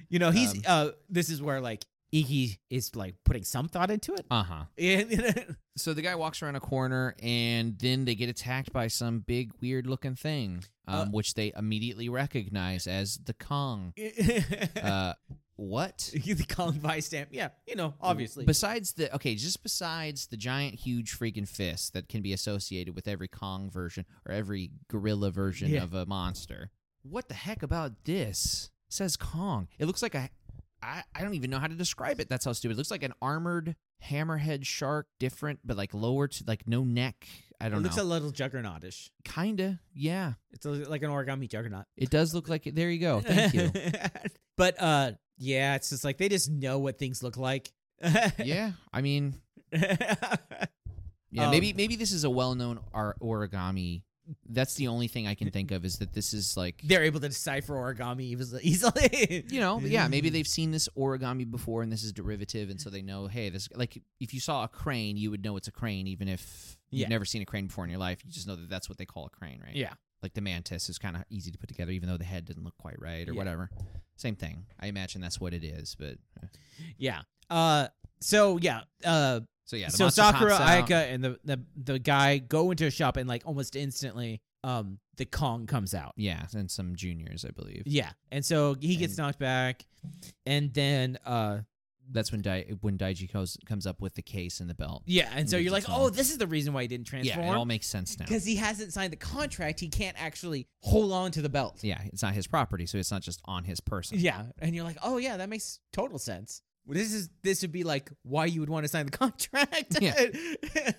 [SPEAKER 2] you know, he's
[SPEAKER 1] Um,
[SPEAKER 2] uh, this is where like Iggy is like putting some thought into it.
[SPEAKER 1] Uh huh.
[SPEAKER 2] And-
[SPEAKER 1] So the guy walks around a corner, and then they get attacked by some big, weird-looking thing, um, which they immediately recognize as the Kong. Uh, what?
[SPEAKER 2] the Kong vice stamp. Yeah, you
[SPEAKER 1] Mm,
[SPEAKER 2] know, obviously.
[SPEAKER 1] Besides the okay, just besides the giant, huge freaking fist that can be associated with every Kong version or every gorilla version
[SPEAKER 2] Yeah.
[SPEAKER 1] of a monster. What the heck about this? It says Kong. It looks like a. I, I don't even know how to describe it. That's how stupid. It looks like an armored hammerhead shark, different but like lower to like no neck. I
[SPEAKER 2] it
[SPEAKER 1] don't
[SPEAKER 2] looks
[SPEAKER 1] know.
[SPEAKER 2] a little juggernautish.
[SPEAKER 1] Kinda, yeah.
[SPEAKER 2] It's a, like an origami juggernaut.
[SPEAKER 1] It does look like it. There you go. Oh, Thank you.
[SPEAKER 2] but uh, yeah, it's just like they just know what things look like.
[SPEAKER 1] yeah, I mean, Yeah,
[SPEAKER 2] Um,
[SPEAKER 1] maybe maybe this is a well-known ar- origami. That's the only thing I can think of is that this is like
[SPEAKER 2] They're able to decipher origami eas- easily.
[SPEAKER 1] you know, yeah,
[SPEAKER 2] Mm.
[SPEAKER 1] maybe they've seen this origami before and this is derivative and so they know, hey, this like if you saw a crane, you would know it's a crane even if
[SPEAKER 2] Yeah.
[SPEAKER 1] you've never seen a crane before in your life. You just know that that's what they call a crane, right?
[SPEAKER 2] Yeah.
[SPEAKER 1] Like the mantis is kind of easy to put together even though the head doesn't look quite right or
[SPEAKER 2] Yeah.
[SPEAKER 1] whatever. Same thing. I imagine that's what it is, but eh.
[SPEAKER 2] Yeah. Uh so yeah, uh
[SPEAKER 1] so yeah, the
[SPEAKER 2] so
[SPEAKER 1] monster
[SPEAKER 2] Sakura,
[SPEAKER 1] pops out.
[SPEAKER 2] Ayaka and the, the the guy go into a shop and like almost instantly um the Kong comes out.
[SPEAKER 1] Yeah, and some juniors, I believe.
[SPEAKER 2] Yeah. And so he gets
[SPEAKER 1] And-
[SPEAKER 2] knocked back and then uh
[SPEAKER 1] That's when Dai- when Daiji goes, comes up with the case and the belt.
[SPEAKER 2] yeah, and so
[SPEAKER 1] Gives
[SPEAKER 2] you're like,
[SPEAKER 1] us all-
[SPEAKER 2] "Oh, this is the reason why he didn't
[SPEAKER 1] Yeah, it all
[SPEAKER 2] transform."
[SPEAKER 1] makes sense now.
[SPEAKER 2] Cuz he hasn't signed the contract, he can't actually hold on to the belt.
[SPEAKER 1] Yeah, it's not his property, so it's not just on his person.
[SPEAKER 2] Yeah, and you're like, "Oh yeah, that makes total sense." Well, This is this would be like why you would want to sign the contract. Yeah.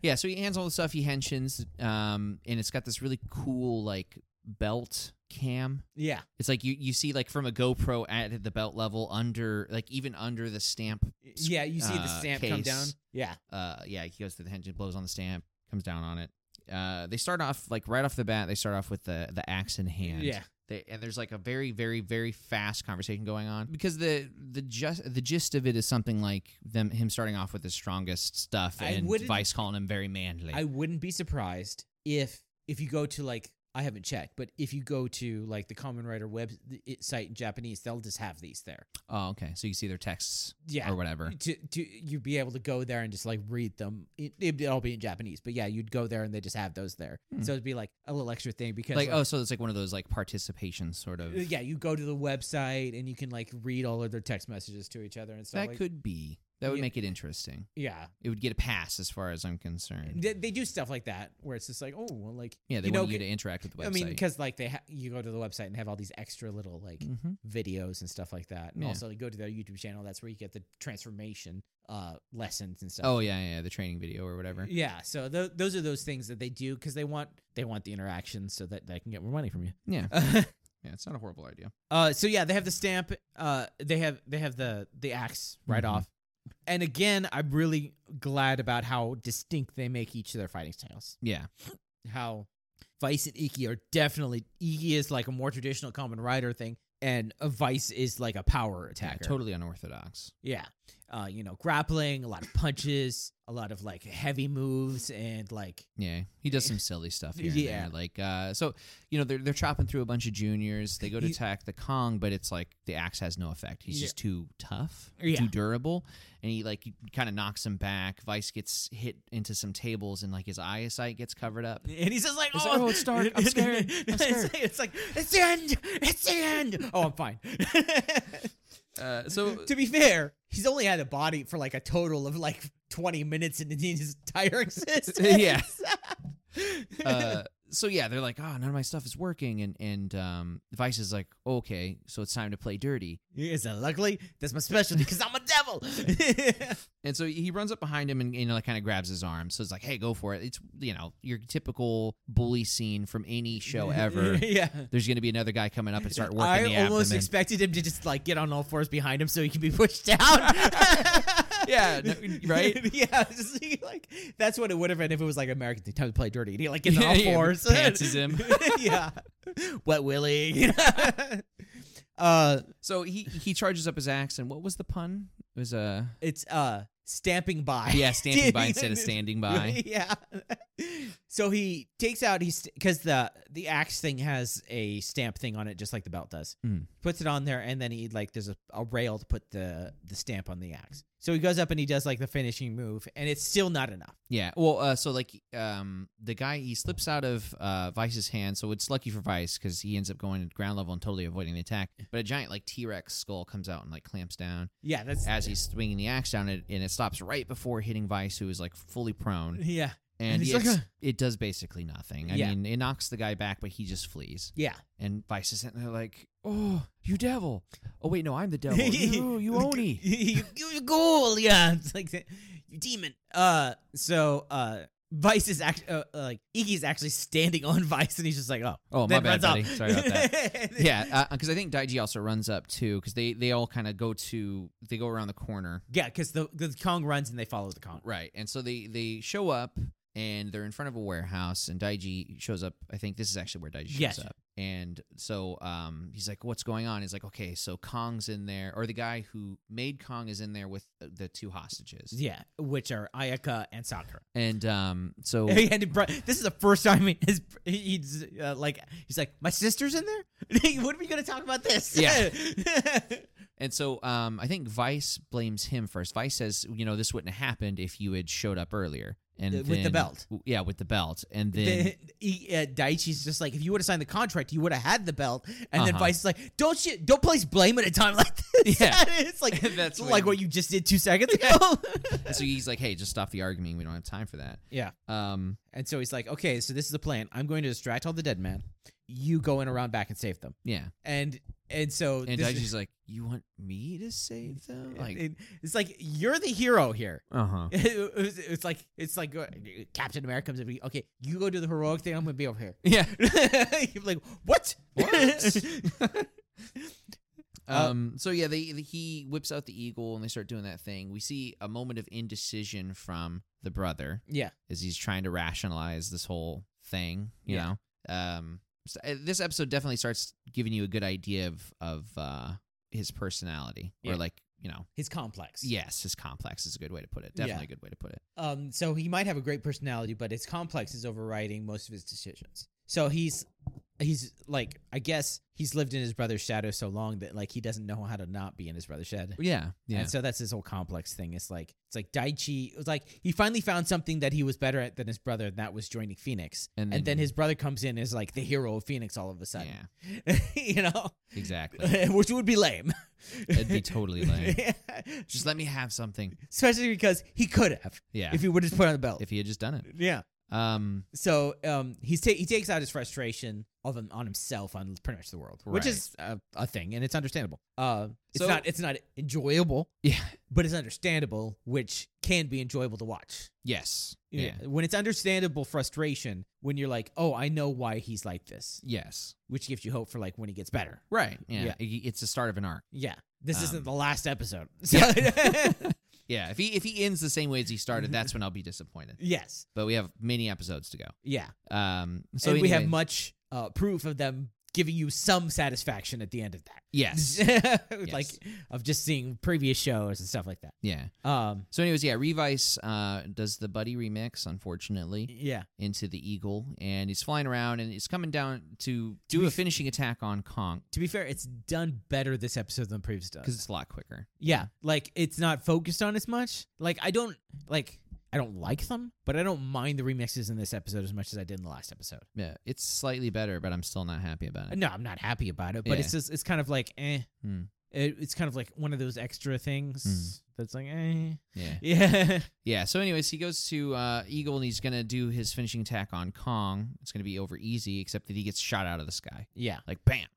[SPEAKER 1] Yeah, so he hands all the stuff he henshins, um, and it's got this really cool like belt cam.
[SPEAKER 2] yeah.
[SPEAKER 1] It's like you you see like from a GoPro at the belt level under like even under the stamp.
[SPEAKER 2] Yeah, you see the
[SPEAKER 1] uh,
[SPEAKER 2] stamp come
[SPEAKER 1] case.
[SPEAKER 2] down. Yeah.
[SPEAKER 1] Uh, yeah, he goes to the henshin, blows on the stamp, comes down on it. Uh, they start off like right off the bat. They start off with the the axe in hand.
[SPEAKER 2] Yeah.
[SPEAKER 1] They, and there's like a very, very, very fast conversation going on because the the just the gist of it is something like them him starting off with his strongest stuff
[SPEAKER 2] I
[SPEAKER 1] and
[SPEAKER 2] wouldn't-
[SPEAKER 1] Vice calling him very manly.
[SPEAKER 2] I wouldn't be surprised if if you go to like I haven't checked, but if you go to like the Common Writer web it- site in Japanese, they'll just have these there.
[SPEAKER 1] oh, okay. So you see their texts
[SPEAKER 2] Yeah.
[SPEAKER 1] or whatever.
[SPEAKER 2] to, to you'd be able to go there and just like read them. It, it'd all be in Japanese, but yeah, you'd go there and they just have those there.
[SPEAKER 1] Hmm.
[SPEAKER 2] So it'd be like a little extra thing because
[SPEAKER 1] Like oh, so it's like one of those like participation sort of.
[SPEAKER 2] Uh, yeah, you go to the website and you can like read all of their text messages to each other and stuff.
[SPEAKER 1] that
[SPEAKER 2] like,
[SPEAKER 1] could be. That would
[SPEAKER 2] Yeah.
[SPEAKER 1] make it interesting.
[SPEAKER 2] yeah,
[SPEAKER 1] It would get a pass as far as I'm concerned.
[SPEAKER 2] they, they do stuff like that where it's just like oh, well, like
[SPEAKER 1] Yeah, they
[SPEAKER 2] you know,
[SPEAKER 1] want you to interact with the website.
[SPEAKER 2] I mean, because like they ha- you go to the website and have all these extra little like
[SPEAKER 1] Mhm.
[SPEAKER 2] videos and stuff like that. And
[SPEAKER 1] Yeah.
[SPEAKER 2] also you go to their YouTube channel. That's where you get the transformation uh, lessons and stuff.
[SPEAKER 1] oh yeah, yeah, the training video or whatever.
[SPEAKER 2] yeah. So th- those are those things that they do because they want they want the interactions so that they can get more money from
[SPEAKER 1] Yeah,
[SPEAKER 2] you.
[SPEAKER 1] yeah, it's not a horrible idea.
[SPEAKER 2] uh, so yeah, they have the stamp. Uh, they have they have the the axe right
[SPEAKER 1] Mhm.
[SPEAKER 2] off. And again, I'm really glad about how distinct they make each of their fighting styles.
[SPEAKER 1] Yeah,
[SPEAKER 2] how Vice and Iki are definitely Iki is like a more traditional common rider thing, and a Vice is like a power
[SPEAKER 1] yeah,
[SPEAKER 2] attacker.
[SPEAKER 1] totally unorthodox.
[SPEAKER 2] Yeah. Uh, you know, grappling, a lot of punches, a lot of like heavy moves, and like
[SPEAKER 1] Yeah, he does some silly stuff here
[SPEAKER 2] Yeah.
[SPEAKER 1] and there. Like, uh, so you know, they're they're chopping through a bunch of juniors. They go to
[SPEAKER 2] He-
[SPEAKER 1] attack the Kong, but it's like the axe has no effect. He's
[SPEAKER 2] Yeah.
[SPEAKER 1] just too tough,
[SPEAKER 2] Yeah.
[SPEAKER 1] too durable, and he like kind of knocks him back. Vice gets hit into some tables, and like his eyesight gets covered up.
[SPEAKER 2] and he's just like,
[SPEAKER 1] It's
[SPEAKER 2] oh,
[SPEAKER 1] like, "Oh, it's dark. I'm scared. I'm
[SPEAKER 2] It's
[SPEAKER 1] scared."
[SPEAKER 2] like- it's like it's the end. It's the end. Oh, I'm fine.
[SPEAKER 1] Uh, so
[SPEAKER 2] to be fair, he's only had a body for like a total of like 20 minutes in his entire existence.
[SPEAKER 1] Yeah. uh, so yeah, they're like, oh, none of my stuff is working, and and um, Vice is like, okay, so it's time to play dirty.
[SPEAKER 2] Is that luckily? That's my specialty because I'm a devil.
[SPEAKER 1] And so he runs up behind him and you know, like kind of grabs his arm. So it's like, hey, go for it. It's you know your typical bully scene from any show ever.
[SPEAKER 2] yeah.
[SPEAKER 1] There's going to be another guy coming up and start working
[SPEAKER 2] I
[SPEAKER 1] the
[SPEAKER 2] almost
[SPEAKER 1] abdomen.
[SPEAKER 2] expected him to just like get on all fours behind him so he can be pushed down.
[SPEAKER 1] Yeah, no, right?
[SPEAKER 2] yeah, just thinking, like that's what it would have been if it was like American Teen Time to play dirty. And he like gets on all
[SPEAKER 1] Yeah,
[SPEAKER 2] fours,
[SPEAKER 1] pantses him.
[SPEAKER 2] yeah, wet willy. uh,
[SPEAKER 1] so he he charges up his axe and what was the pun? It was uh,
[SPEAKER 2] it's uh stamping by.
[SPEAKER 1] Yeah, standing by instead of standing by.
[SPEAKER 2] yeah. so he takes out he's because the the axe thing has a stamp thing on it, just like the belt does.
[SPEAKER 1] Mm.
[SPEAKER 2] Puts it on there, and then he like there's a, a rail to put the the stamp on the axe. So he goes up and he does like the finishing move, and it's still not enough.
[SPEAKER 1] Yeah. Well, uh, so like um, the guy he slips out of uh, Vice's hand, so it's lucky for Vice because he ends up going at ground level and totally avoiding the attack. But a giant like T Rex skull comes out and like clamps down
[SPEAKER 2] Yeah, that's
[SPEAKER 1] as he's swinging the axe down, it, and it stops right before hitting Vice, who is like fully prone,
[SPEAKER 2] yeah,
[SPEAKER 1] and
[SPEAKER 2] he's
[SPEAKER 1] it's,
[SPEAKER 2] like, "Huh."
[SPEAKER 1] it does basically nothing. I
[SPEAKER 2] Yeah.
[SPEAKER 1] mean, it knocks the guy back, but he just flees.
[SPEAKER 2] yeah.
[SPEAKER 1] And Vice is sitting there like, "Oh, you devil! Oh wait, no, I'm the devil. you, you oni."
[SPEAKER 2] you, you, you ghoul, yeah. It's like that- you demon. Uh, so uh, Vice is actually uh, uh, like Iggy's actually standing on Vice, and he's just like, oh,
[SPEAKER 1] Oh my
[SPEAKER 2] then
[SPEAKER 1] bad,
[SPEAKER 2] runs off.
[SPEAKER 1] buddy. Sorry about that.
[SPEAKER 2] yeah,
[SPEAKER 1] yeah, because I think Daiji also runs up too, because they they all kind of go to they go around the corner,
[SPEAKER 2] yeah, because the, the Kong runs and they follow the Kong.
[SPEAKER 1] right? And so they they show up and they're in front of a warehouse, and Daiji shows up. I think this is actually where Daiji shows
[SPEAKER 2] Yes.
[SPEAKER 1] up, and so um he's like, "What's going on?" He's like, "Okay, so Kong's in there, or the guy who made Kong is in there with the- the two hostages."
[SPEAKER 2] Yeah, which are Ayaka and Sakura.
[SPEAKER 1] And um so
[SPEAKER 2] And he brought- this is the first time he- his, he's uh, like he's like my sister's in there. what are we gonna talk about this?
[SPEAKER 1] Yeah. and so um I think Vice blames him first. Vice says, "You know, this wouldn't have happened if you had showed up earlier." And
[SPEAKER 2] Uh, With the
[SPEAKER 1] then-
[SPEAKER 2] belt.
[SPEAKER 1] yeah, with the belt, and then
[SPEAKER 2] the, he, uh, Daichi's just like, if you would have signed the contract, you would have had the belt. And then
[SPEAKER 1] Uh-huh.
[SPEAKER 2] Vice is like, don't you, don't place blame at a time like this.
[SPEAKER 1] Yeah.
[SPEAKER 2] it's like
[SPEAKER 1] That's
[SPEAKER 2] that's like
[SPEAKER 1] when-
[SPEAKER 2] what you just did two seconds ago.
[SPEAKER 1] And so he's like, "Hey, just stop the arguing. We don't have time for that."
[SPEAKER 2] yeah.
[SPEAKER 1] Um,
[SPEAKER 2] And so he's like, okay, so this is the plan. I'm going to distract all the dead men. You go in around back and save them.
[SPEAKER 1] yeah.
[SPEAKER 2] And and so
[SPEAKER 1] And
[SPEAKER 2] this-
[SPEAKER 1] Daiji's like, "You want me to save them?" Like,
[SPEAKER 2] it- it's like you're the hero here.
[SPEAKER 1] uh huh.
[SPEAKER 2] It was- it's like it's like uh, Captain America comes up. to you, Okay, you go do the heroic thing. I'm gonna be over here.
[SPEAKER 1] Yeah.
[SPEAKER 2] You're like what?
[SPEAKER 1] What?
[SPEAKER 2] Uh,
[SPEAKER 1] Um. So yeah, they, they he whips out the eagle and they start doing that thing. We see a moment of indecision from the brother
[SPEAKER 2] yeah.
[SPEAKER 1] as he's trying to rationalize this whole thing. You
[SPEAKER 2] Yeah.
[SPEAKER 1] know. Um. so, uh, this episode definitely starts giving you a good idea of of uh his personality
[SPEAKER 2] Yeah.
[SPEAKER 1] or like you know
[SPEAKER 2] His complex.
[SPEAKER 1] yes his complex is a good way to put it
[SPEAKER 2] Yeah.
[SPEAKER 1] definitely a good way to put it
[SPEAKER 2] Um, so he might have a great personality, but his complex is overriding most of his decisions. So he's he's like I guess he's lived in his brother's shadow so long that like he doesn't know how to not be in his brother's shadow.
[SPEAKER 1] yeah yeah
[SPEAKER 2] And so that's his whole complex thing. It's like it's like Daichi it was like he finally found something that he was better at than his brother, and that was joining Phoenix.
[SPEAKER 1] And
[SPEAKER 2] and
[SPEAKER 1] then-
[SPEAKER 2] then his brother comes in and is like the hero of Phoenix all of a sudden.
[SPEAKER 1] yeah
[SPEAKER 2] you know?
[SPEAKER 1] exactly
[SPEAKER 2] Which would be lame.
[SPEAKER 1] It'd be totally lame. just let me have something.
[SPEAKER 2] Especially because he could have
[SPEAKER 1] Yeah.
[SPEAKER 2] if he would have put on the belt.
[SPEAKER 1] If he had just done it.
[SPEAKER 2] yeah.
[SPEAKER 1] Um
[SPEAKER 2] So um, he's ta- he takes out his frustration of him on himself on pretty much the world, which
[SPEAKER 1] Right.
[SPEAKER 2] is a, a thing, and it's understandable. Uh, it's
[SPEAKER 1] So-
[SPEAKER 2] not it's not enjoyable,
[SPEAKER 1] yeah.
[SPEAKER 2] but it's understandable, which can be enjoyable to watch.
[SPEAKER 1] Yes. Yeah.
[SPEAKER 2] Yeah. When it's understandable frustration, when you're like, oh, I know why he's like this,
[SPEAKER 1] Yes.
[SPEAKER 2] which gives you hope for like when he gets better.
[SPEAKER 1] Right. Yeah.
[SPEAKER 2] Yeah.
[SPEAKER 1] I- It's the start of an arc.
[SPEAKER 2] Yeah, this
[SPEAKER 1] Um,
[SPEAKER 2] isn't the last episode. So
[SPEAKER 1] Yeah. If he if he ends the same way as he started, that's when I'll be disappointed.
[SPEAKER 2] yes,
[SPEAKER 1] But we have many episodes to go.
[SPEAKER 2] yeah.
[SPEAKER 1] Um so
[SPEAKER 2] So and we have
[SPEAKER 1] anyway-
[SPEAKER 2] much uh, proof of them giving you some satisfaction at the end of that.
[SPEAKER 1] Yes.
[SPEAKER 2] like of just seeing previous shows and stuff like that.
[SPEAKER 1] Yeah.
[SPEAKER 2] Um,
[SPEAKER 1] So anyways, yeah, Revice uh does the buddy remix, unfortunately,
[SPEAKER 2] yeah,
[SPEAKER 1] into the Eagle and he's flying around and he's coming down to do a finishing attack on Kong
[SPEAKER 2] to be fair, it's done better this episode than previous stuff.
[SPEAKER 1] because it's a lot quicker.
[SPEAKER 2] Yeah, like it's not focused on as much. Like I don't like I don't like them, but I don't mind the remixes in this episode as much as I did in the last episode.
[SPEAKER 1] Yeah. It's slightly better, but I'm still not happy about it.
[SPEAKER 2] No, I'm not happy about it, but
[SPEAKER 1] Yeah.
[SPEAKER 2] it's just it's kind of like eh.
[SPEAKER 1] Hmm.
[SPEAKER 2] It, it's kind of like one of those extra things that's like eh.
[SPEAKER 1] Yeah.
[SPEAKER 2] Yeah.
[SPEAKER 1] Yeah. So, anyways, he goes to uh, Eagle and he's gonna do his finishing attack on Kong. It's gonna be over easy, except that he gets shot out of the sky,
[SPEAKER 2] yeah.
[SPEAKER 1] like bam.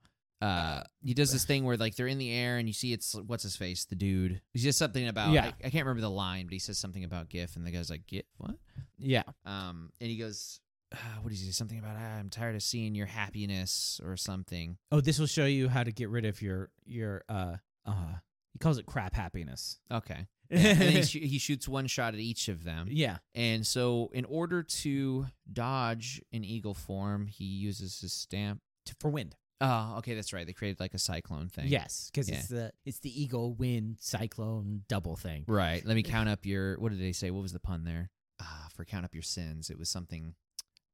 [SPEAKER 1] Uh, he does this thing where like they're in the air and you see it's what's his face, the dude. He says something about
[SPEAKER 2] Yeah.
[SPEAKER 1] I, I can't remember the line, but he says something about GIF, and the guy's like GIF what?
[SPEAKER 2] Yeah.
[SPEAKER 1] Um, and he goes, uh, what does he say? Something about "Ah, I'm tired of seeing your happiness or something.
[SPEAKER 2] Oh, this will show you how to get rid of your your uh uh he calls it crap happiness.
[SPEAKER 1] Okay.
[SPEAKER 2] Yeah.
[SPEAKER 1] And then he, sh- he shoots one shot at each of them.
[SPEAKER 2] yeah.
[SPEAKER 1] And so, in order to dodge an eagle form, he uses his stamp.
[SPEAKER 2] T- for wind.
[SPEAKER 1] Oh, okay, that's right. They created like a cyclone thing.
[SPEAKER 2] Yes, because
[SPEAKER 1] Yeah.
[SPEAKER 2] it's the it's the eagle wind cyclone double thing.
[SPEAKER 1] Right. Let me count up your. What did they say? What was the pun there? Ah, for count up your sins. It was something.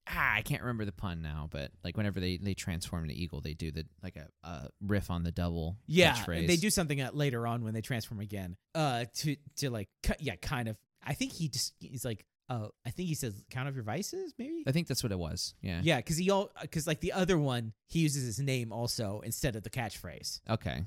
[SPEAKER 1] Ah, I can't remember the pun now, but like whenever they they transform into eagle, they do the like a, a riff on the double.
[SPEAKER 2] Yeah,
[SPEAKER 1] catchphrase.
[SPEAKER 2] they do something uh, later on when they transform again. Uh, to to like cut. Yeah, kind of. I think he just he's like. Uh, I think he says count of your vices, maybe.
[SPEAKER 1] I think that's what it was. Yeah.
[SPEAKER 2] Uh, Yeah, because he all because like the other one, he uses his name also instead of the catchphrase.
[SPEAKER 1] Okay.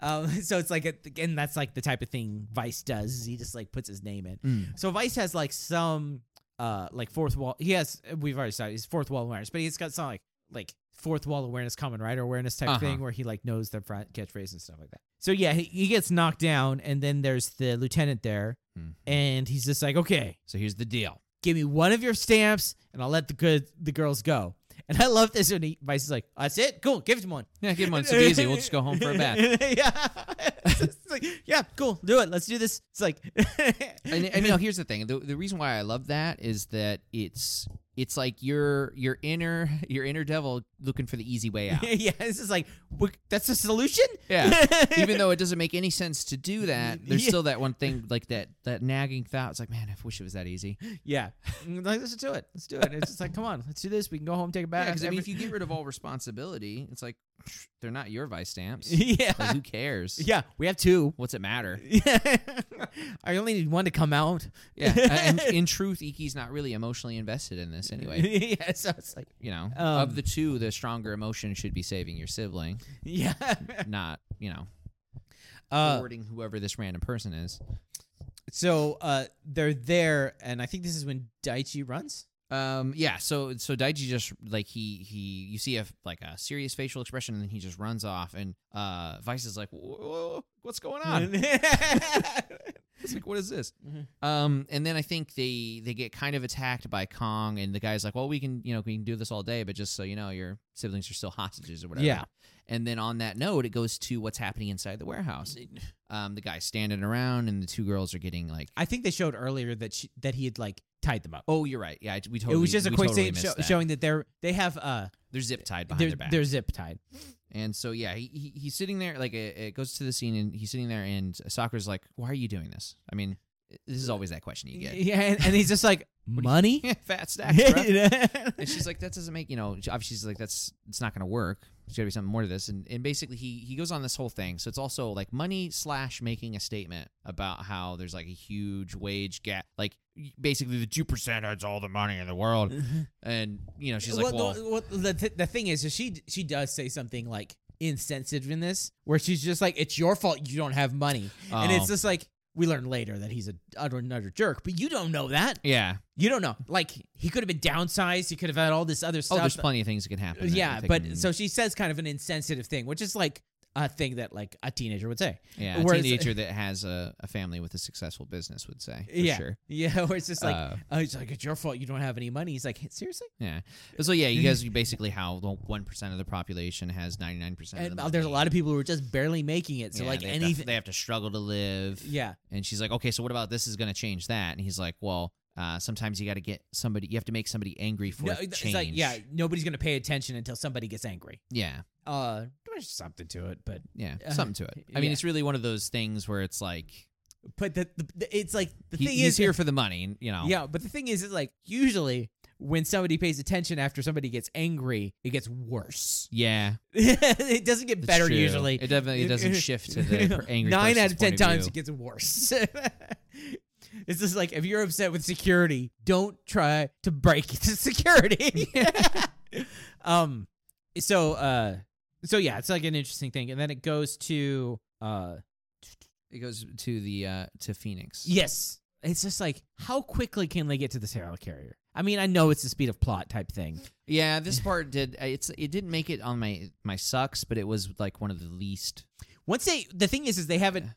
[SPEAKER 2] um, so it's like a, and that's like the type of thing Vice does. is He just like puts his name in.
[SPEAKER 1] Mm.
[SPEAKER 2] So Vice has like some uh like fourth wall. He has we've already said his fourth wall awareness, but he's got some like like fourth wall awareness, common rider awareness type
[SPEAKER 1] Uh-huh.
[SPEAKER 2] thing where he like knows their front catchphrase and stuff like that. So yeah, he, he gets knocked down, and then there's the lieutenant there,
[SPEAKER 1] Mm.
[SPEAKER 2] and he's just like, okay,
[SPEAKER 1] So here's the deal.
[SPEAKER 2] give me one of your stamps and I'll let the good the girls go. And I love this when he Vice is like, that's it, cool, give him one.
[SPEAKER 1] Yeah, give him one. It's easy. We'll just go home for a bath.
[SPEAKER 2] yeah. It's like, yeah, cool, do it. Let's do this. It's like
[SPEAKER 1] and, and you know, here's the thing. The, the reason why I love that is that it's it's like your your inner your inner devil looking for the easy way out.
[SPEAKER 2] yeah, this is like we- that's the solution?
[SPEAKER 1] Yeah. Even though it doesn't make any sense to do that, there's
[SPEAKER 2] Yeah.
[SPEAKER 1] still that one thing like that that nagging thought. It's like, man, I wish it was that easy.
[SPEAKER 2] Yeah. Mm, Like, let's do it. Let's do it. It's just like, come on, let's do this. We can go home, take a
[SPEAKER 1] Yeah,
[SPEAKER 2] bath.
[SPEAKER 1] because I mean,
[SPEAKER 2] every-
[SPEAKER 1] if you get rid of all responsibility, it's like they're not your vice stamps. Like,
[SPEAKER 2] yeah.
[SPEAKER 1] who cares?
[SPEAKER 2] yeah, we have two.
[SPEAKER 1] What's it matter?
[SPEAKER 2] I only need one to come out.
[SPEAKER 1] Yeah. uh, and in truth, Iki's not really emotionally invested in this anyway.
[SPEAKER 2] yeah, so it's like,
[SPEAKER 1] You know,
[SPEAKER 2] Um,
[SPEAKER 1] of the two, the stronger emotion should be saving your sibling,
[SPEAKER 2] yeah.
[SPEAKER 1] not you know
[SPEAKER 2] Uh,
[SPEAKER 1] rewarding whoever this random person is.
[SPEAKER 2] So uh, they're there, and I think this is when Daichi runs.
[SPEAKER 1] Um, yeah. So so Daiji just like he he you see a like a serious facial expression, and then he just runs off, and uh, Vice is like, "Whoa, what's going on? It's like, what is this?
[SPEAKER 2] Mhm.
[SPEAKER 1] Um, and then I think they they get kind of attacked by Kong, and the guy's like, well, we can you know we can do this all day, but just so you know, your siblings are still hostages or whatever.
[SPEAKER 2] Yeah.
[SPEAKER 1] And then on that note, it goes to what's happening inside the warehouse. Um, the guy's standing around, and the two girls are getting like,
[SPEAKER 2] I think they showed earlier that she, that he had like tied them up.
[SPEAKER 1] oh, you're right. Yeah, I- we totally.
[SPEAKER 2] it was just a
[SPEAKER 1] we
[SPEAKER 2] quick
[SPEAKER 1] totally
[SPEAKER 2] scene
[SPEAKER 1] missed
[SPEAKER 2] sho-
[SPEAKER 1] that.
[SPEAKER 2] showing that they're they have uh
[SPEAKER 1] They're zip tied behind
[SPEAKER 2] they're,
[SPEAKER 1] their back.
[SPEAKER 2] they're zip tied.
[SPEAKER 1] And so yeah, he, he he's sitting there like it, it goes to the scene and he's sitting there and Sakura's like, "Why are you doing this?" I mean, this is always that question you
[SPEAKER 2] Yeah,
[SPEAKER 1] get.
[SPEAKER 2] and, and he's just like money.
[SPEAKER 1] Fat stacks, bruh. And
[SPEAKER 2] yeah,
[SPEAKER 1] she's like, "That doesn't make you know." she- Obviously, she's like, "That's it's not going to work. There's got to be something more to this." And and basically, he he goes on this whole thing. So it's also like money slash making a statement about how there's like a huge wage gap. Like basically, the two percent has all the money in the world. And you know, she's like,
[SPEAKER 2] well,
[SPEAKER 1] "Well,
[SPEAKER 2] no, well, the, th- the thing is, is she she does say something like insensitive in this, where she's just like, "It's your fault you don't have money," and
[SPEAKER 1] Oh.
[SPEAKER 2] it's just like we learn later that he's a utter and utter jerk, but you don't know that.
[SPEAKER 1] yeah,
[SPEAKER 2] You don't know. Like he could have been downsized. He could have had all this other
[SPEAKER 1] oh,
[SPEAKER 2] stuff.
[SPEAKER 1] there's plenty of things that can happen." that-
[SPEAKER 2] yeah,
[SPEAKER 1] that
[SPEAKER 2] but
[SPEAKER 1] can-
[SPEAKER 2] so she says kind of an insensitive thing, which is like a thing that like a teenager would say.
[SPEAKER 1] Yeah, a
[SPEAKER 2] Whereas-
[SPEAKER 1] teenager that has a, a family with a successful business would say. For
[SPEAKER 2] yeah,
[SPEAKER 1] Sure.
[SPEAKER 2] yeah. Where it's just like,
[SPEAKER 1] Uh,
[SPEAKER 2] oh, it's like it's your fault you don't have any money. He's like, seriously?
[SPEAKER 1] yeah. So yeah, you guys basically how the one percent of the population has ninety nine percent.
[SPEAKER 2] And uh, there's a lot of people who are just barely making it. So like
[SPEAKER 1] they have,
[SPEAKER 2] anything.
[SPEAKER 1] to, they have to struggle to live.
[SPEAKER 2] yeah,
[SPEAKER 1] And she's like, okay, so what about this is going to change that? And he's like, well, uh, sometimes you got to get somebody. You have to make somebody angry for
[SPEAKER 2] no,
[SPEAKER 1] it to
[SPEAKER 2] it's
[SPEAKER 1] change.
[SPEAKER 2] like yeah. Nobody's gonna pay attention until somebody gets angry.
[SPEAKER 1] Yeah.
[SPEAKER 2] Uh, there's something to it, but
[SPEAKER 1] Yeah.
[SPEAKER 2] Uh,
[SPEAKER 1] Something to it. I mean,
[SPEAKER 2] yeah.
[SPEAKER 1] it's really one of those things where it's like
[SPEAKER 2] but the, the, the it's like the
[SPEAKER 1] he-
[SPEAKER 2] thing
[SPEAKER 1] he's
[SPEAKER 2] is
[SPEAKER 1] here for the money. You know.
[SPEAKER 2] Yeah, but the thing is, is like usually when somebody pays attention after somebody gets angry, it gets worse.
[SPEAKER 1] Yeah.
[SPEAKER 2] it doesn't get
[SPEAKER 1] that's
[SPEAKER 2] better
[SPEAKER 1] true.
[SPEAKER 2] usually.
[SPEAKER 1] It definitely doesn't shift to the per- angry.
[SPEAKER 2] Nine out
[SPEAKER 1] person's
[SPEAKER 2] of ten
[SPEAKER 1] point of
[SPEAKER 2] times
[SPEAKER 1] view.
[SPEAKER 2] it gets worse. it's just like if you're upset with security, don't try to break the security. um, so uh, so yeah, it's like an interesting thing, and then it goes to uh,
[SPEAKER 1] It goes to the uh to Phoenix.
[SPEAKER 2] Yes. It's just like, how quickly can they get to the serial carrier? I mean, I know it's the speed of plot type thing.
[SPEAKER 1] Yeah, this part did uh, it's it didn't make it on my my sucks, but it was like one of the least.
[SPEAKER 2] Once they, the thing is, is they haven't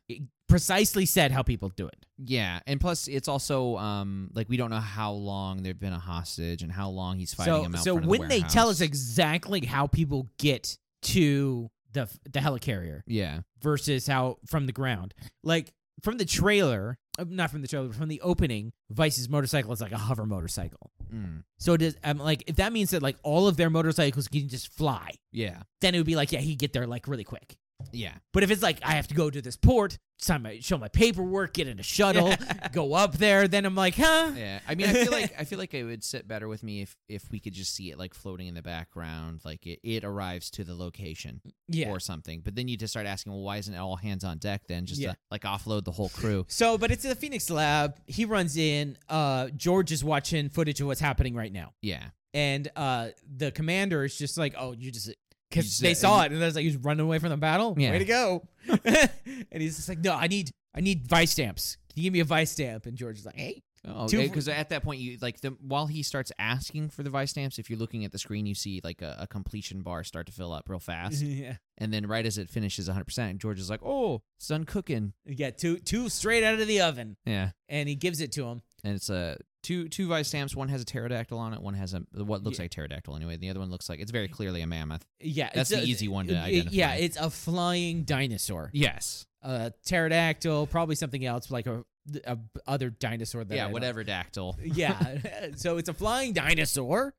[SPEAKER 2] precisely said how people do it.
[SPEAKER 1] Yeah, and plus it's also um like we don't know how long they've been a hostage and how long he's fighting
[SPEAKER 2] so,
[SPEAKER 1] him out.
[SPEAKER 2] so
[SPEAKER 1] front of the
[SPEAKER 2] when they tell
[SPEAKER 1] warehouse.
[SPEAKER 2] us exactly how people get to the the helicarrier
[SPEAKER 1] yeah,
[SPEAKER 2] versus how from the ground, like from the trailer, uh, not from the trailer, but from the opening, Vice's motorcycle is like a hover motorcycle.
[SPEAKER 1] Mm.
[SPEAKER 2] So does I'm like if that means that like all of their motorcycles can just fly,
[SPEAKER 1] Yeah.
[SPEAKER 2] then it would be like yeah he'd get there like really quick.
[SPEAKER 1] Yeah.
[SPEAKER 2] But if it's like I have to go to this port, time I show my paperwork, get in a shuttle, go up there, then I'm like huh.
[SPEAKER 1] Yeah. I mean, I feel like I feel like it would sit better with me if if we could just see it like floating in the background, like it, it arrives to the location
[SPEAKER 2] Yeah.
[SPEAKER 1] or something. But then you just start asking, well, why isn't it all hands on deck then? Just
[SPEAKER 2] Yeah.
[SPEAKER 1] to like offload the whole crew.
[SPEAKER 2] So, but it's the Phoenix lab. He runs in. Uh, George is watching footage of what's happening right now,
[SPEAKER 1] Yeah.
[SPEAKER 2] and uh, the commander is just like, "Oh, you just."
[SPEAKER 1] You
[SPEAKER 2] Because
[SPEAKER 1] just-
[SPEAKER 2] they saw it, and there's like he's running away from the battle.
[SPEAKER 1] Yeah.
[SPEAKER 2] Way to go! and he's just like, "No, I need, I need vice stamps. Can you give me a vice stamp?" And George is like, "Hey,
[SPEAKER 1] Oh,
[SPEAKER 2] Two-
[SPEAKER 1] because at that point, you like the while he starts asking for the vice stamps. If you're looking at the screen, you see like a, a completion bar start to fill up real fast,
[SPEAKER 2] yeah,
[SPEAKER 1] and then right as it finishes 100, percent George is like, "Oh, it's done cooking."
[SPEAKER 2] yeah, two, two straight out of the oven."
[SPEAKER 1] Yeah,
[SPEAKER 2] And he gives it to him.
[SPEAKER 1] and it's uh, two two vice stamps. One has a pterodactyl on it. One has a what looks like pterodactyl anyway. The other one looks like it's very clearly a mammoth.
[SPEAKER 2] Yeah,
[SPEAKER 1] That's
[SPEAKER 2] it's
[SPEAKER 1] the
[SPEAKER 2] a-
[SPEAKER 1] easy one to
[SPEAKER 2] uh, Yeah,
[SPEAKER 1] identify.
[SPEAKER 2] it's a flying dinosaur.
[SPEAKER 1] Yes.
[SPEAKER 2] a pterodactyl, probably something else like a, a other dinosaur. That I
[SPEAKER 1] yeah.
[SPEAKER 2] don't-
[SPEAKER 1] Whatever dactyl.
[SPEAKER 2] Yeah, so it's a flying dinosaur,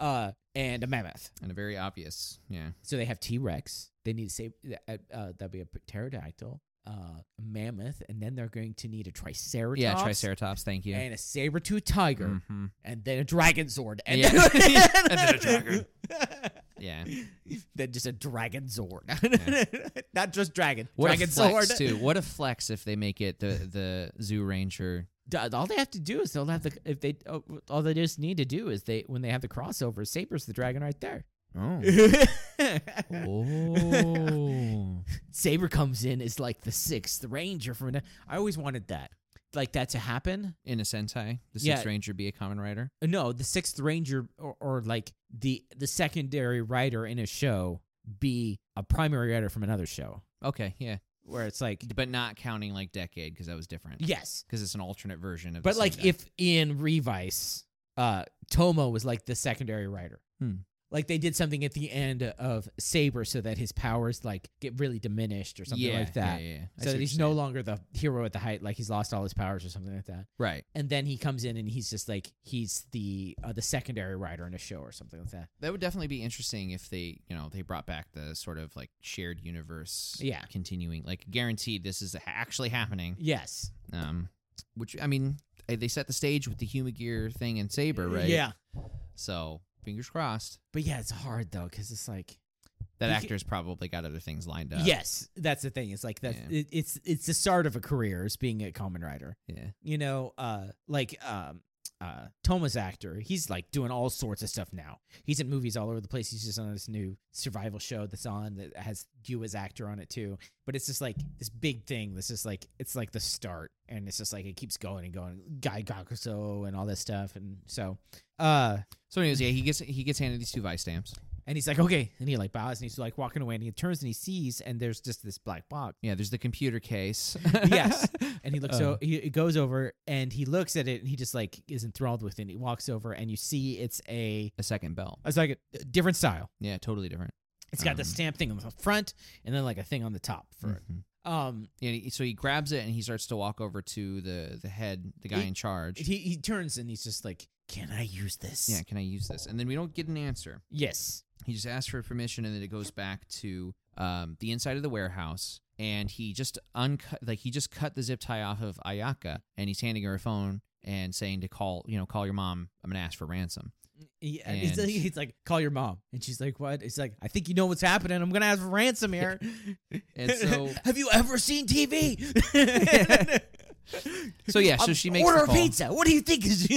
[SPEAKER 2] uh, and a mammoth.
[SPEAKER 1] And a very obvious. Yeah.
[SPEAKER 2] So they have T Rex. They need to save uh, uh, that'd be a pterodactyl, uh, a mammoth, and then they're going to need a triceratops.
[SPEAKER 1] Yeah. Triceratops. Thank you.
[SPEAKER 2] And a saber tooth tiger,
[SPEAKER 1] hmm
[SPEAKER 2] and then a dragon sword, and
[SPEAKER 1] Yeah.
[SPEAKER 2] then,
[SPEAKER 1] And then a dragon. Yeah.
[SPEAKER 2] Then just a dragon sword,
[SPEAKER 1] Yeah.
[SPEAKER 2] not just dragon,
[SPEAKER 1] What
[SPEAKER 2] dragon
[SPEAKER 1] a flex
[SPEAKER 2] sword
[SPEAKER 1] too. What a flex if they make it the the zoo ranger
[SPEAKER 2] D- All they have to do is they'll have the if they oh, all they just need to do is they when they have the crossover, Saber's the dragon right there.
[SPEAKER 1] Oh.
[SPEAKER 2] Saber comes in is like the sixth ranger from. now- I always wanted that, like that to happen.
[SPEAKER 1] In a Sentai, the Sixth
[SPEAKER 2] Yeah.
[SPEAKER 1] Ranger be a common writer?
[SPEAKER 2] Uh, No, the sixth ranger or, or like the the secondary writer in a show be a primary writer from another show,
[SPEAKER 1] Okay, yeah.
[SPEAKER 2] where it's like
[SPEAKER 1] But not counting like decade because that was different.
[SPEAKER 2] yes,
[SPEAKER 1] Because it's an alternate version of the
[SPEAKER 2] but
[SPEAKER 1] same
[SPEAKER 2] like
[SPEAKER 1] guy.
[SPEAKER 2] if in Revice, uh, Tomo was like the secondary writer.
[SPEAKER 1] Hmm.
[SPEAKER 2] Like they did something at the end of Saber so that his powers like get really diminished or something
[SPEAKER 1] yeah,
[SPEAKER 2] like that.
[SPEAKER 1] Yeah, yeah, yeah. I see what
[SPEAKER 2] So that he's
[SPEAKER 1] you're
[SPEAKER 2] no
[SPEAKER 1] saying.
[SPEAKER 2] longer the hero at the height, like he's lost all his powers or something like that.
[SPEAKER 1] Right.
[SPEAKER 2] And then he comes in and he's just like he's the uh, the secondary writer in a show or something like that.
[SPEAKER 1] That would definitely be interesting if they, you know, they brought back the sort of like shared universe
[SPEAKER 2] Yeah.
[SPEAKER 1] continuing. Like guaranteed this is actually happening.
[SPEAKER 2] Yes.
[SPEAKER 1] Um which I mean, eh, they set the stage with the Humagear thing and Saber, right?
[SPEAKER 2] Yeah.
[SPEAKER 1] So, fingers crossed.
[SPEAKER 2] But yeah, it's hard though because it's like
[SPEAKER 1] That
[SPEAKER 2] Beca-
[SPEAKER 1] actor's probably got other things lined up.
[SPEAKER 2] yes, that's the thing. It's like that.
[SPEAKER 1] Yeah.
[SPEAKER 2] It, it's it's the start of a career is being a common writer.
[SPEAKER 1] Yeah.
[SPEAKER 2] you know, uh, like um, uh, Thomas actor. He's like doing all sorts of stuff now. He's in movies all over the place. He's just on this new survival show that's on that has you as actor on it too. But it's just like this big thing. This is like it's like the start, and it's just like it keeps going and going. Guy Gakuso and all this stuff, and so, uh,
[SPEAKER 1] So anyways, yeah, he gets he gets handed these two vice stamps.
[SPEAKER 2] and he's like okay, and he like bows and he's like walking away, and he turns and he sees, and there's just this black box.
[SPEAKER 1] Yeah, there's the computer case.
[SPEAKER 2] Yes. and he looks
[SPEAKER 1] Uh.
[SPEAKER 2] so he he goes over and he looks at it and he just like is enthralled with it. He walks over and you see it's a
[SPEAKER 1] a second belt.
[SPEAKER 2] it's like a different style.
[SPEAKER 1] Yeah, totally different.
[SPEAKER 2] It's got the
[SPEAKER 1] Um.
[SPEAKER 2] stamp thing on the front and then like a thing on the top for it.
[SPEAKER 1] Mhm.
[SPEAKER 2] Um,
[SPEAKER 1] Yeah, he- so he grabs it and he starts to walk over to the the head, the guy
[SPEAKER 2] He-
[SPEAKER 1] in charge.
[SPEAKER 2] he he turns and he's just like, "Can I use this?"
[SPEAKER 1] yeah, can I use this? And then we don't get an answer.
[SPEAKER 2] Yes.
[SPEAKER 1] He just asks for permission, and then it goes back to um, the inside of the warehouse. And he just uncut, like he just cut the zip tie off of Ayaka, and he's handing her a phone and saying to call, you know, call your mom. I'm gonna ask for ransom.
[SPEAKER 2] He, and he's,
[SPEAKER 1] And-
[SPEAKER 2] like, he's like, "Call your mom," and she's like, "What?" It's like, "I think you know what's happening. I'm gonna have ransom here."
[SPEAKER 1] And so,
[SPEAKER 2] have you ever seen TV?
[SPEAKER 1] so yeah, so
[SPEAKER 2] Um,
[SPEAKER 1] she makes
[SPEAKER 2] order
[SPEAKER 1] the
[SPEAKER 2] a
[SPEAKER 1] call.
[SPEAKER 2] pizza. What do you think is?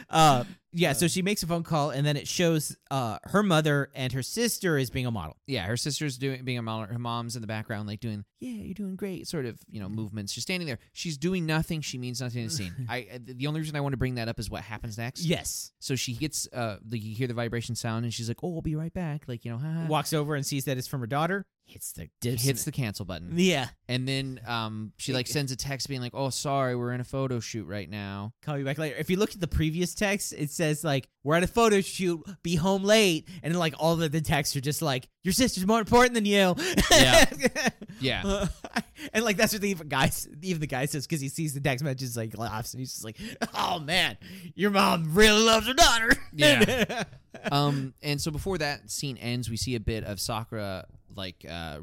[SPEAKER 2] uh, yeah, so she makes a phone call, and then it shows uh, her mother and her sister is being a model.
[SPEAKER 1] yeah, her sister's doing being a model. Her mom's in the background, like doing, yeah, you're doing great, sort of, you know, movements. She's standing there. She's doing nothing. She means nothing to the scene. I I- the only reason I want to bring that up is what happens next.
[SPEAKER 2] Yes,
[SPEAKER 1] So she gets, uh, like you hear the vibration sound, and she's like, oh, I'll be right back. Like you know, ha. ha.
[SPEAKER 2] Uh. walks over and sees that it's from her daughter. Hits the dips.
[SPEAKER 1] hits the cancel button,
[SPEAKER 2] yeah.
[SPEAKER 1] and then um, she like sends a text being like, oh, sorry, we're in a photo shoot right now.
[SPEAKER 2] Call you back later. If you look at the previous text, it says like we're at a photo shoot, be home late, and like all of the texts are just like your sister's more important than you.
[SPEAKER 1] Yeah. Yeah,
[SPEAKER 2] and like that's what the even guy even the guy says because he sees the text messages like laughs and he's just like, "Oh man, your mom really loves her daughter."
[SPEAKER 1] Yeah. um, and so before that scene ends, we see a bit of Sakura like uh,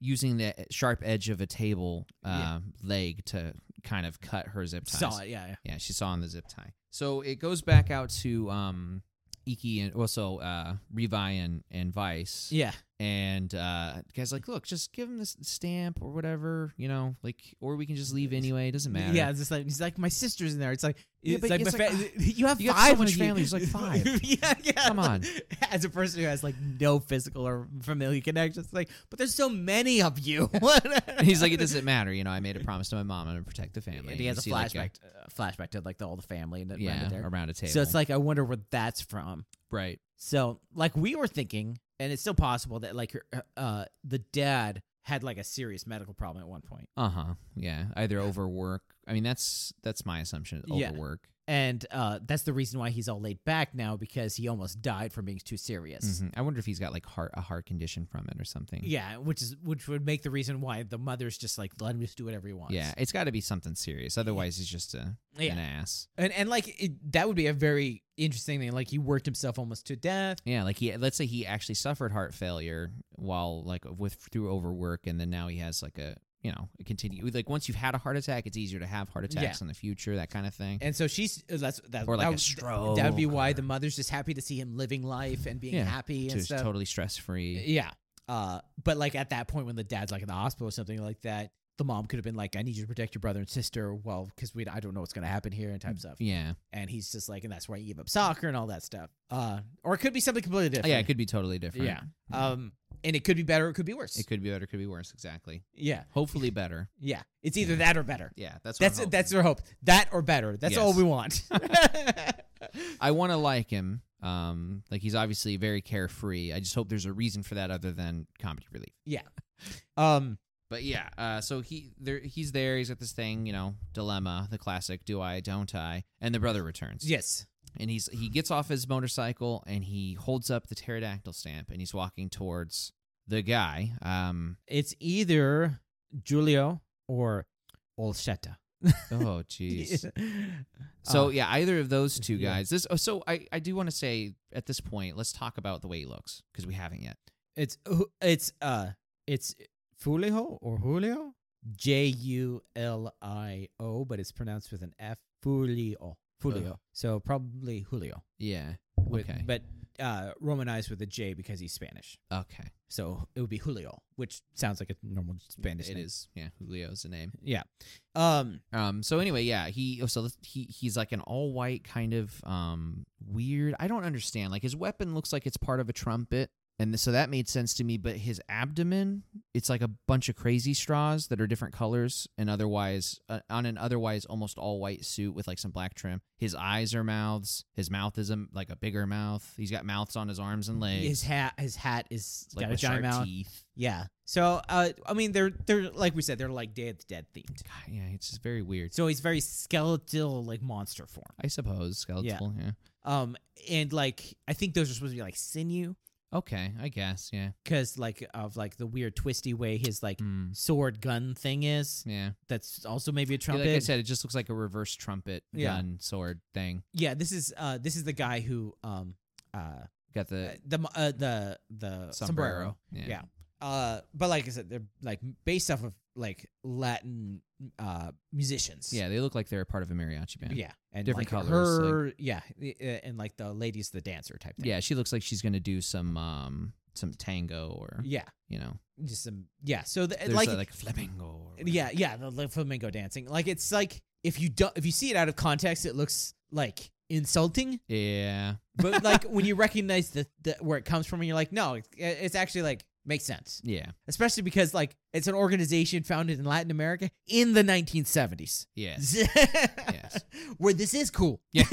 [SPEAKER 1] using the sharp edge of a table uh,
[SPEAKER 2] Yeah.
[SPEAKER 1] leg to kind of cut her zip ties.
[SPEAKER 2] saw it. Yeah, yeah.
[SPEAKER 1] Yeah, she saw on the zip tie. So it goes back out to um, Iki and also uh, Revi and, and Vice.
[SPEAKER 2] Yeah.
[SPEAKER 1] And uh, the guy's like, look, just give him this stamp or whatever, you know, like, or we can just leave anyway. It doesn't matter.
[SPEAKER 2] Yeah, it's just like he's like my sister's in there. It's like
[SPEAKER 1] Yeah,
[SPEAKER 2] it's
[SPEAKER 1] but
[SPEAKER 2] like,
[SPEAKER 1] it's
[SPEAKER 2] my
[SPEAKER 1] like,
[SPEAKER 2] fa- you have
[SPEAKER 1] you got so
[SPEAKER 2] five
[SPEAKER 1] much
[SPEAKER 2] of you.
[SPEAKER 1] family, it's like five.
[SPEAKER 2] yeah, yeah.
[SPEAKER 1] Come on.
[SPEAKER 2] As a person who has like no physical or familial connections, it's like, but there's so many of you. What?
[SPEAKER 1] And he's like, it doesn't matter. You know, I made a promise to my mom. I'm going to protect the family.
[SPEAKER 2] And he
[SPEAKER 1] You
[SPEAKER 2] has a
[SPEAKER 1] see, like,
[SPEAKER 2] flashback, a flashback to like the, all the family and
[SPEAKER 1] yeah,
[SPEAKER 2] yeah, there.
[SPEAKER 1] around a table.
[SPEAKER 2] So it's like I wonder where that's from.
[SPEAKER 1] right.
[SPEAKER 2] So like we were thinking, and it's still possible that like her, uh, the dad had like a serious medical problem at one point.
[SPEAKER 1] Uh huh. Yeah. Either overwork. I mean, that's that's my assumption.
[SPEAKER 2] Yeah.
[SPEAKER 1] Overwork.
[SPEAKER 2] And uh, that's the reason why he's all laid back now because he almost died from being too serious.
[SPEAKER 1] Mhm. I wonder if he's got like heart a heart condition from it or something.
[SPEAKER 2] Yeah, which is which would make the reason why the mother's just like let him just do whatever he wants.
[SPEAKER 1] Yeah, it's got to be something serious. Otherwise, he's just a
[SPEAKER 2] Yeah.
[SPEAKER 1] an ass.
[SPEAKER 2] and and like it, that would be a very interesting thing. Like he worked himself almost to death.
[SPEAKER 1] Yeah, like he let's say he actually suffered heart failure while like with through overwork, and then now he has like a you know a continue like once you've had a heart attack, it's easier to have heart attacks in the future, that kind of thing.
[SPEAKER 2] And so she's uh, that's that
[SPEAKER 1] Or like
[SPEAKER 2] that,
[SPEAKER 1] a
[SPEAKER 2] would-
[SPEAKER 1] stroke
[SPEAKER 2] That would be why
[SPEAKER 1] or-
[SPEAKER 2] the mother's just happy to see him living life and being
[SPEAKER 1] Yeah,
[SPEAKER 2] happy
[SPEAKER 1] So
[SPEAKER 2] and
[SPEAKER 1] it's
[SPEAKER 2] stuff.
[SPEAKER 1] totally stress free.
[SPEAKER 2] Yeah. Uh, but like at that point when the dad's like in the hospital or something like that, the mom could have been like, "I need you to protect your brother and sister." Well, because we I don't know what's gonna happen here and type
[SPEAKER 1] Mm.
[SPEAKER 2] stuff.
[SPEAKER 1] Yeah,
[SPEAKER 2] And he's just like, and that's why you give up soccer and all that stuff. Uh, or it could be something completely different.
[SPEAKER 1] Oh, yeah, it could be totally different.
[SPEAKER 2] Yeah. Um, and it could be better. It could be worse.
[SPEAKER 1] it could be better, could be worse. Exactly.
[SPEAKER 2] yeah.
[SPEAKER 1] Hopefully better.
[SPEAKER 2] Yeah. It's either that or better.
[SPEAKER 1] Yeah, that's what I'm
[SPEAKER 2] That's
[SPEAKER 1] hoping.
[SPEAKER 2] that's our hope. That or better. That's all
[SPEAKER 1] Yes.
[SPEAKER 2] we want.
[SPEAKER 1] I want to like him. Um, like he's obviously very carefree. I just hope there's a reason for that other than comedy relief.
[SPEAKER 2] um.
[SPEAKER 1] But yeah, uh, so he there he's there. He's got this thing, you know, dilemma, the classic: do I, don't I? And the brother returns.
[SPEAKER 2] Yes.
[SPEAKER 1] and he's he gets off his motorcycle and he holds up the pterodactyl stamp and he's walking towards the guy. Um,
[SPEAKER 2] It's either Julio or Olshetta.
[SPEAKER 1] oh jeez. So yeah, either of those two
[SPEAKER 2] Oh. yeah.
[SPEAKER 1] guys. This oh, so I I do want to say at this point, let's talk about the way he looks because we haven't yet.
[SPEAKER 2] It's it's uh it's Fulio or Julio J U L I O, but it's pronounced with an F. Fulio, Fulio. So probably Julio.
[SPEAKER 1] Yeah.
[SPEAKER 2] With,
[SPEAKER 1] Okay.
[SPEAKER 2] But uh, romanized with a J because he's Spanish.
[SPEAKER 1] Okay.
[SPEAKER 2] So it would be Julio, which sounds like a normal Spanish
[SPEAKER 1] It
[SPEAKER 2] name.
[SPEAKER 1] is. Yeah, Julio's the name.
[SPEAKER 2] Yeah. Um.
[SPEAKER 1] Um. So anyway, yeah, he. So th- he he's like an all white kind of um weird. I don't understand. Like his weapon looks like it's part of a trumpet, and so that made sense to me. But his abdomen, it's like a bunch of crazy straws that are different colors, and otherwise uh, on an otherwise almost all white suit with like some black trim. His eyes are mouths. His mouth is a, like a bigger mouth. He's got mouths on his arms and legs.
[SPEAKER 2] His hat. His hat is
[SPEAKER 1] like
[SPEAKER 2] got a
[SPEAKER 1] with
[SPEAKER 2] giant
[SPEAKER 1] sharp
[SPEAKER 2] mouth.
[SPEAKER 1] teeth.
[SPEAKER 2] Yeah. So uh, I mean, they're they're like we said, they're like Day of the Dead themed.
[SPEAKER 1] God, yeah, it's just very weird.
[SPEAKER 2] So he's very skeletal, like monster form.
[SPEAKER 1] I suppose skeletal. yeah.
[SPEAKER 2] Um, and like I think those are supposed to be like sinew,
[SPEAKER 1] Okay, I guess. Yeah.
[SPEAKER 2] because like of like the weird twisty way his like
[SPEAKER 1] Mm,
[SPEAKER 2] sword gun thing is.
[SPEAKER 1] yeah.
[SPEAKER 2] That's also maybe a
[SPEAKER 1] Yeah,
[SPEAKER 2] trumpet.
[SPEAKER 1] Like I said, it just looks like a reverse trumpet
[SPEAKER 2] Yeah.
[SPEAKER 1] gun sword thing.
[SPEAKER 2] yeah, this is uh this is the guy who um uh
[SPEAKER 1] Got the
[SPEAKER 2] the mo- uh, the the sombrero.
[SPEAKER 1] sombrero. Yeah.
[SPEAKER 2] Yeah. Uh, but like I said, they're like based off of like Latin uh musicians.
[SPEAKER 1] Yeah, they look like they're a part of a mariachi band.
[SPEAKER 2] Yeah, and
[SPEAKER 1] Different
[SPEAKER 2] like
[SPEAKER 1] colors, like-
[SPEAKER 2] Her, yeah, the- uh, and like the lady's the dancer type thing.
[SPEAKER 1] Yeah, she looks like she's gonna do some um some tango or
[SPEAKER 2] yeah,
[SPEAKER 1] you know
[SPEAKER 2] just some yeah. So the,
[SPEAKER 1] there's
[SPEAKER 2] like,
[SPEAKER 1] a, like flamingo. Or whatever.
[SPEAKER 2] yeah, yeah, the, the flamenco dancing. Like it's like if you don't if you see it out of context, it looks like insulting.
[SPEAKER 1] Yeah.
[SPEAKER 2] But like when you recognize the, the where it comes from, and you're like, no, it's, it's actually like makes sense,
[SPEAKER 1] Yeah.
[SPEAKER 2] especially because like it's an organization founded in Latin America in the 1970s.
[SPEAKER 1] Yes.
[SPEAKER 2] yes. Where this is cool.
[SPEAKER 1] Yeah.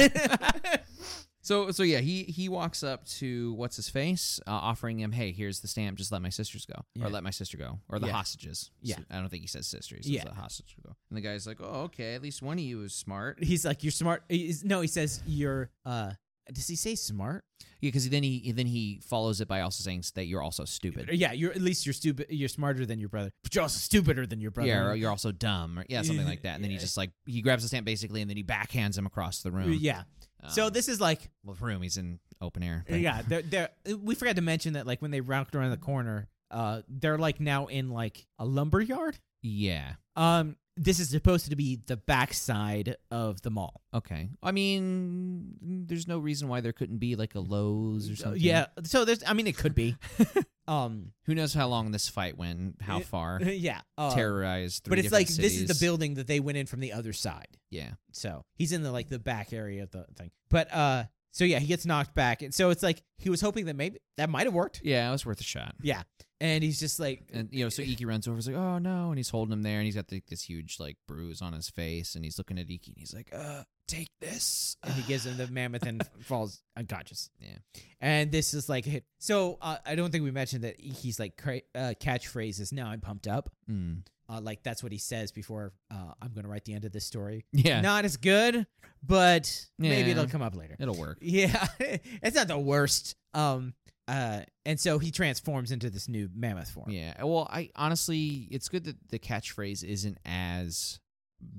[SPEAKER 1] So so yeah, he he walks up to what's his face, uh, offering him, "Hey, here's the stamp. Just let my sisters go,
[SPEAKER 2] Yeah.
[SPEAKER 1] or let my sister go, or the
[SPEAKER 2] Yeah.
[SPEAKER 1] hostages."
[SPEAKER 2] Yeah.
[SPEAKER 1] So- I don't think he says sisters.
[SPEAKER 2] Yeah.
[SPEAKER 1] Yeah, the hostages go. And the guy's like, "Oh, okay. At least one of you is smart."
[SPEAKER 2] he's like, "You're smart." He's, no, he says, "You're uh, Does he say smart?
[SPEAKER 1] Yeah, because then he then he follows it by also saying s- that you're also stupid.
[SPEAKER 2] Uh, Yeah, you're at least you're stupid. You're smarter than your brother, but you're also stupider than your brother.
[SPEAKER 1] Yeah, or you're also dumb. Or, yeah, something like that. And then he
[SPEAKER 2] Yeah.
[SPEAKER 1] just like he grabs the stamp basically, and then he backhands him across the room.
[SPEAKER 2] yeah. so
[SPEAKER 1] Um,
[SPEAKER 2] this is like
[SPEAKER 1] well, room. He's in open air. thing.
[SPEAKER 2] yeah. They're, they're, we forgot to mention that like when they rocked around the corner, uh, they're like now in like a lumber yard.
[SPEAKER 1] yeah.
[SPEAKER 2] Um, this is supposed to be the backside of the mall.
[SPEAKER 1] Okay. I mean, there's no reason why there couldn't be like a Lowe's or
[SPEAKER 2] Uh,
[SPEAKER 1] something.
[SPEAKER 2] yeah. So there's. I mean, it could be. um.
[SPEAKER 1] Who knows how long this fight went, and how
[SPEAKER 2] Yeah.
[SPEAKER 1] far
[SPEAKER 2] Yeah. Uh,
[SPEAKER 1] terrorized. Three
[SPEAKER 2] But it's like
[SPEAKER 1] different
[SPEAKER 2] this is the
[SPEAKER 1] cities.
[SPEAKER 2] building that they went in from the other side.
[SPEAKER 1] Yeah.
[SPEAKER 2] So he's in the like the back area of the thing. But uh so yeah, he gets knocked back. And so it's like he was hoping that maybe that might have worked.
[SPEAKER 1] Yeah, it was worth a shot.
[SPEAKER 2] And he's just like
[SPEAKER 1] And you know, so Iki runs over. He's like, "Oh no!" And he's holding him there, and he's got like, this huge like bruise on his face, and he's looking at Iki, and he's like, "Uh, take this."
[SPEAKER 2] and he gives him the mammoth and falls unconscious.
[SPEAKER 1] Yeah.
[SPEAKER 2] And this is like a hit. So uh, I don't think we mentioned that he's like cra- uh, catchphrase is now I'm pumped up.
[SPEAKER 1] Mm.
[SPEAKER 2] Uh, like that's what he says before uh, I'm going to write the end of this story.
[SPEAKER 1] Yeah,
[SPEAKER 2] Not as good, but maybe
[SPEAKER 1] Yeah.
[SPEAKER 2] it'll come up later.
[SPEAKER 1] it'll work.
[SPEAKER 2] Yeah, it's not the worst. Um, uh, and so he transforms into this new mammoth form.
[SPEAKER 1] Yeah. Well, I honestly, it's good that the catchphrase isn't as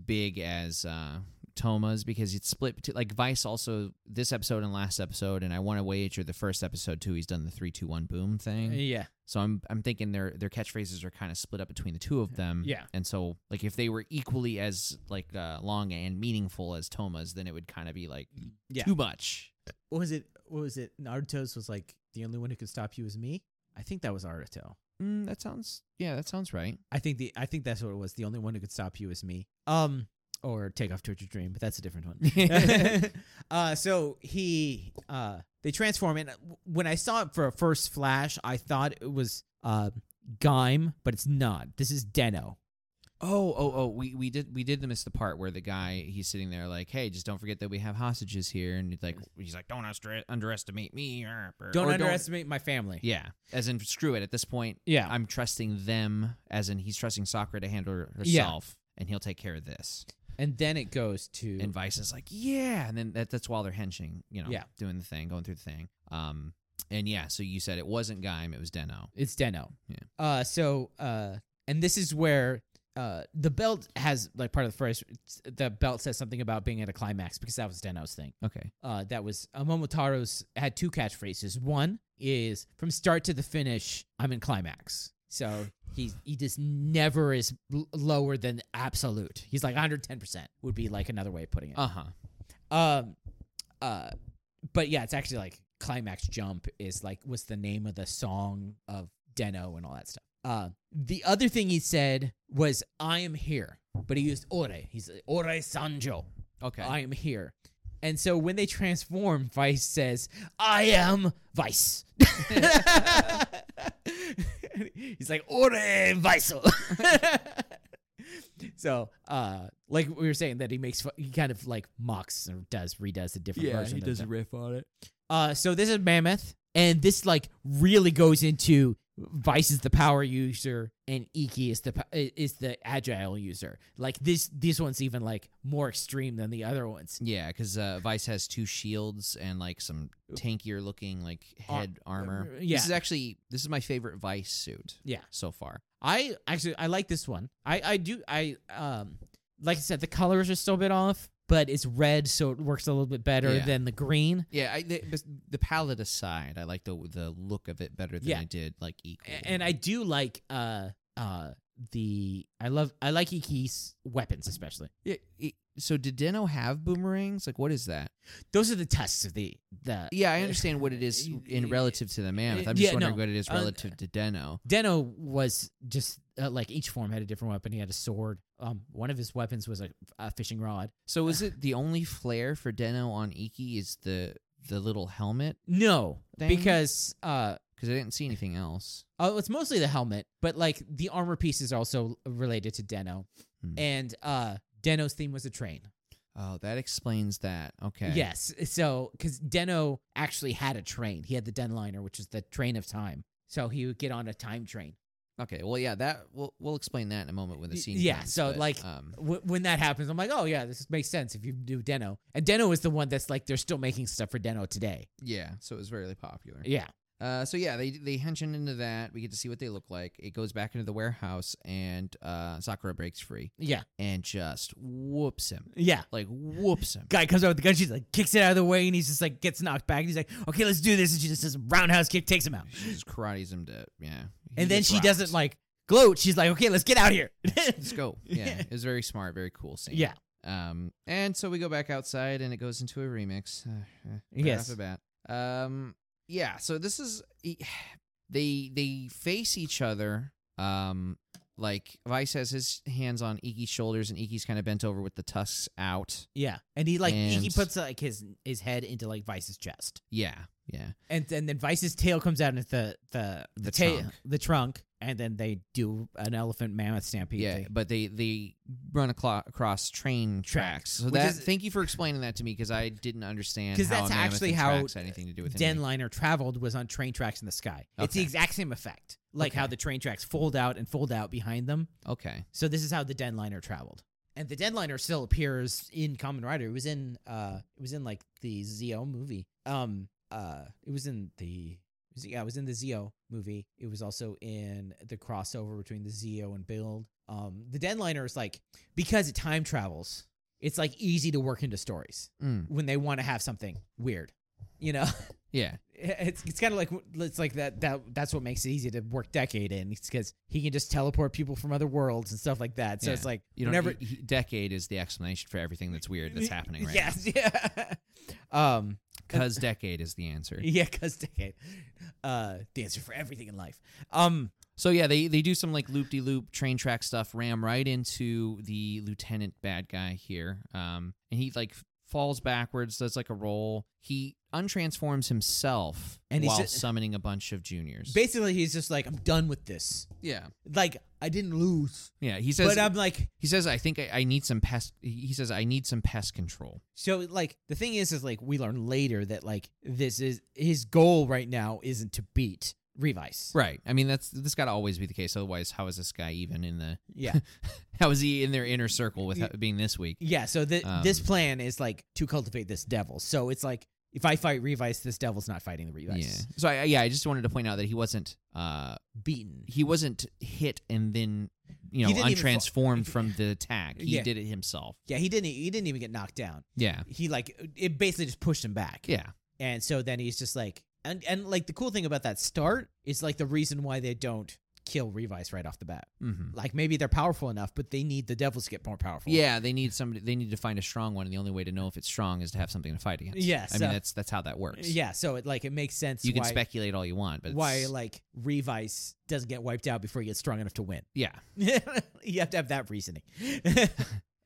[SPEAKER 1] big as uh, Toma's because it's split. Between, like Vice also this episode and last episode, and I want to wager the first episode too. He's done the three, two, one, boom thing.
[SPEAKER 2] Yeah,
[SPEAKER 1] So I'm I'm thinking their their catchphrases are kind of split up between the two of them.
[SPEAKER 2] Yeah.
[SPEAKER 1] And so like if they were equally as like uh, long and meaningful as Toma's, then it would kind of be like
[SPEAKER 2] Yeah.
[SPEAKER 1] too much.
[SPEAKER 2] What was it? What was it? Naruto's was like the only one who could stop you is me. I think that was Naruto.
[SPEAKER 1] Mm, that sounds yeah, that sounds right.
[SPEAKER 2] I think the I think that's what it was. The only one who could stop you is me. Um, or take off towards your dream, but that's a different one. uh, so he uh they transform, and when I saw it for a first flash, I thought it was uh Gaim, but it's not. This is Deno.
[SPEAKER 1] Oh, oh, oh! We we did we did miss the part where the guy he's sitting there like, hey, just don't forget that we have hostages here, and he's like he's like, don't under- underestimate me. er, er,"
[SPEAKER 2] Don't
[SPEAKER 1] or
[SPEAKER 2] underestimate my family.
[SPEAKER 1] yeah, as in screw it. At this point,
[SPEAKER 2] Yeah.
[SPEAKER 1] I'm trusting them, as in he's trusting Sakura to handle her- herself, and he'll take care of this.
[SPEAKER 2] And then it goes to
[SPEAKER 1] And Vice is like, yeah, and then that, that's while they're henching, you know,
[SPEAKER 2] Yeah.
[SPEAKER 1] doing the thing, going through the thing. Um, and yeah, so you said it wasn't Gaim, it was Deno.
[SPEAKER 2] it's Deno.
[SPEAKER 1] Yeah.
[SPEAKER 2] Uh so uh and this is where uh the belt has like part of the first the belt says something about being at a climax because that was Deno's thing.
[SPEAKER 1] Okay,
[SPEAKER 2] Uh that was uh, Momotaro's had two catchphrases. One is from start to the finish, I'm in climax. So he he just never is l- lower than absolute. He's like 110% would be like another way of putting it.
[SPEAKER 1] uh huh.
[SPEAKER 2] Um, uh, but yeah, it's actually like climax jump is like what's the name of the song of Deno and all that stuff. Uh, the other thing he said was "I am here," but he used "ore." He's like, "ore sanjo."
[SPEAKER 1] Okay,
[SPEAKER 2] I am here. And so when they transform, Vice says, "I am Vice." He's like, "Ore Vice." so, uh, like we were saying, that he makes fu- he kind of like mocks or does redoes a different version. of that.
[SPEAKER 1] riff on it.
[SPEAKER 2] Uh, so this is Mammoth, and this like really goes into Vice is the power user, and Iki is the po- is the agile user. Like this, this one's even like more extreme than the other ones.
[SPEAKER 1] Yeah, because uh, Vice has two shields and like some tankier looking like
[SPEAKER 2] Ar-
[SPEAKER 1] head armor.
[SPEAKER 2] yeah.
[SPEAKER 1] this is actually this is my favorite Vice suit.
[SPEAKER 2] Yeah.
[SPEAKER 1] so far.
[SPEAKER 2] I actually I like this one. I I do I um like I said the colors are still a bit off, but it's red, so it works a little bit better
[SPEAKER 1] Yeah.
[SPEAKER 2] than the green.
[SPEAKER 1] Yeah, I, the, but the palette aside, I like the the look of it better than
[SPEAKER 2] Yeah.
[SPEAKER 1] I did like equal.
[SPEAKER 2] A- And I do like uh uh the I love I like Iki's weapons especially.
[SPEAKER 1] yeah, it- so did Deno have boomerangs? Like, what is that?
[SPEAKER 2] Those are the tusks of the the
[SPEAKER 1] Yeah, I understand what it is in relative to the mammoth. I'm just
[SPEAKER 2] Yeah,
[SPEAKER 1] wondering
[SPEAKER 2] no.
[SPEAKER 1] what it is
[SPEAKER 2] Uh,
[SPEAKER 1] relative to Deno.
[SPEAKER 2] Deno was just uh, like each form had a different weapon. He had a sword. Um, one of his weapons was a, a fishing rod.
[SPEAKER 1] So is it the only flair for Deno on Iki is the the little helmet?
[SPEAKER 2] No,
[SPEAKER 1] Dang.
[SPEAKER 2] because uh,
[SPEAKER 1] Because I didn't see anything else.
[SPEAKER 2] oh, it's mostly the helmet, but like the armor piece is also related to Deno,
[SPEAKER 1] Hmm.
[SPEAKER 2] and uh, Deno's theme was a train.
[SPEAKER 1] Oh, that explains that. Okay.
[SPEAKER 2] Yes, so because Deno actually had a train, he had the Denliner, which is the train of time. So he would get on a time train.
[SPEAKER 1] Okay. Well, yeah, that we'll we'll explain that in a moment when the
[SPEAKER 2] Y-
[SPEAKER 1] scene.
[SPEAKER 2] yeah,
[SPEAKER 1] comes,
[SPEAKER 2] so,
[SPEAKER 1] but,
[SPEAKER 2] like,
[SPEAKER 1] um,
[SPEAKER 2] Wh- when that happens, I'm like, oh yeah, this makes sense if you do Deno. And Deno is the one that's like they're still making stuff for Deno today.
[SPEAKER 1] yeah. So it was very popular.
[SPEAKER 2] Yeah,
[SPEAKER 1] Uh, so yeah, they they henching into that. We get to see what they look like. It goes back into the warehouse, and uh, Sakura breaks free
[SPEAKER 2] yeah,
[SPEAKER 1] and just whoops him,
[SPEAKER 2] yeah.
[SPEAKER 1] like whoops him.
[SPEAKER 2] Guy comes out with the gun. She's like, kicks it out of the way, and he's just like, gets knocked back. And he's like, okay, let's do this. And she just does a roundhouse kick, takes him out.
[SPEAKER 1] She just karate's him to yeah. He
[SPEAKER 2] and then
[SPEAKER 1] gets
[SPEAKER 2] she
[SPEAKER 1] rocked.
[SPEAKER 2] doesn't like gloat. She's like, okay, let's get out of here.
[SPEAKER 1] Let's go. Yeah, it was very smart, very cool scene.
[SPEAKER 2] yeah,
[SPEAKER 1] Um, and so we go back outside, and it goes into a remix. Uh, uh, right
[SPEAKER 2] Yes.
[SPEAKER 1] Off the bat. Um. Yeah. So this is e- they they face each other. Um. Like Vice has his hands on Iki's shoulders, and Iki's kind of bent over with the tusks out.
[SPEAKER 2] yeah. And he like he
[SPEAKER 1] And-
[SPEAKER 2] puts like his his head into like Vice's chest,
[SPEAKER 1] Yeah. Yeah.
[SPEAKER 2] and then then Vice's tail comes out into the the the,
[SPEAKER 1] The
[SPEAKER 2] tail
[SPEAKER 1] trunk.
[SPEAKER 2] the trunk, and then they do an elephant mammoth stampede.
[SPEAKER 1] Yeah.
[SPEAKER 2] thing.
[SPEAKER 1] But they they run aclo- across train
[SPEAKER 2] Tracks,
[SPEAKER 1] tracks. So
[SPEAKER 2] which
[SPEAKER 1] that
[SPEAKER 2] is-
[SPEAKER 1] thank you for explaining that to me because I didn't understand
[SPEAKER 2] 'Cause
[SPEAKER 1] how a
[SPEAKER 2] that's
[SPEAKER 1] mammoth
[SPEAKER 2] actually
[SPEAKER 1] and
[SPEAKER 2] how
[SPEAKER 1] tracks had anything to do with anything.
[SPEAKER 2] Denliner traveled was on train tracks in the sky. It's the
[SPEAKER 1] Okay.
[SPEAKER 2] exact same effect, like how
[SPEAKER 1] Okay.
[SPEAKER 2] the train tracks fold out and fold out behind them.
[SPEAKER 1] Okay.
[SPEAKER 2] So this is how the Denliner traveled. And the Denliner still appears in Common Rider. It was in uh it was in like the Zio movie. Um uh it was in the it was- yeah, it was in the Zio movie. It was also in the crossover between the Zio and Build. Um the Denliner is like because it time travels, it's like easy to work into stories
[SPEAKER 1] Mm.
[SPEAKER 2] when they want to have something weird. You know?
[SPEAKER 1] Yeah.
[SPEAKER 2] it's it's kind of like it's like that that that's what makes it easy to work decade in because he can just teleport people from other worlds and stuff like that. So
[SPEAKER 1] Yeah.
[SPEAKER 2] it's like
[SPEAKER 1] You don't,
[SPEAKER 2] whenever
[SPEAKER 1] he- he- decade is the explanation for everything that's weird that's happening right now.
[SPEAKER 2] yes, yeah, um,
[SPEAKER 1] Because decade is the answer.
[SPEAKER 2] yeah, because decade, uh, the answer for everything in life. Um,
[SPEAKER 1] So yeah, they they do some like loop de loop train track stuff, ram right into the lieutenant bad guy here, um, and he like falls backwards, does like a roll. He untransforms himself
[SPEAKER 2] And he's
[SPEAKER 1] while
[SPEAKER 2] ju-
[SPEAKER 1] summoning a bunch of juniors.
[SPEAKER 2] basically he's just like I'm done with this.
[SPEAKER 1] yeah,
[SPEAKER 2] Like I didn't lose,
[SPEAKER 1] yeah. He says
[SPEAKER 2] but um, I'm like
[SPEAKER 1] he says I think I, I need some pest. He says I need some pest control.
[SPEAKER 2] So like the thing is is like we learn later that like this is his goal right now isn't to beat Revice.
[SPEAKER 1] Right. I mean that's this got to always be the case. Otherwise, how is this guy even in the?
[SPEAKER 2] Yeah.
[SPEAKER 1] How is he in their inner circle with
[SPEAKER 2] Y-
[SPEAKER 1] ho- being this weak?
[SPEAKER 2] yeah, so the, this
[SPEAKER 1] Um,
[SPEAKER 2] plan is like to cultivate this devil. So it's like if I fight Revice, this devil's not fighting the Revice.
[SPEAKER 1] Yeah. So I I- yeah, I just wanted to point out that he wasn't uh
[SPEAKER 2] Beaten.
[SPEAKER 1] he wasn't hit and then you
[SPEAKER 2] He
[SPEAKER 1] know
[SPEAKER 2] didn't even fall-
[SPEAKER 1] untransformed from the attack. He
[SPEAKER 2] Yeah.
[SPEAKER 1] did it himself.
[SPEAKER 2] Yeah, he didn't he didn't even get knocked down.
[SPEAKER 1] Yeah.
[SPEAKER 2] He like it basically just pushed him back.
[SPEAKER 1] Yeah.
[SPEAKER 2] And so then he's just like and and like the cool thing about that start is like the reason why they don't kill Revice right off the bat.
[SPEAKER 1] hmm
[SPEAKER 2] Like maybe they're powerful enough, but they need the devils to get more powerful.
[SPEAKER 1] Yeah, they need somebody they need to find a strong one and the only way to know if it's strong is to have something to fight against.
[SPEAKER 2] Yeah,
[SPEAKER 1] I
[SPEAKER 2] so-
[SPEAKER 1] mean that's that's how that works.
[SPEAKER 2] uh, Yeah, so it like it makes sense.
[SPEAKER 1] You can
[SPEAKER 2] why,
[SPEAKER 1] speculate all you want, but
[SPEAKER 2] why
[SPEAKER 1] it's-
[SPEAKER 2] like Revice doesn't get wiped out before he gets strong enough to win.
[SPEAKER 1] yeah.
[SPEAKER 2] you have to have that reasoning.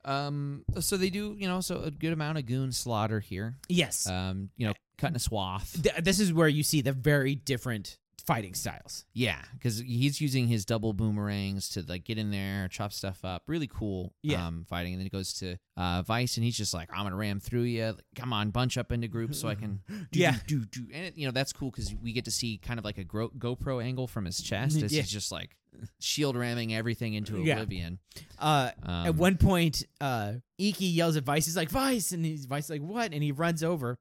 [SPEAKER 1] Um so they do, you know, so a good amount of goon slaughter here.
[SPEAKER 2] yes,
[SPEAKER 1] Um, you know, cutting a swath.
[SPEAKER 2] Th- this is where you see the very different fighting styles.
[SPEAKER 1] Yeah, because he's using his double boomerangs to like get in there, chop stuff up. Really cool.
[SPEAKER 2] Yeah.
[SPEAKER 1] Um, fighting, and then he goes to uh, Vice, and he's just like, "I'm gonna ram through you. come on, bunch up into groups so I can." Do,
[SPEAKER 2] Yeah.
[SPEAKER 1] Do do. do." And it, you know that's cool because we get to see kind of like a gro- GoPro angle from his chest as
[SPEAKER 2] Mm-hmm. Yeah.
[SPEAKER 1] he's just like shield ramming everything into
[SPEAKER 2] Yeah.
[SPEAKER 1] oblivion.
[SPEAKER 2] Uh,
[SPEAKER 1] Um,
[SPEAKER 2] at one point, uh, Iki yells at Vice. He's like Vice, and he's Vice is like what? And he runs over,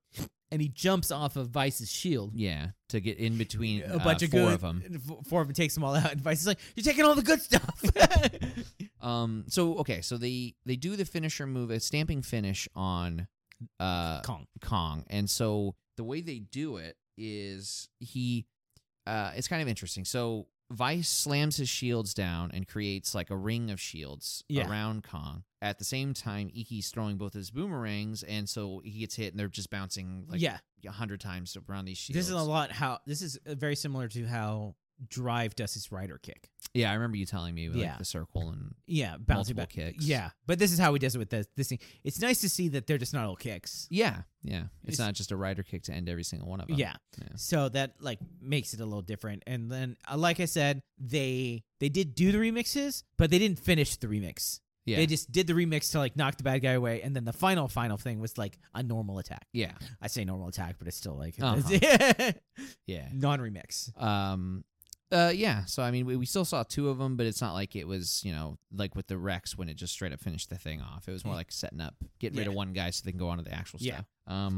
[SPEAKER 2] and he jumps off of Vice's shield.
[SPEAKER 1] Um, yeah, to get in between
[SPEAKER 2] A bunch
[SPEAKER 1] uh,
[SPEAKER 2] of
[SPEAKER 1] four
[SPEAKER 2] good,
[SPEAKER 1] of them.
[SPEAKER 2] Four of them takes them all out, and Vice is like, "You're taking all the good stuff."
[SPEAKER 1] Uh, Um. So okay, so they they do the finisher move, a stamping finish on uh
[SPEAKER 2] Kong.
[SPEAKER 1] Kong. And so the way they do it is he uh it's kind of interesting. So Vice slams his shields down and creates like a ring of shields
[SPEAKER 2] Yeah.
[SPEAKER 1] around Kong. At the same time, Iki's throwing both his boomerangs, and so he gets hit, and they're just bouncing like
[SPEAKER 2] yeah,
[SPEAKER 1] a hundred times around these shields.
[SPEAKER 2] This is a lot how this is uh, very similar to how Drive does his rider kick.
[SPEAKER 1] Yeah, I remember you telling me like
[SPEAKER 2] Yeah.
[SPEAKER 1] the circle and
[SPEAKER 2] Yeah, bouncing
[SPEAKER 1] Multiple
[SPEAKER 2] back.
[SPEAKER 1] kicks.
[SPEAKER 2] Yeah, but this is how he does it with this, this thing. It's nice to see that they're just not all kicks.
[SPEAKER 1] yeah, yeah. It's,
[SPEAKER 2] It's-
[SPEAKER 1] not just a rider kick to end every single one of them.
[SPEAKER 2] yeah.
[SPEAKER 1] yeah.
[SPEAKER 2] so that like makes it a little different. And then, uh, like I said, they they did do the remixes, but they didn't finish the remix.
[SPEAKER 1] yeah,
[SPEAKER 2] They just did the remix to like knock the bad guy away, and then the final final thing was like a normal attack.
[SPEAKER 1] yeah,
[SPEAKER 2] I say normal attack, but it's still like
[SPEAKER 1] Uh-huh. yeah.
[SPEAKER 2] non remix.
[SPEAKER 1] Um, Uh, yeah. So I mean, we, we still saw two of them, but it's not like it was, you know, like with the Rex when it just straight up finished the thing off. It was more
[SPEAKER 2] Yeah.
[SPEAKER 1] like setting up, getting rid of
[SPEAKER 3] Yeah.
[SPEAKER 1] one guy so they can go on to the actual
[SPEAKER 2] Mm. Yeah.
[SPEAKER 1] stuff. Um,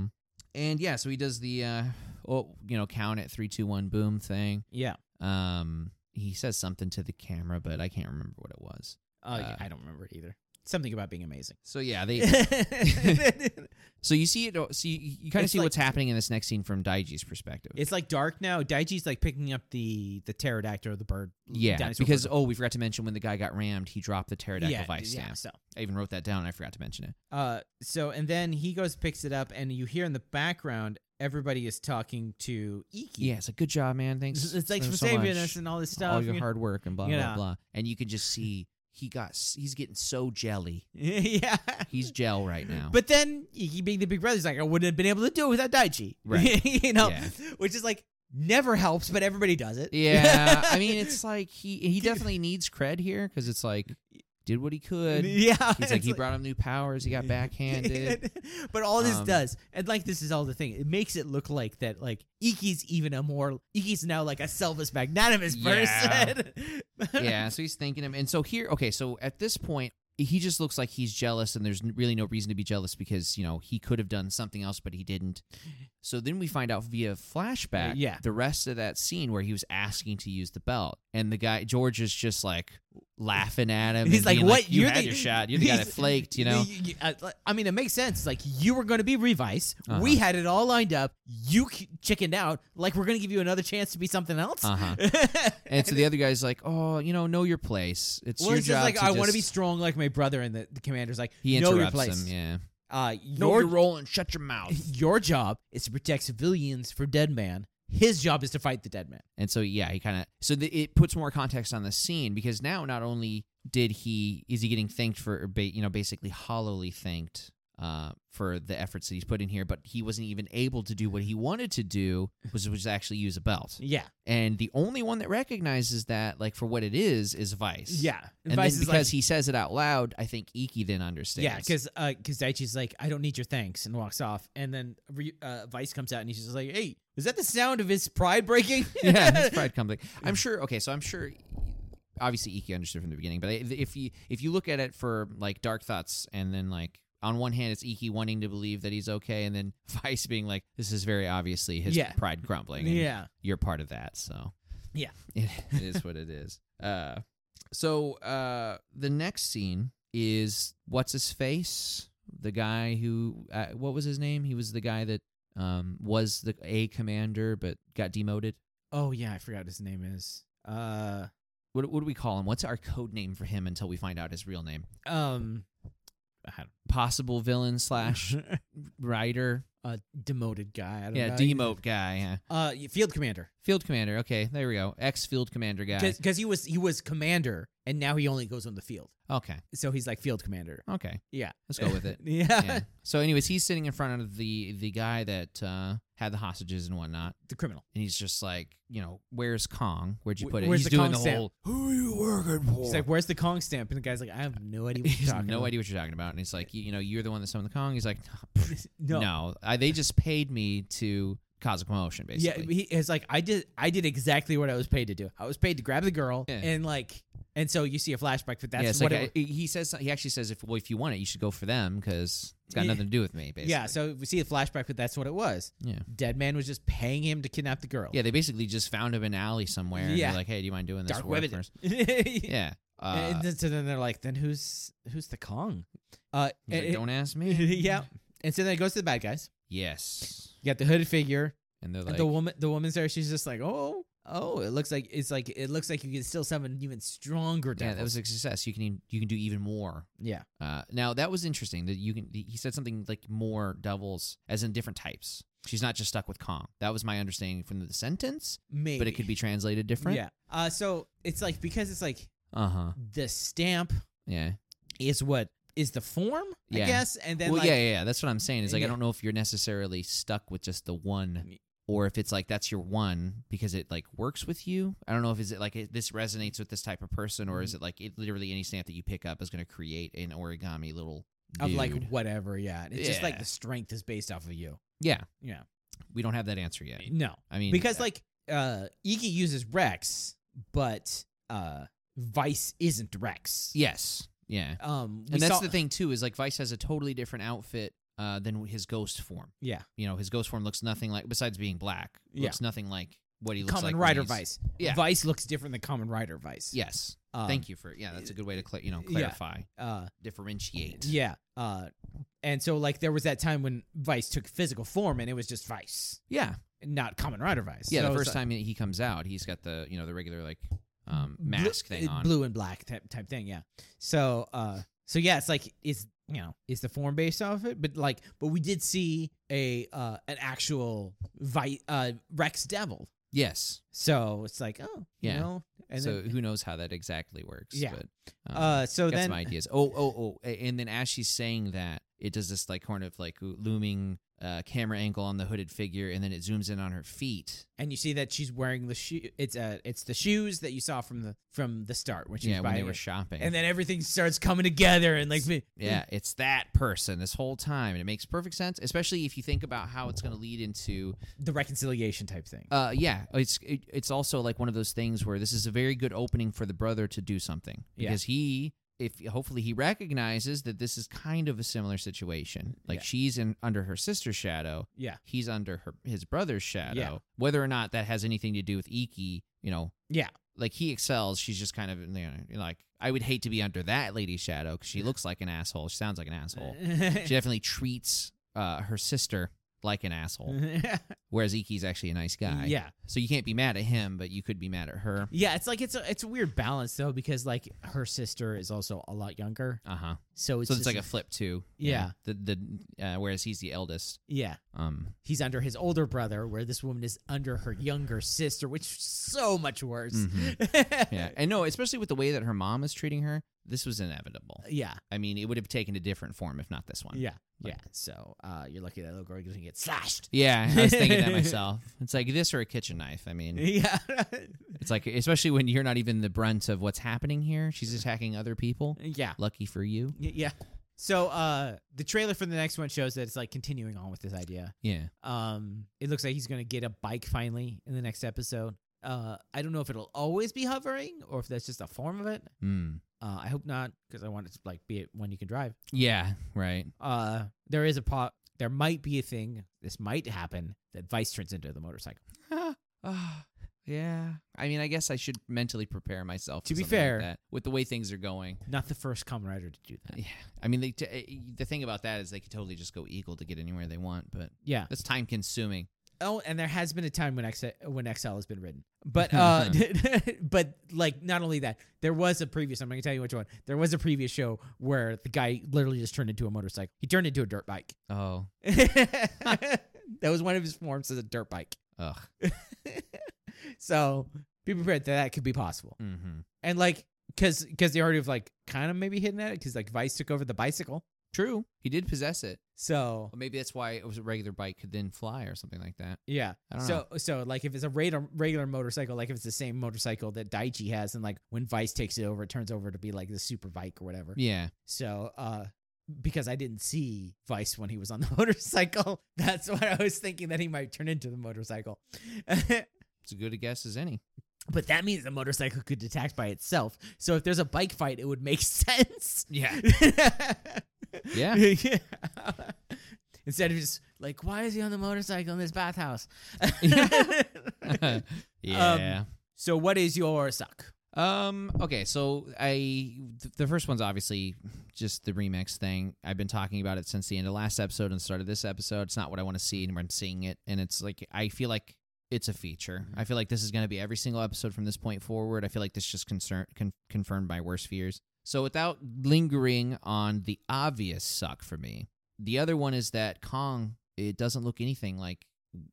[SPEAKER 1] and yeah, so he does the uh, oh, you know, count it three, two, one, boom thing.
[SPEAKER 2] Yeah.
[SPEAKER 1] Um, he says something to the camera, but I can't remember what it was.
[SPEAKER 2] Uh, yeah,
[SPEAKER 1] Uh,
[SPEAKER 2] I don't remember either. Something about being amazing.
[SPEAKER 1] So yeah, they.
[SPEAKER 2] it's
[SPEAKER 1] so you see it. So you, you kind of
[SPEAKER 2] It's
[SPEAKER 1] see
[SPEAKER 2] like-
[SPEAKER 1] what's happening in this next scene from Daiji's perspective.
[SPEAKER 2] like dark now. Daiji's like picking up the the pterodactyl or the bird.
[SPEAKER 1] yeah,
[SPEAKER 2] dinosaur
[SPEAKER 1] because
[SPEAKER 2] bird.
[SPEAKER 1] oh, we forgot to mention when the guy got rammed, he dropped the pterodactyl
[SPEAKER 2] yeah,
[SPEAKER 1] vice
[SPEAKER 2] yeah,
[SPEAKER 1] stamp.
[SPEAKER 2] So
[SPEAKER 1] I even wrote that down. and I forgot to mention it.
[SPEAKER 2] Uh, so and then he goes picks it up, and you hear in the background everybody is talking to Iki.
[SPEAKER 1] Yeah, it's like good job, man. Thanks.
[SPEAKER 2] it's, it's like for
[SPEAKER 1] Thanks so
[SPEAKER 2] saving
[SPEAKER 1] much.
[SPEAKER 2] us and all this
[SPEAKER 1] all
[SPEAKER 2] stuff.
[SPEAKER 1] your
[SPEAKER 2] you-
[SPEAKER 1] hard work and blah
[SPEAKER 2] you
[SPEAKER 1] blah
[SPEAKER 2] know.
[SPEAKER 1] blah. And you can just see he got s- he's getting so jelly.
[SPEAKER 2] yeah,
[SPEAKER 1] He's gel right now.
[SPEAKER 2] But then Iki being the big brother, he's like, I wouldn't have been able to do it without Daichi,
[SPEAKER 1] Right.
[SPEAKER 2] you know,
[SPEAKER 1] Yeah.
[SPEAKER 2] which is like never helps, but everybody does it.
[SPEAKER 1] yeah, I mean, it's like he he definitely needs cred here because it's like did what he could. He's
[SPEAKER 2] yeah.
[SPEAKER 1] like
[SPEAKER 2] it's
[SPEAKER 1] he brought him new powers. He got backhanded.
[SPEAKER 2] but all this
[SPEAKER 1] Um,
[SPEAKER 2] does, and like this is all the thing, it makes it look like that, like Iki's even a more Iki's now like a selfless, magnanimous
[SPEAKER 1] Yeah.
[SPEAKER 2] person.
[SPEAKER 1] yeah, so he's thanking him. And so here, okay, so at this point. He just looks like he's jealous, and there's n- really no reason to be jealous because you know he could have done something else, but he didn't. So then we find out via flashback,
[SPEAKER 2] Uh, yeah.
[SPEAKER 1] the rest of that scene where he was asking to use the belt, and the guy George is just like laughing at him.
[SPEAKER 2] He's
[SPEAKER 1] and
[SPEAKER 2] like,
[SPEAKER 1] being
[SPEAKER 2] "What?
[SPEAKER 1] You
[SPEAKER 2] You're
[SPEAKER 1] had
[SPEAKER 2] the-
[SPEAKER 1] your shot. You're the guy that
[SPEAKER 2] he's-
[SPEAKER 1] flaked. You know?
[SPEAKER 2] You- you- uh, like, I mean, it makes sense. It's Like you were going to be Revice. We
[SPEAKER 1] Uh-huh.
[SPEAKER 2] had it all lined up. You c- chickened out. Like we're going to give you another chance to be something else.
[SPEAKER 1] Uh huh. And so the other guy's like, "Oh, you know, know your place. It's
[SPEAKER 2] well,
[SPEAKER 1] your
[SPEAKER 2] it's
[SPEAKER 1] job
[SPEAKER 2] just like
[SPEAKER 1] to
[SPEAKER 2] I want to be
[SPEAKER 1] just-"
[SPEAKER 2] strong like my brother, and the, the commander's like,
[SPEAKER 1] He
[SPEAKER 2] know
[SPEAKER 1] interrupts
[SPEAKER 2] your place.
[SPEAKER 1] him. Yeah.
[SPEAKER 2] Uh,
[SPEAKER 1] Know
[SPEAKER 2] your
[SPEAKER 1] your role and shut your mouth.
[SPEAKER 2] your job is to protect civilians from dead man. His job is to fight the dead man.
[SPEAKER 1] And so yeah, he kind of so th- it puts more context on the scene because now not only did he is he getting thanked for or ba- you know basically hollowly thanked uh, for the efforts that he's put in here, but he wasn't even able to do what he wanted to do, which was actually use a belt.
[SPEAKER 2] Yeah,
[SPEAKER 1] And the only one that recognizes that like for what it is is Vice. And
[SPEAKER 2] Vice
[SPEAKER 1] then
[SPEAKER 2] is
[SPEAKER 1] because
[SPEAKER 2] like,
[SPEAKER 1] he says it out loud, I think Iki then understands.
[SPEAKER 2] yeah, because because Daichi's like, I don't need your thanks, and walks off. And then re, uh, Vice comes out, and he's just like, Hey, is that the sound of his pride breaking?
[SPEAKER 1] yeah, his pride comes. I'm sure. Okay, so I'm sure. Obviously, Iki understood from the beginning, but I- if you if you look at it for like dark thoughts, and then like on one hand, it's Iki wanting to believe that he's okay, and then Vice being like, "This is very obviously his
[SPEAKER 2] Yeah.
[SPEAKER 1] pride grumbling." and
[SPEAKER 2] yeah,
[SPEAKER 1] you're part of that, so
[SPEAKER 2] Yeah.
[SPEAKER 1] it, it is what it is. Uh, so uh, the next scene is what's his face, the guy who uh, what was his name? He was the guy that um was the a commander but got demoted.
[SPEAKER 2] Oh yeah, I forgot what his name is. Uh,
[SPEAKER 1] what, what do we call him? What's our code name for him until we find out his real name?
[SPEAKER 2] um, I don't-
[SPEAKER 1] Possible villain slash writer.
[SPEAKER 2] uh, demoted guy. I don't
[SPEAKER 1] Yeah,
[SPEAKER 2] know.
[SPEAKER 1] demote guy. Yeah.
[SPEAKER 2] Uh, field commander.
[SPEAKER 1] Field commander. Okay, there we go. Ex field commander guy.
[SPEAKER 2] Because he was he was commander, and now he only goes on the field.
[SPEAKER 1] Okay,
[SPEAKER 2] So he's like field commander.
[SPEAKER 1] okay.
[SPEAKER 2] Yeah.
[SPEAKER 1] Let's go with it.
[SPEAKER 2] yeah.
[SPEAKER 1] Yeah. So, anyways, he's sitting in front of the the guy that uh, had the hostages and whatnot,
[SPEAKER 2] the criminal.
[SPEAKER 1] and he's just like, you know, where's Kong? Where'd you
[SPEAKER 2] Wh-
[SPEAKER 1] put it?
[SPEAKER 2] where's
[SPEAKER 1] he's
[SPEAKER 2] the
[SPEAKER 1] doing
[SPEAKER 2] Kong
[SPEAKER 1] the
[SPEAKER 2] stamp?
[SPEAKER 1] whole. Who are you working for?
[SPEAKER 2] He's like, "Where's the Kong stamp?" And the guy's like, "I have no idea
[SPEAKER 1] He
[SPEAKER 2] what you're
[SPEAKER 1] has
[SPEAKER 2] talking
[SPEAKER 1] no
[SPEAKER 2] about."
[SPEAKER 1] idea what you're talking about, and he's like, you, you know, you're the one that summoned the Kong. He's like, "No,
[SPEAKER 2] no.
[SPEAKER 1] No, I, they just paid me to cause a commotion,
[SPEAKER 2] Yeah,
[SPEAKER 1] basically.
[SPEAKER 2] he is like I did. I did exactly what I was paid to do. I was paid to grab the girl
[SPEAKER 1] Yeah.
[SPEAKER 2] and like, and so you see a flashback, but that's
[SPEAKER 1] Yeah, it's
[SPEAKER 2] what
[SPEAKER 1] like
[SPEAKER 2] it,
[SPEAKER 1] I- he says. He actually says, "If well, if you want it, you should go for them because it's got
[SPEAKER 2] Yeah.
[SPEAKER 1] nothing to do with me." Basically.
[SPEAKER 2] yeah. So we see a flashback, but that's what it was.
[SPEAKER 1] yeah,
[SPEAKER 2] Dead man was just paying him to kidnap the girl.
[SPEAKER 1] yeah. They basically just found him in an alley somewhere. And
[SPEAKER 2] Yeah.
[SPEAKER 1] they're like, "Hey, do you mind doing this?"
[SPEAKER 2] Dark
[SPEAKER 1] work
[SPEAKER 2] web.
[SPEAKER 1] for us?"
[SPEAKER 2] yeah.
[SPEAKER 1] Yeah. Uh,
[SPEAKER 2] and then, so then they're like, then who's who's the Kong? Uh,
[SPEAKER 1] he's like,
[SPEAKER 2] and-
[SPEAKER 1] don't ask me.
[SPEAKER 2] yeah. And so then it goes to the bad guys.
[SPEAKER 1] yes.
[SPEAKER 2] You got the hooded figure.
[SPEAKER 1] And they're
[SPEAKER 2] And
[SPEAKER 1] like,
[SPEAKER 2] the woman, the woman's there. She's just like, oh, oh, it looks like it's like it looks like you can still summon even stronger
[SPEAKER 1] "Yeah,
[SPEAKER 2] devils.
[SPEAKER 1] that was a success. You can even- you can do even more."
[SPEAKER 2] yeah,
[SPEAKER 1] Uh, now that was interesting. That you can. He said something like more devils, as in different types. She's not just stuck with Kong. That was my understanding from the sentence,
[SPEAKER 2] maybe.
[SPEAKER 1] but it could be translated different.
[SPEAKER 2] Yeah. Uh, so it's like because it's like
[SPEAKER 1] Uh huh.
[SPEAKER 2] the stamp
[SPEAKER 1] Yeah.
[SPEAKER 2] is what is the form,
[SPEAKER 1] Yeah.
[SPEAKER 2] I guess, and then
[SPEAKER 1] well,
[SPEAKER 2] like,
[SPEAKER 1] yeah, yeah, yeah. That's what I'm saying. Is like
[SPEAKER 2] Yeah.
[SPEAKER 1] I don't know if you're necessarily stuck with just the one, or if it's like that's your one because it like works with you. I don't know if is it like it, this resonates with this type of person, or is
[SPEAKER 2] Mm-hmm.
[SPEAKER 1] it like it literally any stamp that you pick up is going to create an origami little
[SPEAKER 2] of like
[SPEAKER 1] dude.
[SPEAKER 2] whatever. Yeah, it's just like
[SPEAKER 1] Yeah.
[SPEAKER 2] the strength is based off of you.
[SPEAKER 1] yeah.
[SPEAKER 2] Yeah.
[SPEAKER 1] We don't have that answer yet.
[SPEAKER 2] No,
[SPEAKER 1] I mean,
[SPEAKER 2] because
[SPEAKER 1] uh,
[SPEAKER 2] like uh, Iggy uses Rex but uh, Vice isn't Rex.
[SPEAKER 1] Yes. Yeah.
[SPEAKER 2] Um, we
[SPEAKER 1] And that's
[SPEAKER 2] saw-
[SPEAKER 1] the thing too is like Vice has a totally different outfit uh, than his ghost form.
[SPEAKER 2] Yeah,
[SPEAKER 1] You know, his ghost form looks nothing like besides being black.
[SPEAKER 2] Yeah.
[SPEAKER 1] Looks nothing like what he looks
[SPEAKER 2] Common
[SPEAKER 1] like. when
[SPEAKER 2] Rider
[SPEAKER 1] he's-
[SPEAKER 2] Vice.
[SPEAKER 1] Yeah.
[SPEAKER 2] Vice looks different than Common Rider Vice.
[SPEAKER 1] Yes.
[SPEAKER 2] Um,
[SPEAKER 1] Thank you for yeah. That's a good way to cl- you know
[SPEAKER 2] yeah.
[SPEAKER 1] clarify,
[SPEAKER 2] Uh,
[SPEAKER 1] differentiate.
[SPEAKER 2] yeah. Uh, and so like there was that time when Vice took physical form, and it was just Vice,
[SPEAKER 1] Yeah.
[SPEAKER 2] not Common Rider Vice.
[SPEAKER 1] Yeah.
[SPEAKER 2] So
[SPEAKER 1] the
[SPEAKER 2] it's uh,
[SPEAKER 1] first
[SPEAKER 2] like
[SPEAKER 1] time he comes out, he's got the you know the regular like um,
[SPEAKER 2] blu-
[SPEAKER 1] mask thing
[SPEAKER 2] uh,
[SPEAKER 1] on.
[SPEAKER 2] blue and black type type thing. Yeah. So uh, so yeah, it's like it's you know is the form based off it, but like but we did see a uh an actual Vi- uh Rex Devil.
[SPEAKER 1] Yes.
[SPEAKER 2] So it's like oh
[SPEAKER 1] Yeah.
[SPEAKER 2] you know and
[SPEAKER 1] so
[SPEAKER 2] then,
[SPEAKER 1] who knows how that exactly works?
[SPEAKER 2] Yeah.
[SPEAKER 1] But, um,
[SPEAKER 2] uh so
[SPEAKER 1] got
[SPEAKER 2] then
[SPEAKER 1] some ideas. Oh, oh, oh! a- And then as she's saying that, it does this like kind of like looming uh, camera angle on the hooded figure, and then it zooms in on her feet.
[SPEAKER 2] and you see that she's wearing the shoe. It's uh, it's the shoes that you saw from the from the start when she
[SPEAKER 1] yeah,
[SPEAKER 2] was
[SPEAKER 1] when
[SPEAKER 2] buying
[SPEAKER 1] they were
[SPEAKER 2] it.
[SPEAKER 1] shopping.
[SPEAKER 2] and then everything starts coming together and like me-
[SPEAKER 1] yeah, it's that person this whole time, and it makes perfect sense, especially if you think about how it's going to lead into.
[SPEAKER 2] the reconciliation type thing.
[SPEAKER 1] Uh, yeah, it's it, it's also like one of those things where this is a very good opening for the brother to do something
[SPEAKER 2] Yeah.
[SPEAKER 1] because he. If hopefully he recognizes that this is kind of a similar situation, like
[SPEAKER 2] Yeah.
[SPEAKER 1] she's in under her sister's shadow,
[SPEAKER 2] yeah,
[SPEAKER 1] he's under her his brother's shadow. Whether or not that has anything to do with Iki, you know.
[SPEAKER 2] Yeah.
[SPEAKER 1] Like he excels, she's just kind of you know, like I would hate to be under that lady's shadow because she looks like an asshole. She sounds like an asshole. she definitely treats uh, her sister like an asshole, whereas Iki's actually a nice guy.
[SPEAKER 2] yeah,
[SPEAKER 1] So you can't be mad at him, but you could be mad at her.
[SPEAKER 2] yeah. It's like it's a it's a weird balance though because like her sister is also a lot younger,
[SPEAKER 1] Uh huh.
[SPEAKER 2] so it's
[SPEAKER 1] So it's
[SPEAKER 2] just-
[SPEAKER 1] like a flip too.
[SPEAKER 2] Yeah.
[SPEAKER 1] The the uh, whereas he's the eldest.
[SPEAKER 2] yeah.
[SPEAKER 1] Um.
[SPEAKER 2] He's under his older brother, where this woman is under her younger sister, which is so much worse.
[SPEAKER 1] Mm-hmm. Yeah. And no, especially with the way that her mom is treating her, this was inevitable.
[SPEAKER 2] yeah,
[SPEAKER 1] I mean, it would have taken a different form if not this one.
[SPEAKER 2] yeah, yeah.
[SPEAKER 1] Like-
[SPEAKER 2] So uh, you're lucky that little girl doesn't get slashed.
[SPEAKER 1] Yeah, I was thinking that myself. It's like this or a kitchen knife. I mean,
[SPEAKER 2] Yeah,
[SPEAKER 1] it's like especially when you're not even the brunt of what's happening here. She's attacking other people.
[SPEAKER 2] yeah.
[SPEAKER 1] Lucky for you.
[SPEAKER 2] Y- Yeah. So uh the trailer for the next one shows that it's like continuing on with this idea.
[SPEAKER 1] Yeah.
[SPEAKER 2] Um it looks like he's going to get a bike finally in the next episode. Uh I don't know if it'll always be hovering or if that's just a form of it.
[SPEAKER 1] Mm.
[SPEAKER 2] Uh I hope not because I want it to like be it one you can drive.
[SPEAKER 1] Yeah. Right.
[SPEAKER 2] Uh there is a pot there might be a thing this might happen that Vice turns into the motorcycle.
[SPEAKER 1] Ah, yeah. I mean, I guess I should mentally prepare myself.
[SPEAKER 2] To
[SPEAKER 1] for
[SPEAKER 2] be
[SPEAKER 1] something like
[SPEAKER 2] fair-
[SPEAKER 1] that, with the way things are going.
[SPEAKER 2] Not the first common rider to do that.
[SPEAKER 1] Yeah. I mean, they t- eh, the thing about that is they could totally just go eagle to get anywhere they want, but
[SPEAKER 2] Yeah.
[SPEAKER 1] that's time consuming.
[SPEAKER 2] Oh, and there has been a time when XL, when XL has been written, but uh, but like not only that, there was a previous. I'm not gonna tell you which one. There was a previous show where the guy literally just turned into a motorcycle. He turned into a dirt bike.
[SPEAKER 1] Oh.
[SPEAKER 2] that was one of his forms as a dirt bike.
[SPEAKER 1] Ugh.
[SPEAKER 2] So be prepared that that could be possible.
[SPEAKER 1] Mm-hmm.
[SPEAKER 2] And like, cause cause they already have like kind of maybe hidden at it, cause like Vice took over the bicycle.
[SPEAKER 1] True. He did possess it.
[SPEAKER 2] So
[SPEAKER 1] Well, maybe that's why it was a regular bike could then fly or something like that.
[SPEAKER 2] Yeah.
[SPEAKER 1] I don't
[SPEAKER 2] so so like if it's a regular regular motorcycle, like if it's the same motorcycle that Daichi has, and like when Vice takes it over, it turns over to be like the super bike or whatever.
[SPEAKER 1] Yeah.
[SPEAKER 2] So uh because I didn't see Vice when he was on the motorcycle, that's what I was thinking that he might turn into the motorcycle.
[SPEAKER 1] It's as good a guess as any.
[SPEAKER 2] but that means the motorcycle could detach by itself. So if there's a bike fight, it would make sense.
[SPEAKER 1] Yeah.
[SPEAKER 2] yeah.
[SPEAKER 1] Yeah.
[SPEAKER 2] Instead of just like, why is he on the motorcycle in this bathhouse? Um,
[SPEAKER 1] yeah.
[SPEAKER 2] So what is your suck?
[SPEAKER 1] Um, okay, so I th- the first one's obviously just the remix thing. I've been talking about it since the end of last episode and the start of this episode. It's not what I want to see and I'm seeing it and it's like I feel like it's a feature. I feel like this is going to be every single episode from this point forward. I feel like this just concern con- confirmed my worst fears. So without lingering on the obvious suck for me, the other one is that Kong it doesn't look anything like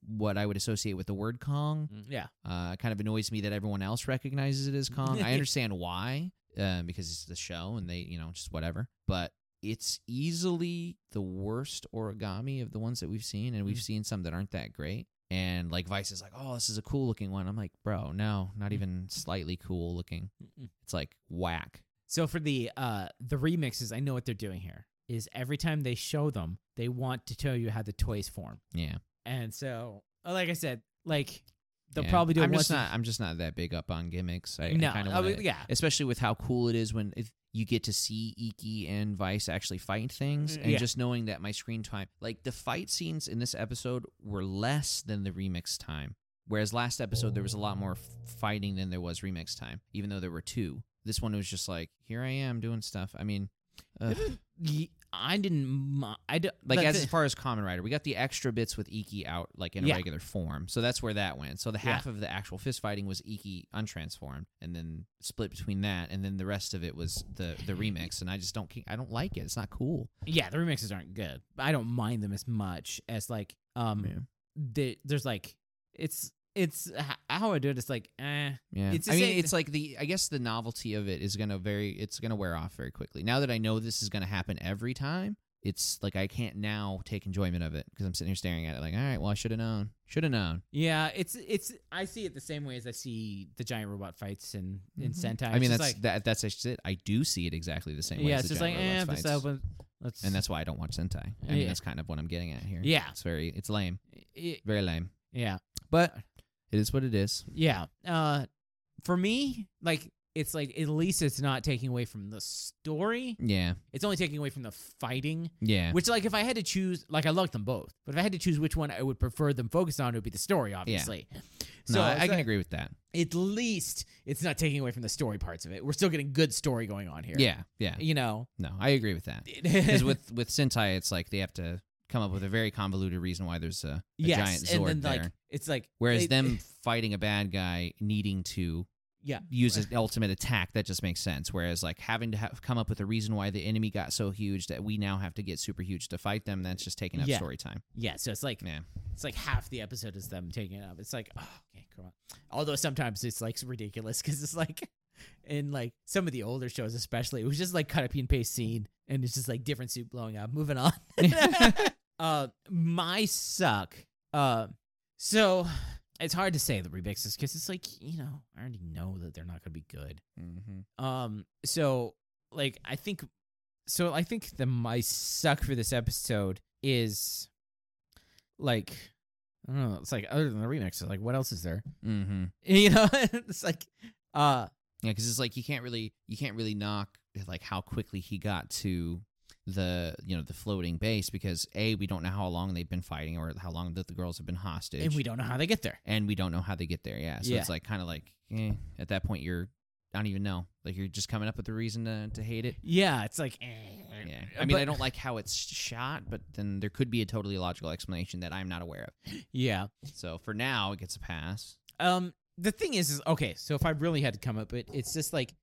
[SPEAKER 1] what I would associate with the word Kong.
[SPEAKER 2] Mm, Yeah.
[SPEAKER 1] Uh, it kind of annoys me that everyone else recognizes it as Kong. I understand why, uh, because it's the show and they, you know, just whatever. But it's easily the worst origami of the ones that we've seen, and we've
[SPEAKER 2] Mm.
[SPEAKER 1] seen some that aren't that great. And like Vice is like, oh, this is a cool looking one. I'm like, bro, no, not even slightly cool looking.
[SPEAKER 2] Mm-mm.
[SPEAKER 1] It's like whack.
[SPEAKER 2] So for the uh the remixes, I know what they're doing here. Is every time they show them, they want to tell you how the toys form.
[SPEAKER 1] Yeah.
[SPEAKER 2] And so, uh, like I said, like They'll
[SPEAKER 1] Yeah.
[SPEAKER 2] probably do it
[SPEAKER 1] I'm
[SPEAKER 2] once.
[SPEAKER 1] just not. I'm just not that big up on gimmicks. I, I
[SPEAKER 2] no,
[SPEAKER 1] kinda
[SPEAKER 2] I mean,
[SPEAKER 1] wanna-
[SPEAKER 2] yeah,
[SPEAKER 1] especially with how cool it is when if you get to see Iki and Vice actually fight things, and
[SPEAKER 2] Mm, Yeah.
[SPEAKER 1] just knowing that my screen time, like the fight scenes in this episode, were less than the remix time. Whereas last episode there was a lot more f- fighting than there was remix time, even though there were two. This one was just like, here I am doing stuff. I mean, ugh.
[SPEAKER 2] Ye- I didn't. mi- I d-
[SPEAKER 1] like
[SPEAKER 2] the
[SPEAKER 1] as,
[SPEAKER 2] thi-
[SPEAKER 1] as far as Common Rider, we got the extra bits with Iki out like in a
[SPEAKER 2] Yeah.
[SPEAKER 1] regular form, so that's where that went. So the
[SPEAKER 2] Yeah.
[SPEAKER 1] half of the actual fist fighting was Iki untransformed, and then split between that, and then the rest of it was the the remix. And I just don't ki- I don't like it. It's not cool.
[SPEAKER 2] yeah, the remixes aren't good. but I don't mind them as much as like um,
[SPEAKER 1] Yeah.
[SPEAKER 2] the, there's like it's it's h- how I do it. It's like eh,
[SPEAKER 1] Yeah,
[SPEAKER 2] It's the
[SPEAKER 1] I mean
[SPEAKER 2] same-
[SPEAKER 1] it's like the I guess the novelty of it is gonna very it's gonna wear off very quickly. Now that I know this is gonna happen every time, it's like I can't now take enjoyment of it because I'm sitting here staring at it like, all right, well I should have known, should have known.
[SPEAKER 2] yeah. It's it's I see it the same way as I see the giant robot fights in in
[SPEAKER 1] Mhm.
[SPEAKER 2] Sentai.
[SPEAKER 1] I mean
[SPEAKER 2] It's just
[SPEAKER 1] that's
[SPEAKER 2] like,
[SPEAKER 1] that that's just it. I do see it exactly the same way.
[SPEAKER 2] yeah,
[SPEAKER 1] as
[SPEAKER 2] it's
[SPEAKER 1] the
[SPEAKER 2] just like
[SPEAKER 1] giant
[SPEAKER 2] eh,
[SPEAKER 1] robots
[SPEAKER 2] this
[SPEAKER 1] fights.
[SPEAKER 2] open. Let's
[SPEAKER 1] and that's why I don't watch Sentai. I mean,
[SPEAKER 2] Yeah.
[SPEAKER 1] that's kind of what I'm getting at here.
[SPEAKER 2] yeah,
[SPEAKER 1] it's very, it's lame,
[SPEAKER 2] i-
[SPEAKER 1] very lame.
[SPEAKER 2] yeah.
[SPEAKER 1] But it is what it is.
[SPEAKER 2] Yeah. Uh, for me, like it's like at least it's not taking away from the story.
[SPEAKER 1] Yeah,
[SPEAKER 2] It's only taking away from the fighting.
[SPEAKER 1] yeah,
[SPEAKER 2] Which, like, if I had to choose, like, I like them both, but if I had to choose which one I would prefer them focus on, it would be the story, obviously. So
[SPEAKER 1] no, I, I
[SPEAKER 2] it's
[SPEAKER 1] can
[SPEAKER 2] like,
[SPEAKER 1] agree with that.
[SPEAKER 2] At least it's not taking away from the story parts of it. We're still getting good story going on here.
[SPEAKER 1] Yeah, yeah,
[SPEAKER 2] You know,
[SPEAKER 1] no, I agree with that. Because with with Sentai, it's like they have to come up with a very convoluted reason why there's a, a
[SPEAKER 2] yes,
[SPEAKER 1] giant
[SPEAKER 2] and
[SPEAKER 1] Zord
[SPEAKER 2] then
[SPEAKER 1] there.
[SPEAKER 2] like it's like
[SPEAKER 1] Whereas
[SPEAKER 2] it-
[SPEAKER 1] them fighting a bad guy needing to
[SPEAKER 2] yeah,
[SPEAKER 1] use his ultimate attack that just makes sense whereas like having to have come up with a reason why the enemy got so huge that we now have to get super huge to fight them that's just taking up
[SPEAKER 2] Yeah.
[SPEAKER 1] story time
[SPEAKER 2] Yeah, so it's like
[SPEAKER 1] Yeah.
[SPEAKER 2] it's like half the episode is them taking it up. It's like oh, okay, come on. Although sometimes it's like ridiculous because it's like in like some of the older shows, especially, it was just like cut up and paste scene, and it's just like different suit blowing up. Moving on. uh, my suck. Uh, so it's hard to say the remixes because it's like you know I already know that they're not gonna be good.
[SPEAKER 1] mm-hmm.
[SPEAKER 2] Um, so like I think, so I think the my suck for this episode is like I don't know. It's like other than the remixes, like what else is there?
[SPEAKER 1] mm-hmm
[SPEAKER 2] You know, it's like uh,
[SPEAKER 1] Yeah, because it's like you can't really you can't really knock like how quickly he got to the you know the floating base because a we don't know how long they've been fighting or how long that the girls have been hostage
[SPEAKER 2] and we don't know how they get there.
[SPEAKER 1] and we don't know how they get there. Yeah, so
[SPEAKER 2] Yeah.
[SPEAKER 1] it's like kind of like eh, at that point you're I don't even know like you're just coming up with a reason to to hate it.
[SPEAKER 2] Yeah, it's like eh.
[SPEAKER 1] Yeah, I mean
[SPEAKER 2] But-
[SPEAKER 1] I don't like how it's shot, but then there could be a totally logical explanation that I'm not aware of.
[SPEAKER 2] yeah.
[SPEAKER 1] So for now it gets a pass.
[SPEAKER 2] Um, the thing is, is okay. So if I really had to come up, it it's just like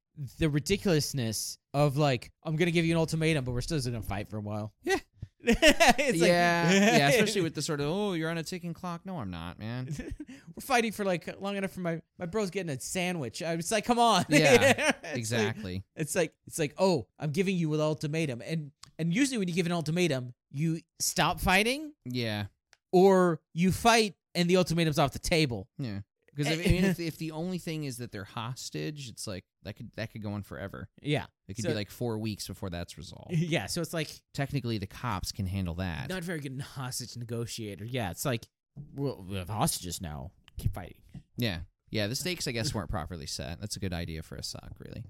[SPEAKER 2] the ridiculousness of like I'm gonna give you an ultimatum, but we're still gonna fight for a while. Yeah. it's like-
[SPEAKER 1] yeah, yeah, especially with the sort of oh you're on a ticking clock. No, I'm not, man.
[SPEAKER 2] we're fighting for like long enough for my my bro's getting a sandwich. I was like, come on,
[SPEAKER 1] Yeah,
[SPEAKER 2] It's like-
[SPEAKER 1] Exactly.
[SPEAKER 2] it's like it's like oh, I'm giving you an ultimatum, and and usually when you give an ultimatum, you stop fighting
[SPEAKER 1] Yeah.
[SPEAKER 2] or you fight and the ultimatum's off the table.
[SPEAKER 1] Yeah. Because if, I mean, if, if the only thing is that they're hostage, it's like that could that could go on forever.
[SPEAKER 2] Yeah,
[SPEAKER 1] It could
[SPEAKER 2] So-
[SPEAKER 1] be like four weeks before that's resolved.
[SPEAKER 2] yeah. So it's like
[SPEAKER 1] Technically, the cops can handle that.
[SPEAKER 2] not very good in hostage negotiator. Yeah, it's like well, we have hostages now. Keep fighting.
[SPEAKER 1] yeah, yeah. The stakes, I guess, weren't properly set. That's a good idea for a sock, really.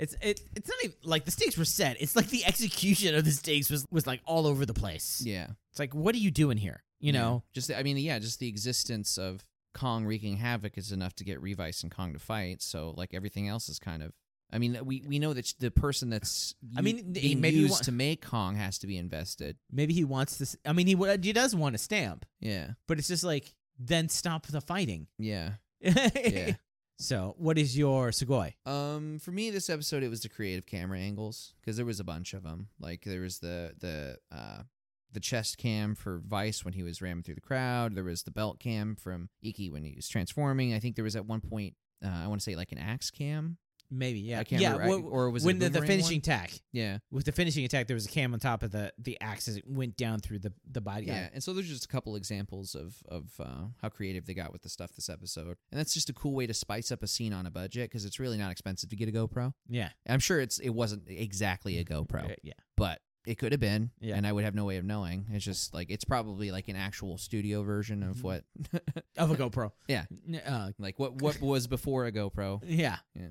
[SPEAKER 2] It's it, it's not even like the stakes were set. It's like the execution of the stakes was was like all over the place.
[SPEAKER 1] Yeah,
[SPEAKER 2] It's like what are you doing here? You
[SPEAKER 1] Yeah.
[SPEAKER 2] know.
[SPEAKER 1] just I mean, yeah, just the existence of Kong wreaking havoc is enough to get Revice and Kong to fight. So like everything else is kind of. I mean, we we know that sh- the person that's
[SPEAKER 2] I
[SPEAKER 1] u-
[SPEAKER 2] mean, th-
[SPEAKER 1] being
[SPEAKER 2] maybe you
[SPEAKER 1] used
[SPEAKER 2] want-
[SPEAKER 1] to make Kong has to be invested.
[SPEAKER 2] Maybe he wants this. I mean, he wa- he does want a stamp,
[SPEAKER 1] Yeah,
[SPEAKER 2] but it's just like then stop the fighting.
[SPEAKER 1] yeah.
[SPEAKER 2] So, what is your Sugoi?
[SPEAKER 1] Um, for me, this episode it was the creative camera angles because there was a bunch of them. Like there was the the uh the chest cam for Vice when he was ramming through the crowd. There was the belt cam from Iki when he was transforming. I think there was at one point uh, I want to say like an axe cam.
[SPEAKER 2] Maybe yeah,
[SPEAKER 1] I can't
[SPEAKER 2] yeah.
[SPEAKER 1] remember. I-
[SPEAKER 2] wh-
[SPEAKER 1] or was it
[SPEAKER 2] when
[SPEAKER 1] a
[SPEAKER 2] the, the
[SPEAKER 1] boomerang
[SPEAKER 2] finishing
[SPEAKER 1] one?
[SPEAKER 2] attack
[SPEAKER 1] Yeah,
[SPEAKER 2] with the finishing attack, there was a cam on top of the the axe as it went down through the the body.
[SPEAKER 1] yeah. And so there's just a couple examples of of uh, how creative they got with the stuff this episode, and that's just a cool way to spice up a scene on a budget because it's really not expensive to get a GoPro.
[SPEAKER 2] yeah,
[SPEAKER 1] I'm sure it's it wasn't exactly a GoPro,
[SPEAKER 2] yeah.
[SPEAKER 1] but It could have been,
[SPEAKER 2] Yeah.
[SPEAKER 1] and I would have no way of knowing. It's just like it's probably like an actual studio version of
[SPEAKER 2] Mhm.
[SPEAKER 1] what,
[SPEAKER 2] of a GoPro.
[SPEAKER 1] Yeah.
[SPEAKER 2] N- Uh,
[SPEAKER 1] like what what was before a GoPro.
[SPEAKER 2] yeah.
[SPEAKER 1] Yeah.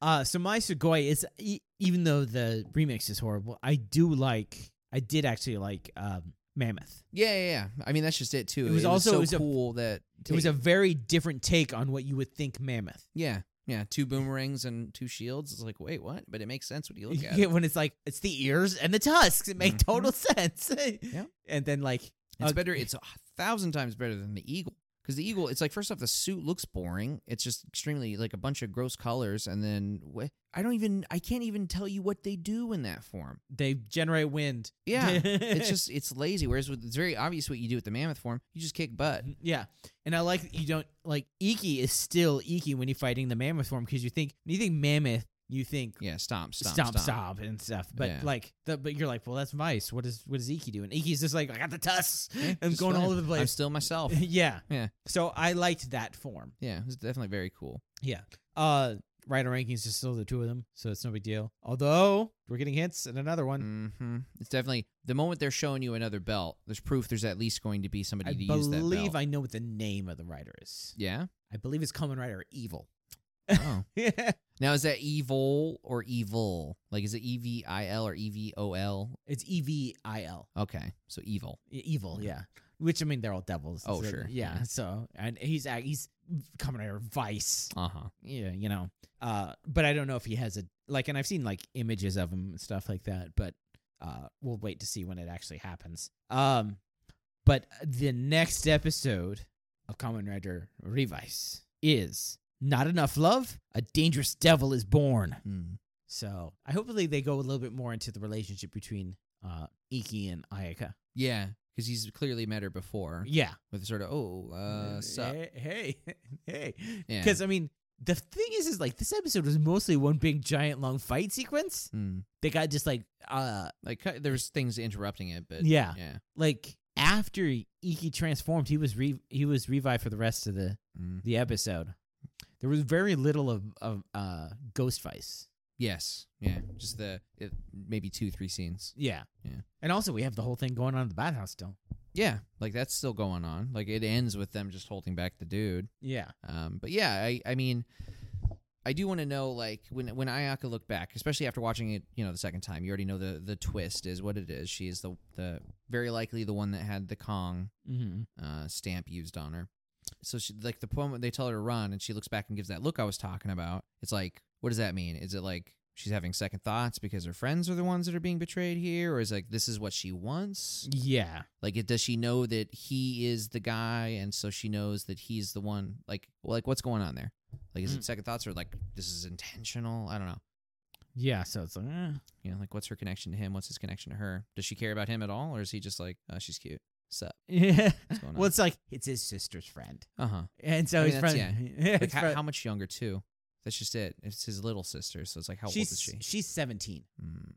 [SPEAKER 2] Uh, so my Sugoi is e- even though the remix is horrible, I do like. I did actually like um, Mammoth.
[SPEAKER 1] Yeah, yeah, yeah. I mean, that's just it too.
[SPEAKER 2] It was also-
[SPEAKER 1] so
[SPEAKER 2] it was a-
[SPEAKER 1] cool that
[SPEAKER 2] It was
[SPEAKER 1] ta-
[SPEAKER 2] a very different take on what you would think Mammoth.
[SPEAKER 1] yeah, yeah, two boomerangs and two shields. It's like wait, what? But it makes sense when you look at
[SPEAKER 2] Yeah,
[SPEAKER 1] it.
[SPEAKER 2] when it's like it's the ears and the tusks, it make
[SPEAKER 1] Mhm.
[SPEAKER 2] total sense. And then like
[SPEAKER 1] It's
[SPEAKER 2] uh,
[SPEAKER 1] better. It's a thousand times better than the eagle because the eagle. It's like first off, the suit looks boring. It's just extremely like a bunch of gross colors, and then wh- I don't even. I can't even tell you what they do in that form.
[SPEAKER 2] they generate wind.
[SPEAKER 1] Yeah. it's just it's lazy. Whereas with, it's very obvious what you do with the mammoth form. You just kick butt.
[SPEAKER 2] yeah. And I like that you don't like Iki is still Iki when you're fighting the mammoth form because you think when you think mammoth, you think
[SPEAKER 1] Yeah, stomp, stomp,
[SPEAKER 2] Mm-hmm. stomp,
[SPEAKER 1] stomp,
[SPEAKER 2] stomp, and stuff. But
[SPEAKER 1] Yeah.
[SPEAKER 2] like, the, but you're like, well, that's Vice. What is what is Iki doing? Iki's just like, I got the tusks.
[SPEAKER 1] Yeah,
[SPEAKER 2] I'm
[SPEAKER 1] just
[SPEAKER 2] going all
[SPEAKER 1] fine.
[SPEAKER 2] over the
[SPEAKER 1] I'm
[SPEAKER 2] place.
[SPEAKER 1] still myself.
[SPEAKER 2] yeah.
[SPEAKER 1] Yeah.
[SPEAKER 2] So I liked that form.
[SPEAKER 1] Yeah, it's definitely very cool.
[SPEAKER 2] Uh, rider rankings is still the two of them, so it's no big deal. Although we're getting hints and another one.
[SPEAKER 1] hmm It's definitely the moment they're showing you another belt. There's proof. There's at least going to be somebody
[SPEAKER 2] I
[SPEAKER 1] to use that
[SPEAKER 2] believe
[SPEAKER 1] belt.
[SPEAKER 2] I know what the name of the rider is.
[SPEAKER 1] yeah.
[SPEAKER 2] I believe it's Common Rider Evil.
[SPEAKER 1] Oh.
[SPEAKER 2] Yeah.
[SPEAKER 1] Now is that evil or evil? Like is it E V I L or E V O L?
[SPEAKER 2] It's E V I L. E-,
[SPEAKER 1] Okay, so evil.
[SPEAKER 2] Evil,
[SPEAKER 1] Okay.
[SPEAKER 2] yeah. Which I mean, they're all devils.
[SPEAKER 1] Oh,
[SPEAKER 2] so,
[SPEAKER 1] sure,
[SPEAKER 2] yeah,
[SPEAKER 1] yeah.
[SPEAKER 2] So and he's act- he's coming out of Vice.
[SPEAKER 1] Uh huh.
[SPEAKER 2] Yeah, you know. Uh, but I don't know if he has a like, and I've seen like images of him and stuff like that. But uh, we'll wait to see when it actually happens. Um, but the next episode of Common Rider Revice is not enough love. A dangerous devil is born. So I hopefully they go a little bit more into the relationship between uh, Iki and Ayaka.
[SPEAKER 1] Yeah, because he's clearly met her before
[SPEAKER 2] Yeah.
[SPEAKER 1] with sort of oh uh sup.
[SPEAKER 2] Hey, hey, hey.
[SPEAKER 1] Yeah.
[SPEAKER 2] Because I mean, the thing is, is like this episode was mostly one big giant long fight sequence.
[SPEAKER 1] Mm.
[SPEAKER 2] They got just like, uh,
[SPEAKER 1] Like cut- there's things interrupting it, but
[SPEAKER 2] yeah,
[SPEAKER 1] yeah.
[SPEAKER 2] like after Iki transformed, he was re- he was revived for the rest of the
[SPEAKER 1] Mm.
[SPEAKER 2] the episode. There was very little of of uh, ghost vice.
[SPEAKER 1] Yes, yeah. Just the it, maybe two three scenes.
[SPEAKER 2] Yeah.
[SPEAKER 1] Yeah.
[SPEAKER 2] And also, we have the whole thing going on in the bathhouse still.
[SPEAKER 1] Yeah, like that's still going on. Like it ends with them just holding back the dude.
[SPEAKER 2] Yeah.
[SPEAKER 1] Um, but yeah, I, I mean, I do want to know like when when Ayaka looked back, especially after watching it, you know, the second time, you already know the the twist is what it is. She is the the very likely the one that had the Kong
[SPEAKER 2] Mm-hmm.
[SPEAKER 1] uh, stamp used on her. So she like the point when they tell her to run, and she looks back and gives that look I was talking about. It's like, what does that mean? Is it like she's having second thoughts because her friends are the ones that are being betrayed here, or is like this is what she wants?
[SPEAKER 2] Yeah.
[SPEAKER 1] Like, it, does she know that he is the guy, and so she knows that he's the one? Like, like what's going on there? Like, is
[SPEAKER 2] Mm.
[SPEAKER 1] it second thoughts or like this is intentional? I don't know.
[SPEAKER 2] Yeah. So it's like, eh.
[SPEAKER 1] You know, like what's her connection to him? What's his connection to her? Does she care about him at all, or is he just like, uh, she's cute? Sup?
[SPEAKER 2] yeah.
[SPEAKER 1] What's going on?
[SPEAKER 2] eh. Well, it's like it's his sister's friend,
[SPEAKER 1] uh huh.
[SPEAKER 2] and
[SPEAKER 1] I
[SPEAKER 2] so
[SPEAKER 1] mean,
[SPEAKER 2] his
[SPEAKER 1] that's-
[SPEAKER 2] friend. his
[SPEAKER 1] Like, how,
[SPEAKER 2] friend-
[SPEAKER 1] how much younger too? That's just it. It's his little sister, so it's like, how
[SPEAKER 2] she's,
[SPEAKER 1] old is she?
[SPEAKER 2] She's seventeen.
[SPEAKER 1] Mm,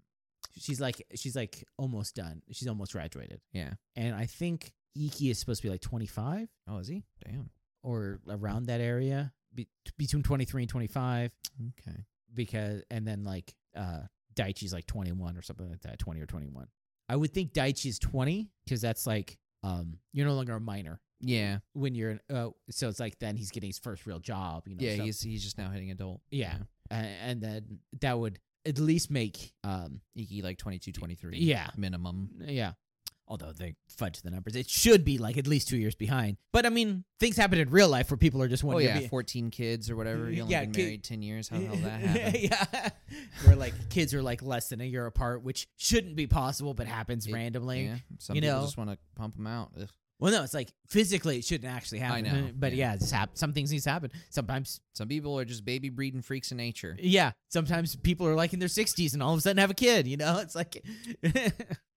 [SPEAKER 2] She's like she's like almost done. She's almost graduated.
[SPEAKER 1] yeah.
[SPEAKER 2] And I think Iki is supposed to be like twenty five
[SPEAKER 1] Oh, is he? Damn.
[SPEAKER 2] or around that area, be- between twenty three and twenty five.
[SPEAKER 1] Okay.
[SPEAKER 2] Because and then like uh Daichi's like twenty one or something like that, twenty or twenty one. I would think Daichi's twenty because that's like um you're no longer a minor
[SPEAKER 1] Yeah.
[SPEAKER 2] when you're an, uh, so it's like then he's getting his first real job. You know,
[SPEAKER 1] Yeah.
[SPEAKER 2] so-
[SPEAKER 1] He's he's just now hitting adult.
[SPEAKER 2] Yeah. a- and then that would at least make um
[SPEAKER 1] Iki like 22, 23.
[SPEAKER 2] yeah
[SPEAKER 1] Minimum.
[SPEAKER 2] Yeah. Although they fudge the numbers, it should be like at least two years behind. But I mean, things happen in real life where people are just one
[SPEAKER 1] oh
[SPEAKER 2] year
[SPEAKER 1] yeah,
[SPEAKER 2] be-
[SPEAKER 1] fourteen kids or whatever. You only
[SPEAKER 2] Yeah,
[SPEAKER 1] been
[SPEAKER 2] ki-
[SPEAKER 1] married ten years. How the hell that happened?
[SPEAKER 2] yeah, where like kids are like less than a year apart, which shouldn't be possible, but happens
[SPEAKER 1] It-
[SPEAKER 2] randomly.
[SPEAKER 1] yeah, some
[SPEAKER 2] you
[SPEAKER 1] people
[SPEAKER 2] know.
[SPEAKER 1] just want to pump them out. Ugh.
[SPEAKER 2] Well, no, it's like physically it shouldn't actually happen.
[SPEAKER 1] know,
[SPEAKER 2] But
[SPEAKER 1] yeah.
[SPEAKER 2] yeah, it's hap- some things needs to happen. Sometimes,
[SPEAKER 1] Some people are just baby breeding freaks in nature.
[SPEAKER 2] yeah, sometimes people are like in their sixties and all of a sudden have a kid. You know, it's like,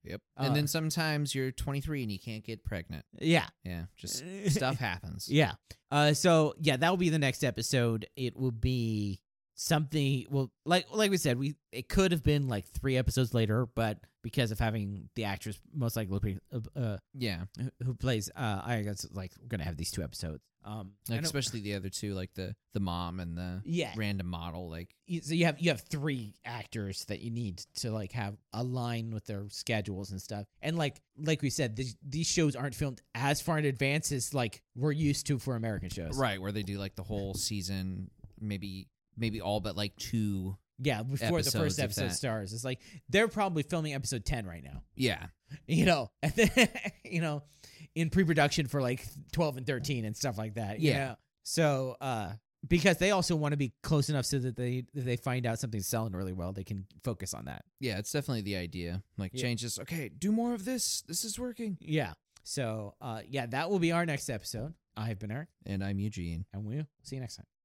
[SPEAKER 1] Yep.
[SPEAKER 2] Uh,
[SPEAKER 1] and then sometimes you're 23 and you can't get pregnant.
[SPEAKER 2] yeah,
[SPEAKER 1] Yeah, just stuff happens.
[SPEAKER 2] Yeah. Uh, so yeah, that will be the next episode. It will be something well like like we said we it could have been like three episodes later but because of having the actress most likely be- uh, uh,
[SPEAKER 1] Yeah,
[SPEAKER 2] who- who plays uh i guess like we're gonna have these two episodes um I
[SPEAKER 1] like
[SPEAKER 2] don't-
[SPEAKER 1] especially the other two, like the the mom and the
[SPEAKER 2] yeah
[SPEAKER 1] random model. Like
[SPEAKER 2] you- so you have you have three actors that you need to like have align with their schedules and stuff and like like we said these, these shows aren't filmed as far in advance as like we're used to for american shows
[SPEAKER 1] right where they do like the whole season, maybe maybe all but like two.
[SPEAKER 2] yeah before the
[SPEAKER 1] Episodes
[SPEAKER 2] first
[SPEAKER 1] of
[SPEAKER 2] episode
[SPEAKER 1] that.
[SPEAKER 2] stars it's like they're probably filming episode 10 right now
[SPEAKER 1] Yeah,
[SPEAKER 2] you know and then you know in pre-production for like 12 and 13 and stuff like that you
[SPEAKER 1] Yeah.
[SPEAKER 2] know? so uh because they also want to be close enough so that they if they find out something's selling really well they can focus on that
[SPEAKER 1] yeah, it's definitely the idea. Like
[SPEAKER 2] Yeah.
[SPEAKER 1] change this. Okay, do more of this. This is working.
[SPEAKER 2] Yeah. So, uh, yeah, that will be our next episode. I've been Eric,
[SPEAKER 1] And I'm Eugene.
[SPEAKER 2] and we'll see you next time.